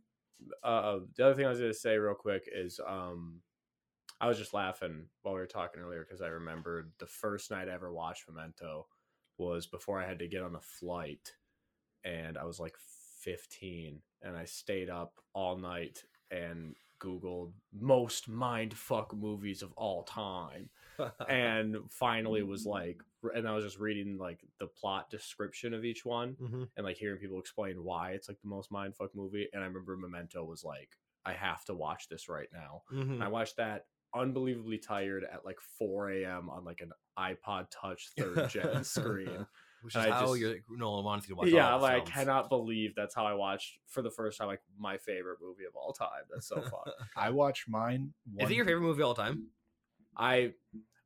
uh, the other thing I was gonna say real quick is, um, I was just laughing while we were talking earlier because I remembered the first night I ever watched Memento was before I had to get on a flight, and I was like 15, and I stayed up all night and googled most mind fuck movies of all time and finally was like and i was just reading like the plot description of each one Mhm. and like hearing people explain why it's like the most mindfuck movie. And I remember Memento was like, I have to watch this right now. And I watched that unbelievably tired at like 4 a.m. on like an iPod Touch third gen screen. Which is And I how just- you're Nolan wants you to watch yeah, all of his like oh, I films. cannot believe that's how I watched for the first time like my favorite movie of all time. That's so fun. I watch mine. Is one- it your favorite movie of all time? I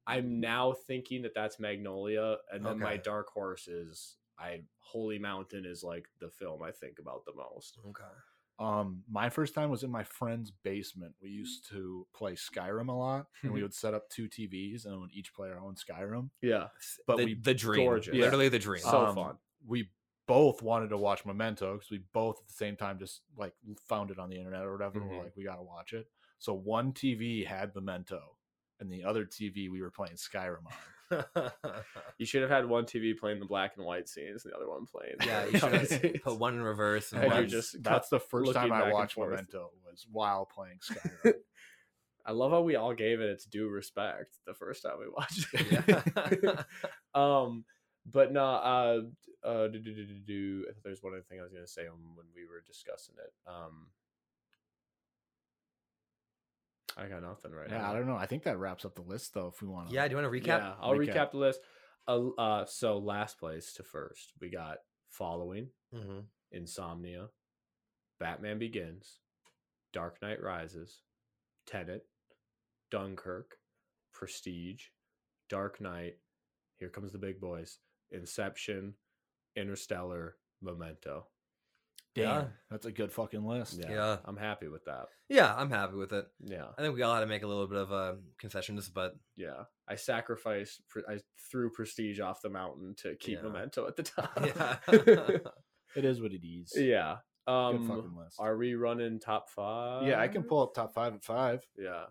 I'm now thinking that that's Magnolia, and then my Okay. dark horse is I Holy Mountain is like the film I think about the most. Okay. Um, my first time was in my friend's basement. We used to play Skyrim a lot, and Hmm. we would set up two TVs and would each play our own Skyrim. Yeah, But the, we the dream. gorgeous. Yeah. Literally the dream. So Um, fun. we both wanted to watch Memento because we both at the same time just like found it on the internet or whatever. and Mhm. We're Mm-hmm. like, we gotta watch it. So one TV had Memento, and the other TV we were playing Skyrim on. You should have had one TV playing the black and white scenes and the other one playing. yeah, the you should color have scenes. put one in reverse and And Well, you're one. that's- just cut- that's the first looking time back I and watched forth. Memento was while playing Skyrim. I love how we all gave it its due respect the first time we watched it. Yeah. um, but no, uh, uh, do, do, do, do, do. I thought there's one other thing I was gonna say when, when we were discussing it. Um, I got nothing right now. yeah, I don't know. I think that wraps up the list though. If we want to, yeah, do you want to recap? Yeah, I'll recap, Recap. the list. Uh, uh, so last place to first, we got following. Mhm. Insomnia, Batman Begins, Dark Knight Rises, Tenet, Dunkirk, Prestige, Dark Knight, Here Comes the Big Boys, Inception, Interstellar, Memento. damn, Yeah. that's a good fucking list. Yeah, Yeah. I'm happy with that. Yeah, I'm happy with it. Yeah, I think we all had to make a little bit of uh, concessions, but yeah. I sacrificed, pre- I threw Prestige off the mountain to keep Yeah. Memento at the yeah. top. It is what it is. Yeah. yeah. good Um, fucking list. are we running top five? yeah, I can pull up top five at five. Yeah.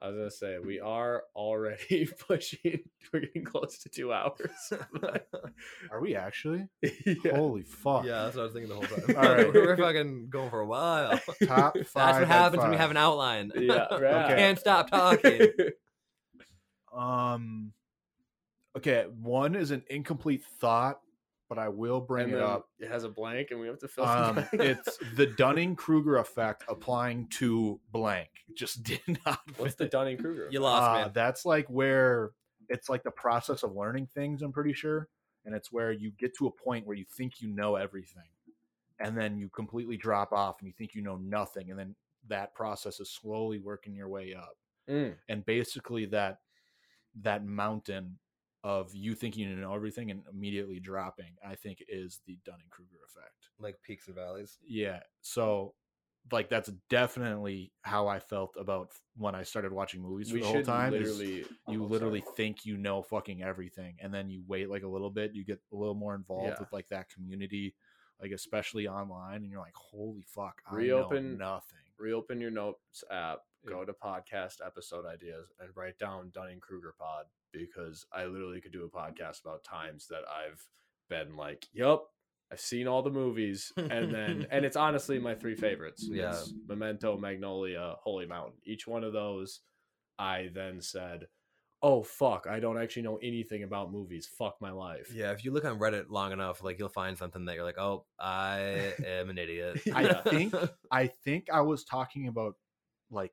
I was gonna say we are already pushing. We're getting close to two hours. Are we actually? yeah. Holy fuck. Yeah, that's what I was thinking the whole time. All right. we're fucking going for a while. Top five. That's at what happens when we five. have an outline. Yeah. Okay. Can't stop talking. Um. Okay, one is an incomplete thought, but I will bring And it then up. It has a blank, and we have to fill. Um, Um, it's the Dunning Kruger effect applying to blank. Just did not. What's the Dunning Kruger? You Uh, lost me. That's like where it's like the process of learning things. I'm pretty sure, and it's where you get to a point where you think you know everything, and then you completely drop off, and you think you know nothing, and then that process is slowly working your way up. Mm. and basically that that mountain of you thinking you know everything and immediately dropping i think is the dunning-kruger effect Like peaks and valleys. yeah so like that's definitely how i felt about f- when i started watching movies for We the whole should time is literally. you oh, literally sorry. think you know fucking everything and then you wait like a little bit you get a little more involved Yeah. with like that community like especially online and you're like holy fuck I know Reopen- nothing reopen your notes app, go Yeah. to podcast episode ideas, and write down Dunning Kruger Pod because I literally could do a podcast about times that I've been like, "Yup, I've seen all the movies," and then and it's honestly my three favorites. Yeah. It's Memento, Magnolia, Holy Mountain. Each one of those, I then said, "Oh fuck, I don't actually know anything about movies. Fuck my life." Yeah, if you look on Reddit long enough, like you'll find something that you're like, oh, I am an idiot. I think I think I was talking about like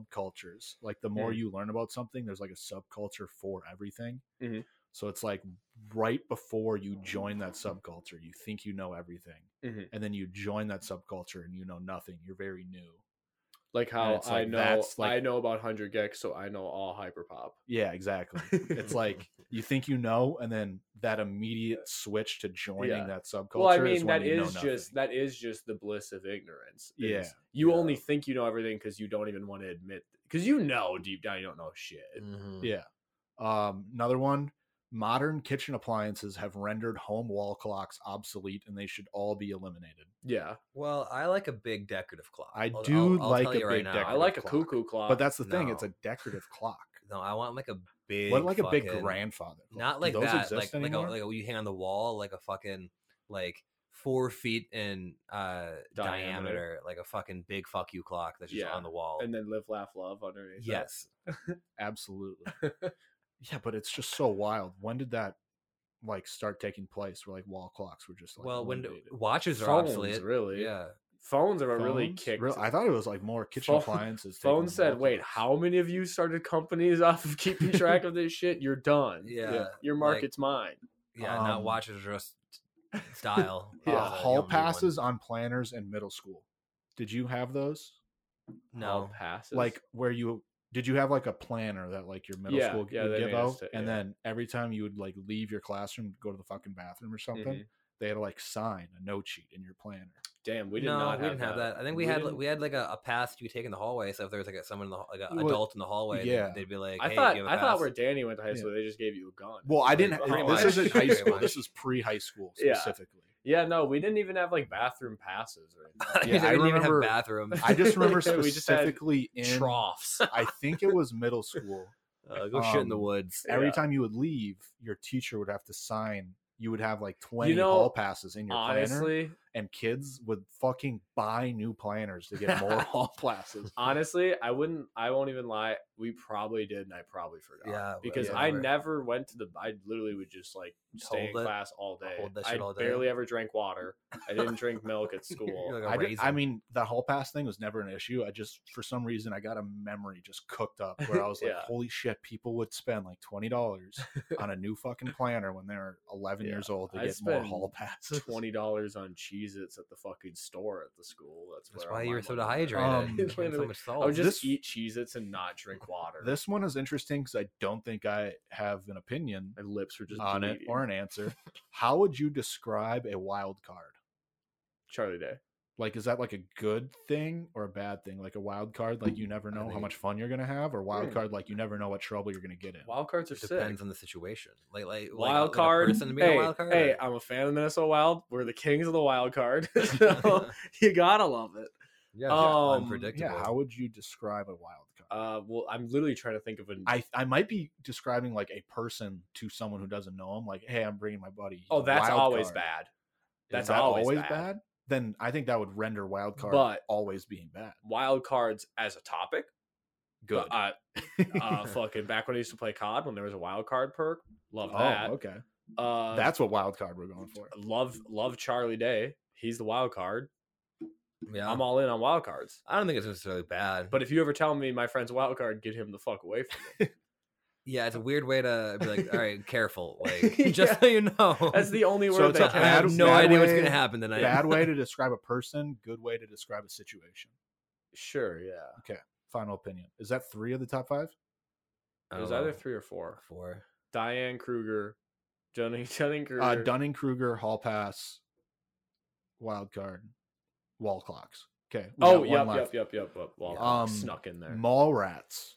subcultures. Like the more Mm. you learn about something, there's like a subculture for everything. Mhm. So it's like right before you join that Mm. subculture, you think you know everything, Mhm. and then you join that subculture and you know nothing. You're very new. Like how it's I like, know that's like- I know about Hundred Gex, so I know all hyperpop. Yeah, exactly. it's like you think you know, and then that immediate switch to joining Yeah. that subculture. Well, I is mean, when that you know is just nothing. that is just the bliss of ignorance. is Yeah. you Yeah. only think you know everything because you don't even want to admit because you know deep down you don't know shit. Mm. Mhm. Yeah. Um, another one modern kitchen appliances have rendered home wall clocks obsolete and they should all be eliminated. Yeah, Well, I like a big decorative clock. I I'll- do I'll- I'll like tell a you right big now. I decorative like a clock. cuckoo clock, But that's the thing, it's a no. decorative clock. No, I want like a big. What like a big fucking- grandfather? clock? Not Do like those that. Like like exist a, anymore? like a, you hang on the wall like a fucking like four feet in uh diameter, Diameter. like a fucking big fuck you clock that's just Yeah. on the wall. and then live, laugh, love underneath. that. yes, absolutely. yeah, but it's just so wild. When did that like start taking place where like wall clocks were just like well, when eliminated? watches are phones obsolete, really. yeah, phones are what really Phones? kicked. Real- I thought it was like more kitchen Phone- appliances. taking Phone the said, wall "Wait, clocks." how many of you started companies off of keeping track of this shit? You're done. Yeah, your like- market's mine. yeah, not Um, watches are just style. Yeah, Uh, Uh, you hall don't need one. passes on planners in middle school. Did you have those? All No, passes Like where you did you have like a planner that like your middle Yeah, school yeah, would they give made us out, ta- and yeah. then every time you would like leave your classroom, go to the fucking bathroom or something, Mhm. they had to like sign a note sheet in your planner. damn, we did no, not. we didn't have that. I think we, We had didn't- we had like a, a pass you could take in the hallway. So if there was like a, someone in the h- like an Well, adult in the hallway, they'd- yeah. they'd, be like, I "Hey, thought give a I thought pass." where Danny went to high Yeah. school, they just gave you a gun. Well, I didn't. pretty much. this isn't high Pretty school. much. This is pre high school Yeah. specifically. Yeah, no, we didn't even have like bathroom passes or anything. They Yeah, I didn't even have remember- bathrooms. I just remember We just had specifically in. troughs. I think it was middle school. Uh, go shit in the Um, woods. Every Yeah. time you would leave, your teacher would have to sign. You would have like twenty know, hall passes in your planner. honestly, and kids would fucking buy new planners to get more hall classes. honestly, I wouldn't. I won't even lie. We probably did, and I probably forgot. Yeah, we- because yeah, I never. never went to the. I literally would just like stay in Hold it. class all day. Hold that I shit all day. barely ever drank water. I didn't drink milk at school. You're like a I, did- I raisin. mean, that hall pass thing was never an issue. I just, for some reason, I got a memory just cooked up where I was like, Yeah. holy shit, people would spend like $20 on a new fucking planner when they're 11 Yeah, years old to I get more spend hall passes. Twenty dollars on Cheez-Its at the fucking store at the school. That's, That's where all why my you're so money went. dehydrated. Um, You're drinking so literally- much Oh, I salt. would just This- eat Cheez-Its and not drink water. This one is interesting because I don't think I have an opinion my lips were just on it bleeding. or an answer. How would you describe a wild card? Charlie Day. like is that like a good thing or a bad thing like a wild card like you never know how think- much fun you're gonna have or wild Mm, Hmm. card like you never know what trouble you're gonna get in Wild cards are It sick. depends on the situation. Like like like a- wild like a card. person being hey, a wild card. hey, or- I'm a fan of Minnesota Wild. We're the kings of the wild card. so you gotta love it. yeah, um, unpredictable. yeah how would you describe a wild card Uh, well, I'm literally trying to think of an. I I might be describing like a person to someone who doesn't know him. Like, hey, I'm bringing my buddy. uh, Oh, that's Wild always card." bad. Is That's that always, bad. Then I think that would render wild card But- always being bad. wild cards as a topic. Good. But I, uh, fucking back when I used to play COD, when there was a wild card perk, love that. oh, okay. Uh, That's what wild card we're going for. love love Charlie Day. He's the wild card. Yeah, I'm all in on wild cards. I don't think it's necessarily bad, But if you ever tell me my friend's wild card, get him the fuck away from me. yeah, it's a weird way to be like, all right, careful, like just so you know, That's the only word So it's that a I have bad- no bad idea what's way- gonna happen tonight. Bad way to describe a person. Good way to describe a situation. Sure, yeah. Final opinion. Is that three of the top five? I It don't was know. Oh. either three or four. four. Diane Kruger, Dunning Dunning Kruger. Uh, Dunning Kruger, Hall Pass, wild card, wall clocks. Okay. we got oh, one yep, left. yep, yep, yep, yep. Well, Um, snuck in there. Mall rats.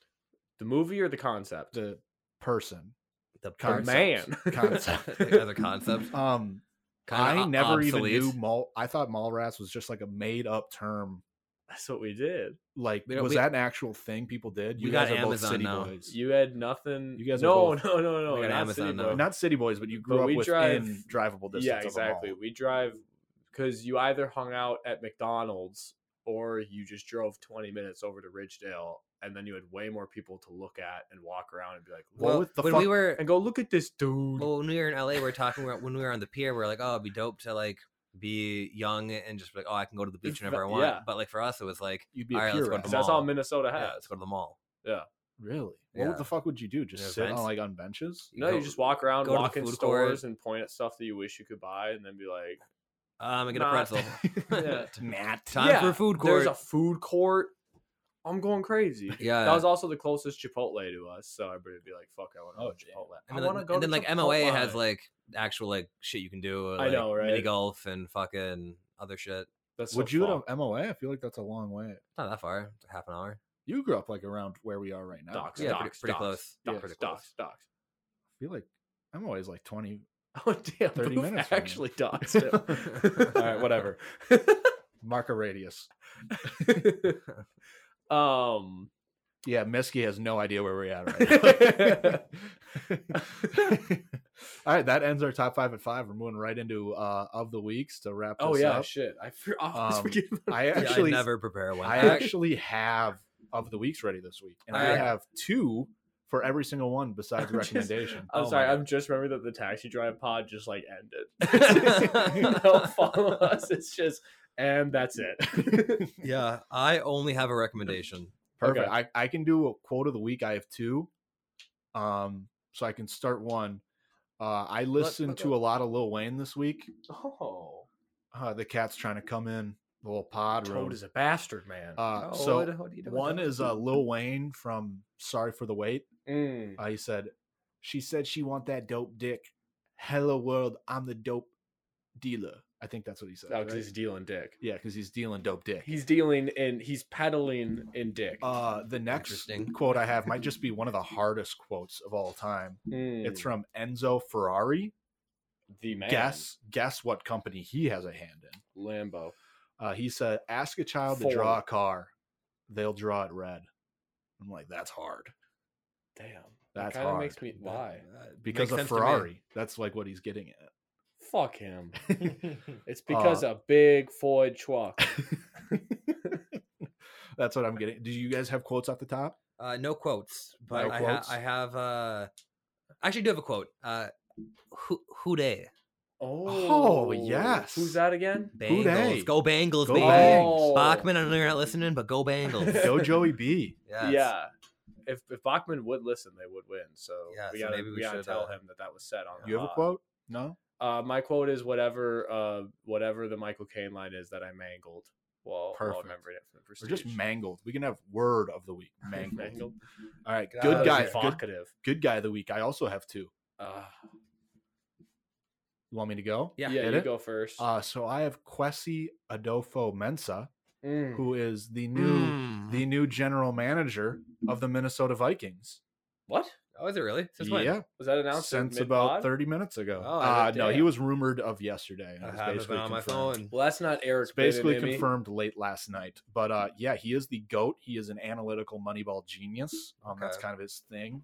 the movie or the concept? The person. The Concept. man. Concept. the other concept. Um, Kinda I o- never obsolete. even knew mall. I thought mall rats was just like a made up term. That's what we did. Like, We don't- was we- that an actual thing people did? We got Amazon now. boys. You had nothing. You guys are no, both- no, no, no, We got not Amazon City now. Boy. Not city boys, but you grew But up we within drive- drivable distance. yeah, of a exactly. mall. We drive because you either hung out at McDonald's or you just drove 20 minutes over to Ridgedale, and then you had way more people to look at and walk around and be like, "Look," Well, Well, what the when we fuck- were and go look at this dude. well, when we were in LA, we were talking about when we were on the pier. We were like, oh, it'd be dope to like be young and just be like, oh, I can go to the beach Beach whenever I va- want. yeah. But like for us, it was like, You'd be All a right, pure let's go to rat. the that's mall. all Minnesota yeah, has. let's go to the mall. Really? What Yeah. would the fuck would you do? Just Yeah, sit vents. on like on benches? no, go- you just walk around, go to the walk in food stores, court. and point at stuff that you wish you could buy, and then be like, Um, and get a Nah. pretzel. Yeah. Matt. Time for a food court. There's a food court. I'm going crazy. yeah. That was also the closest Chipotle to us, so everybody would be like, "Fuck, I want to Oh, go to damn. Chipotle." and I then, want to go. and to then like Chipotle. MOA has like actual like shit you can do. Like, know, right? Mini golf and fucking other shit. That's Would so you fun. go to MOA? I feel like that's a long way. Not that far, it's half an hour. You grew up like around where we are right now. Docs, Yeah, pretty- docs, pretty docs, close. Yeah, Docs, pretty docs, docs. I feel like MOA is like 20. Oh damn, 30 Boof minutes from now. actually doxed him. All right, whatever. Mark a radius. um, Yeah, Miski has no idea where we're at right now. All right, that ends our top five at five. We're moving right into uh, of the weeks to wrap this oh yeah, up. shit. I for- I always Um, forget about I Yeah, actually I never prepare one. I I- actually have of the weeks ready this week, and I, I- have two for every single one besides I'm just- recommendation. I'm Oh sorry. my I'm just remembering that the taxi drive pod just like ended. Don't follow us. It's just and that's it. yeah, I only have a recommendation. Perfect. Okay. I, I can do a quote of the week. I have two, um, so I can start one. Uh, I listened okay. to a lot of Lil Wayne this week. oh, Uh, the cat's trying to come in. The little pod room. Toad is a bastard, man. Uh, Oh, so what- what do you do with one that? is uh, Lil Wayne from Sorry for the Wait. Mm. Uh, he said, "She said she want that dope dick. Hello world, I'm the dope dealer." I think that's what he said. Oh, 'cause right? he's dealing dick. Yeah, because he's dealing dope dick. He's dealing and he's peddling in dick. Uh, the next Interesting. quote I have might just be one of the hardest quotes of all time. Mm. It's from Enzo Ferrari. the man. Guess guess what company he has a hand in. Lambo. Uh, he said, "Ask a child to draw a Ford. car, they'll draw it red." I'm like, that's hard Damn. That's kind of hard. makes me why. Makes because of sense to me. Ferrari. That's like what he's getting at. Fuck him. it's Uh, because a big Ford truck. That's what I'm getting. Do you guys have quotes off the top? Uh, no quotes, but No I, quotes? Ha- I have. Uh, I actually do have a quote. Uh, who who day? Oh, yes. Who's that again? Bangles. dey? Go Bangles, Go baby. Bang- Oh. Bachman, I know you're not listening, but go Bangles. Go Joey B. Yes. Yeah. If if Bachman would listen, they would win. So Yeah, we so gotta maybe we, we gotta should, tell uh, him that that was said on. You have a pod. quote? No. Uh, my quote is whatever uh whatever the Michael Caine line is that I mangled. Well, Perfect. remembering it from the Or Prestige. just mangled. We can have word of the week. Mangled. mangled. All right. That Good was guy. Good, Evocative. good guy of the week. I also have two. Uh, You want me to go? Yeah. yeah, hit you it? go first. Uh, so I have Quesi Adolfo Mensa, Hmm. Mm. who is the new Mm. the new general manager of the Minnesota Vikings. What? Oh, is it really? Since when? yeah, Was that announced? since about thirty minutes ago. Oh, I uh, didn't- no, he damn. was rumored of yesterday. and I it's have it basically on my confirmed. phone. Well, that's not Eric's It's basically confirmed late last night. But uh, Hmm. yeah, he is the goat. He is an analytical Moneyball genius. Um, That's Okay. kind of his thing.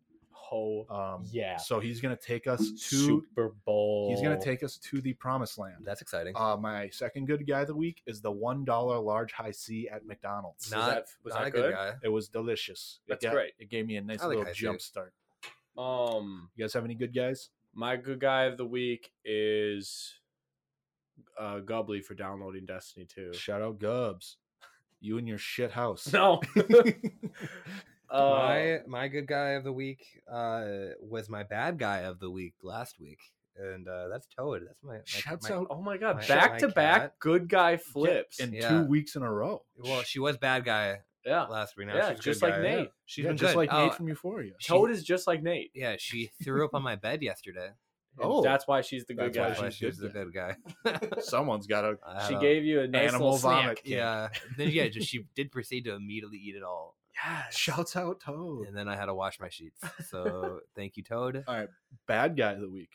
Oh, Um, yeah. So he's gonna take us to. Super Bowl. He's gonna take us to the promised land. That's exciting. Uh, my second good guy of the week is the one dollar large high C at McDonald's. not that- was not that a good, good? guy. It was delicious. That's it got- great. It gave me a nice I like little high C. jump start. um You guys have any good guys? my good guy of the week is uh Gubbly for downloading Destiny 2. Shout out Gubs. You and your shit house. No. uh, Oh. my my good guy of the week uh, was my bad guy of the week last week, and uh, that's Toad. That's my, my Shouts my- out Oh my god, My- back my to back cat. good guy flips. in Yeah. two weeks in a row. Well, she was bad guy yeah. last week. Now Yeah, she's good just like guy. Nate. She's yeah, been just good. like Oh, Nate from Euphoria. she- Toad is just like Nate. yeah, she threw up on my bed yesterday. and Oh. that's why she's the good That's why guy. That's why she's she was the good good guy. Someone's got a I She don't- gave you a nice animal little snack. vomit. kick. Yeah. then yeah, just she did proceed to immediately eat it all, Shouts out Toad. and then I had to wash my sheets. So thank you, Toad. Oh, Bad guy of the week.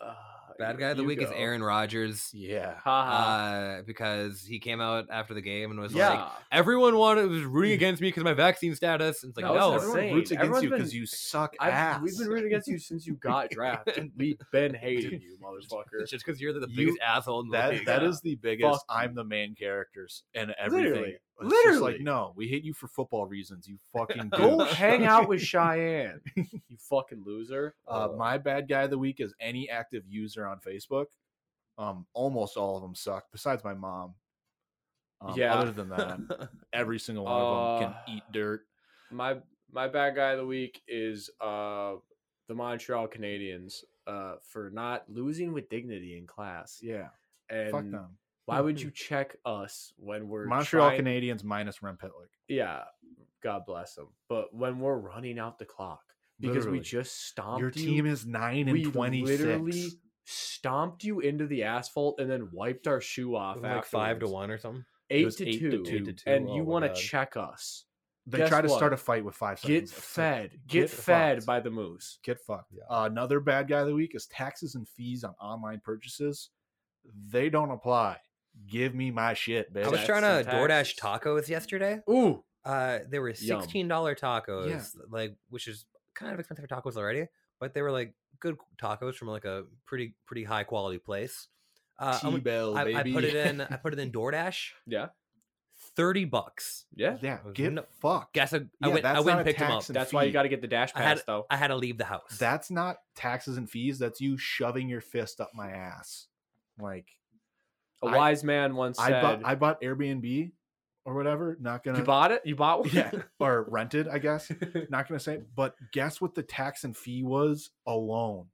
Uh, Bad guy of the you week is go. Aaron Rodgers. Yeah. Ha ha. Uh, because he came out after the game and was like, yeah. everyone wanted was rooting against me because my vaccine status. And it's like, No, no, it's everyone insane. roots against Oh, Everyone's you because been- you suck ass. I've, we've been rooting against you since you got drafted. We've been hating you, motherfucker. it's just because you're the You- biggest asshole in the that league. that yeah. is the biggest. Fuck I'm the main characters and everything. Literally. It's just Literally. like no, we hate you for football reasons. You fucking Go douche. hang out with Cheyenne, you fucking loser. Uh, my bad guy of the week is any active user on Facebook. Um, almost all of them suck, besides my mom. Um, Yeah. Other than that, every single one of them Uh, can eat dirt. my my bad guy of the week is uh the Montreal Canadiens uh for not losing with dignity in class. Yeah. And Fuck them. why would you check us when we're Montreal trying- Canadiens minus Rem Pitlick. Yeah, God bless them. But when we're running out the clock because Literally. we just stomped Your you, team is nine we and twenty literally six. stomped you into the asphalt and then wiped our shoe off. like five to afterwards. one or something. eight, was to, eight two, to two. Eight to two, and oh you my want to God. check us? They guess try to what? start a fight with five Get seconds. left. fed, get, Get fed fucked. by the moose. Get fucked. Yeah. Uh, another bad guy of the week is taxes and fees on online purchases. They don't apply. Give me my shit, bitch. I was That's trying some to DoorDash taxes. tacos yesterday. Ooh, Uh, they were Yum. sixteen dollar tacos, like which is kind of expensive for tacos already, but they were like good tacos from like a pretty pretty high quality place. Uh, I went- T-Bell, I, I baby. put it in. I put it in DoorDash. Yeah. thirty bucks. yeah. Yeah, was get no- fucked. Guess I, I Yeah, went. I that's went and not a picked them up. tax and That's why you feed. got to get the dash I had- pass though. I had to leave the house. That's not taxes and fees. That's you shoving your fist up my ass. Like A I- wise man once said, I bought, I bought Airbnb or whatever. Not gonna "You bought it. You bought one." yeah, or rented, I guess. Not gonna say. But guess what the tax and fee was alone?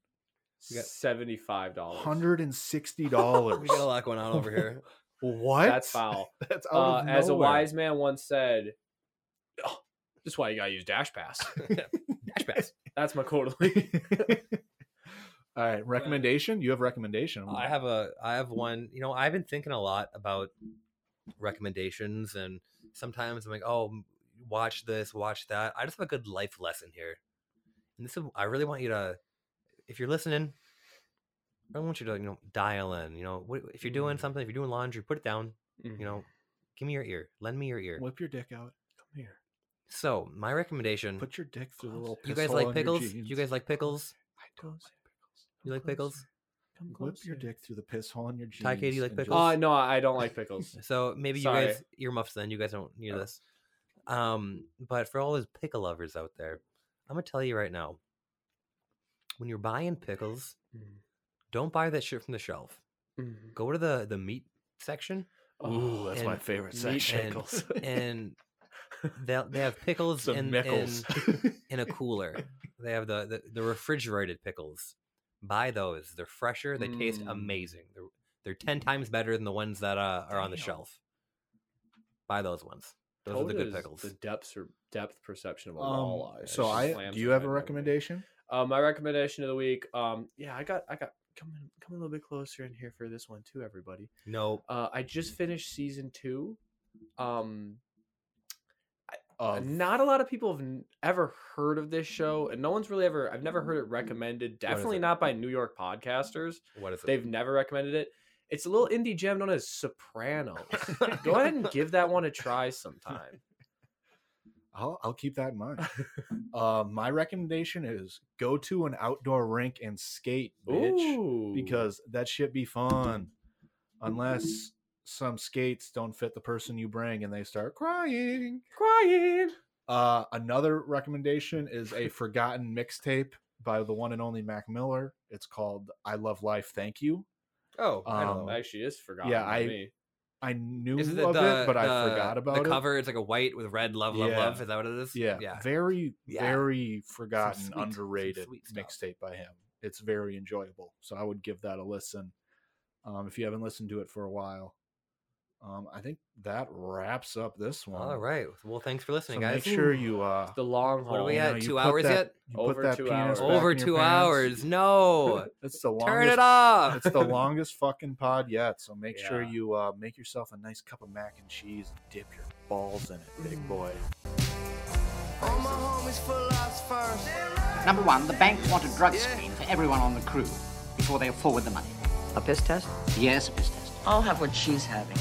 We got- seventy-five dollars. Hundred and sixty we dollars. got a lot going on over here. What? That's foul. That's out uh, of as a nowhere. wise man once said, "Oh, "That's why you got to use dash pass." Dash pass. That's my quarterly. All right, recommendation. You have recommendation. I have a. I have one. You know, I've been thinking a lot about recommendations, and sometimes I'm like, oh, m- watch this, watch that. I just have a good life lesson here, and this is. I really want you to, if you're listening, I want you to, you know, dial in. You know, what, if you're doing Mm. something, if you're doing laundry, put it down. Mm-hmm. You know, Mm-hmm. give me your ear. Lend me your ear. whip your dick out. Come here. So my recommendation. Put your dick through the Close. little. Mm. you guys pisshole like on your pickles? Do you jeans. guys like pickles? I don't like pickles. You like pickles? Come Whip your dick through the piss hole in your jeans. Ty, Katie, you like and just- pickles? Uh, no, I don't like pickles. So maybe Sorry. you guys earmuffs then. You guys don't hear Oh. this. Um, but for all those pickle lovers out there, I'm gonna tell you right now. When you're buying pickles, Mm-hmm. don't buy that shit from the shelf. Go to the the meat section Ooh, that's my and favorite Oh, meat section. and and they they have pickles Some in, mickles. in in a cooler. they have the, the the refrigerated pickles. Buy those. They're fresher. They taste Mm. amazing. They're they're ten times better than the ones that uh, are on the Damn. shelf. Buy those ones. Those are the good pickles. The depths or depth perception Uh, of a Um, walleye. It so just I slams do you it have a right down there. recommendation? Uh, my recommendation of the week. Um, yeah, I got, I got. Come, in, come a little bit closer in here for this one too, everybody. No, Uh, I just finished season two. Um, I, of Not a lot of people have n- ever heard of this show, and no one's really ever. I've never heard it recommended. Definitely it? not by New York podcasters. What is it? They've never recommended it. It's a little indie gem known as Sopranos. Go ahead and give that one a try sometime. I'll, I'll keep that in mind. uh, my recommendation is go to an outdoor rink and skate, bitch, Ooh. because that shit be fun. Mm-hmm. Unless some skates don't fit the person you bring and they start crying. crying. Uh, another recommendation is a forgotten mixtape by the one and only Mac Miller. It's called "I Love Life, Thank You." oh, I um, don't know. Actually, it's forgotten. Yeah, to I- me. I knew Is it the, of it, but I the- forgot about the it. cover? It's like a white with red love, love, Yeah. love. Is that what it is? Yeah, yeah. very, Yeah. very forgotten, sweet- some underrated sweet stuff. mixtape by him. It's very enjoyable, so I would give that a listen. Um, if you haven't listened to it for a while, um, I think that wraps up this one. All right. Well, thanks for So listening, guys. make sure you uh, It's the long haul. What are we you know, at? you Two put hours that- yet? you put Over that two penis hours. back Over in your two pants. hours. No. That's the longest. Turn it off. It's the longest fucking pod yet, so make sure Yeah. you uh, make yourself a nice cup of mac and cheese and dip your balls in it, Mm. big boy. All my homies philosophers. Number one, the bank want a drug screen for everyone on the crew before they forward the money. A piss test? Yes, a piss test. I'll have what she's having.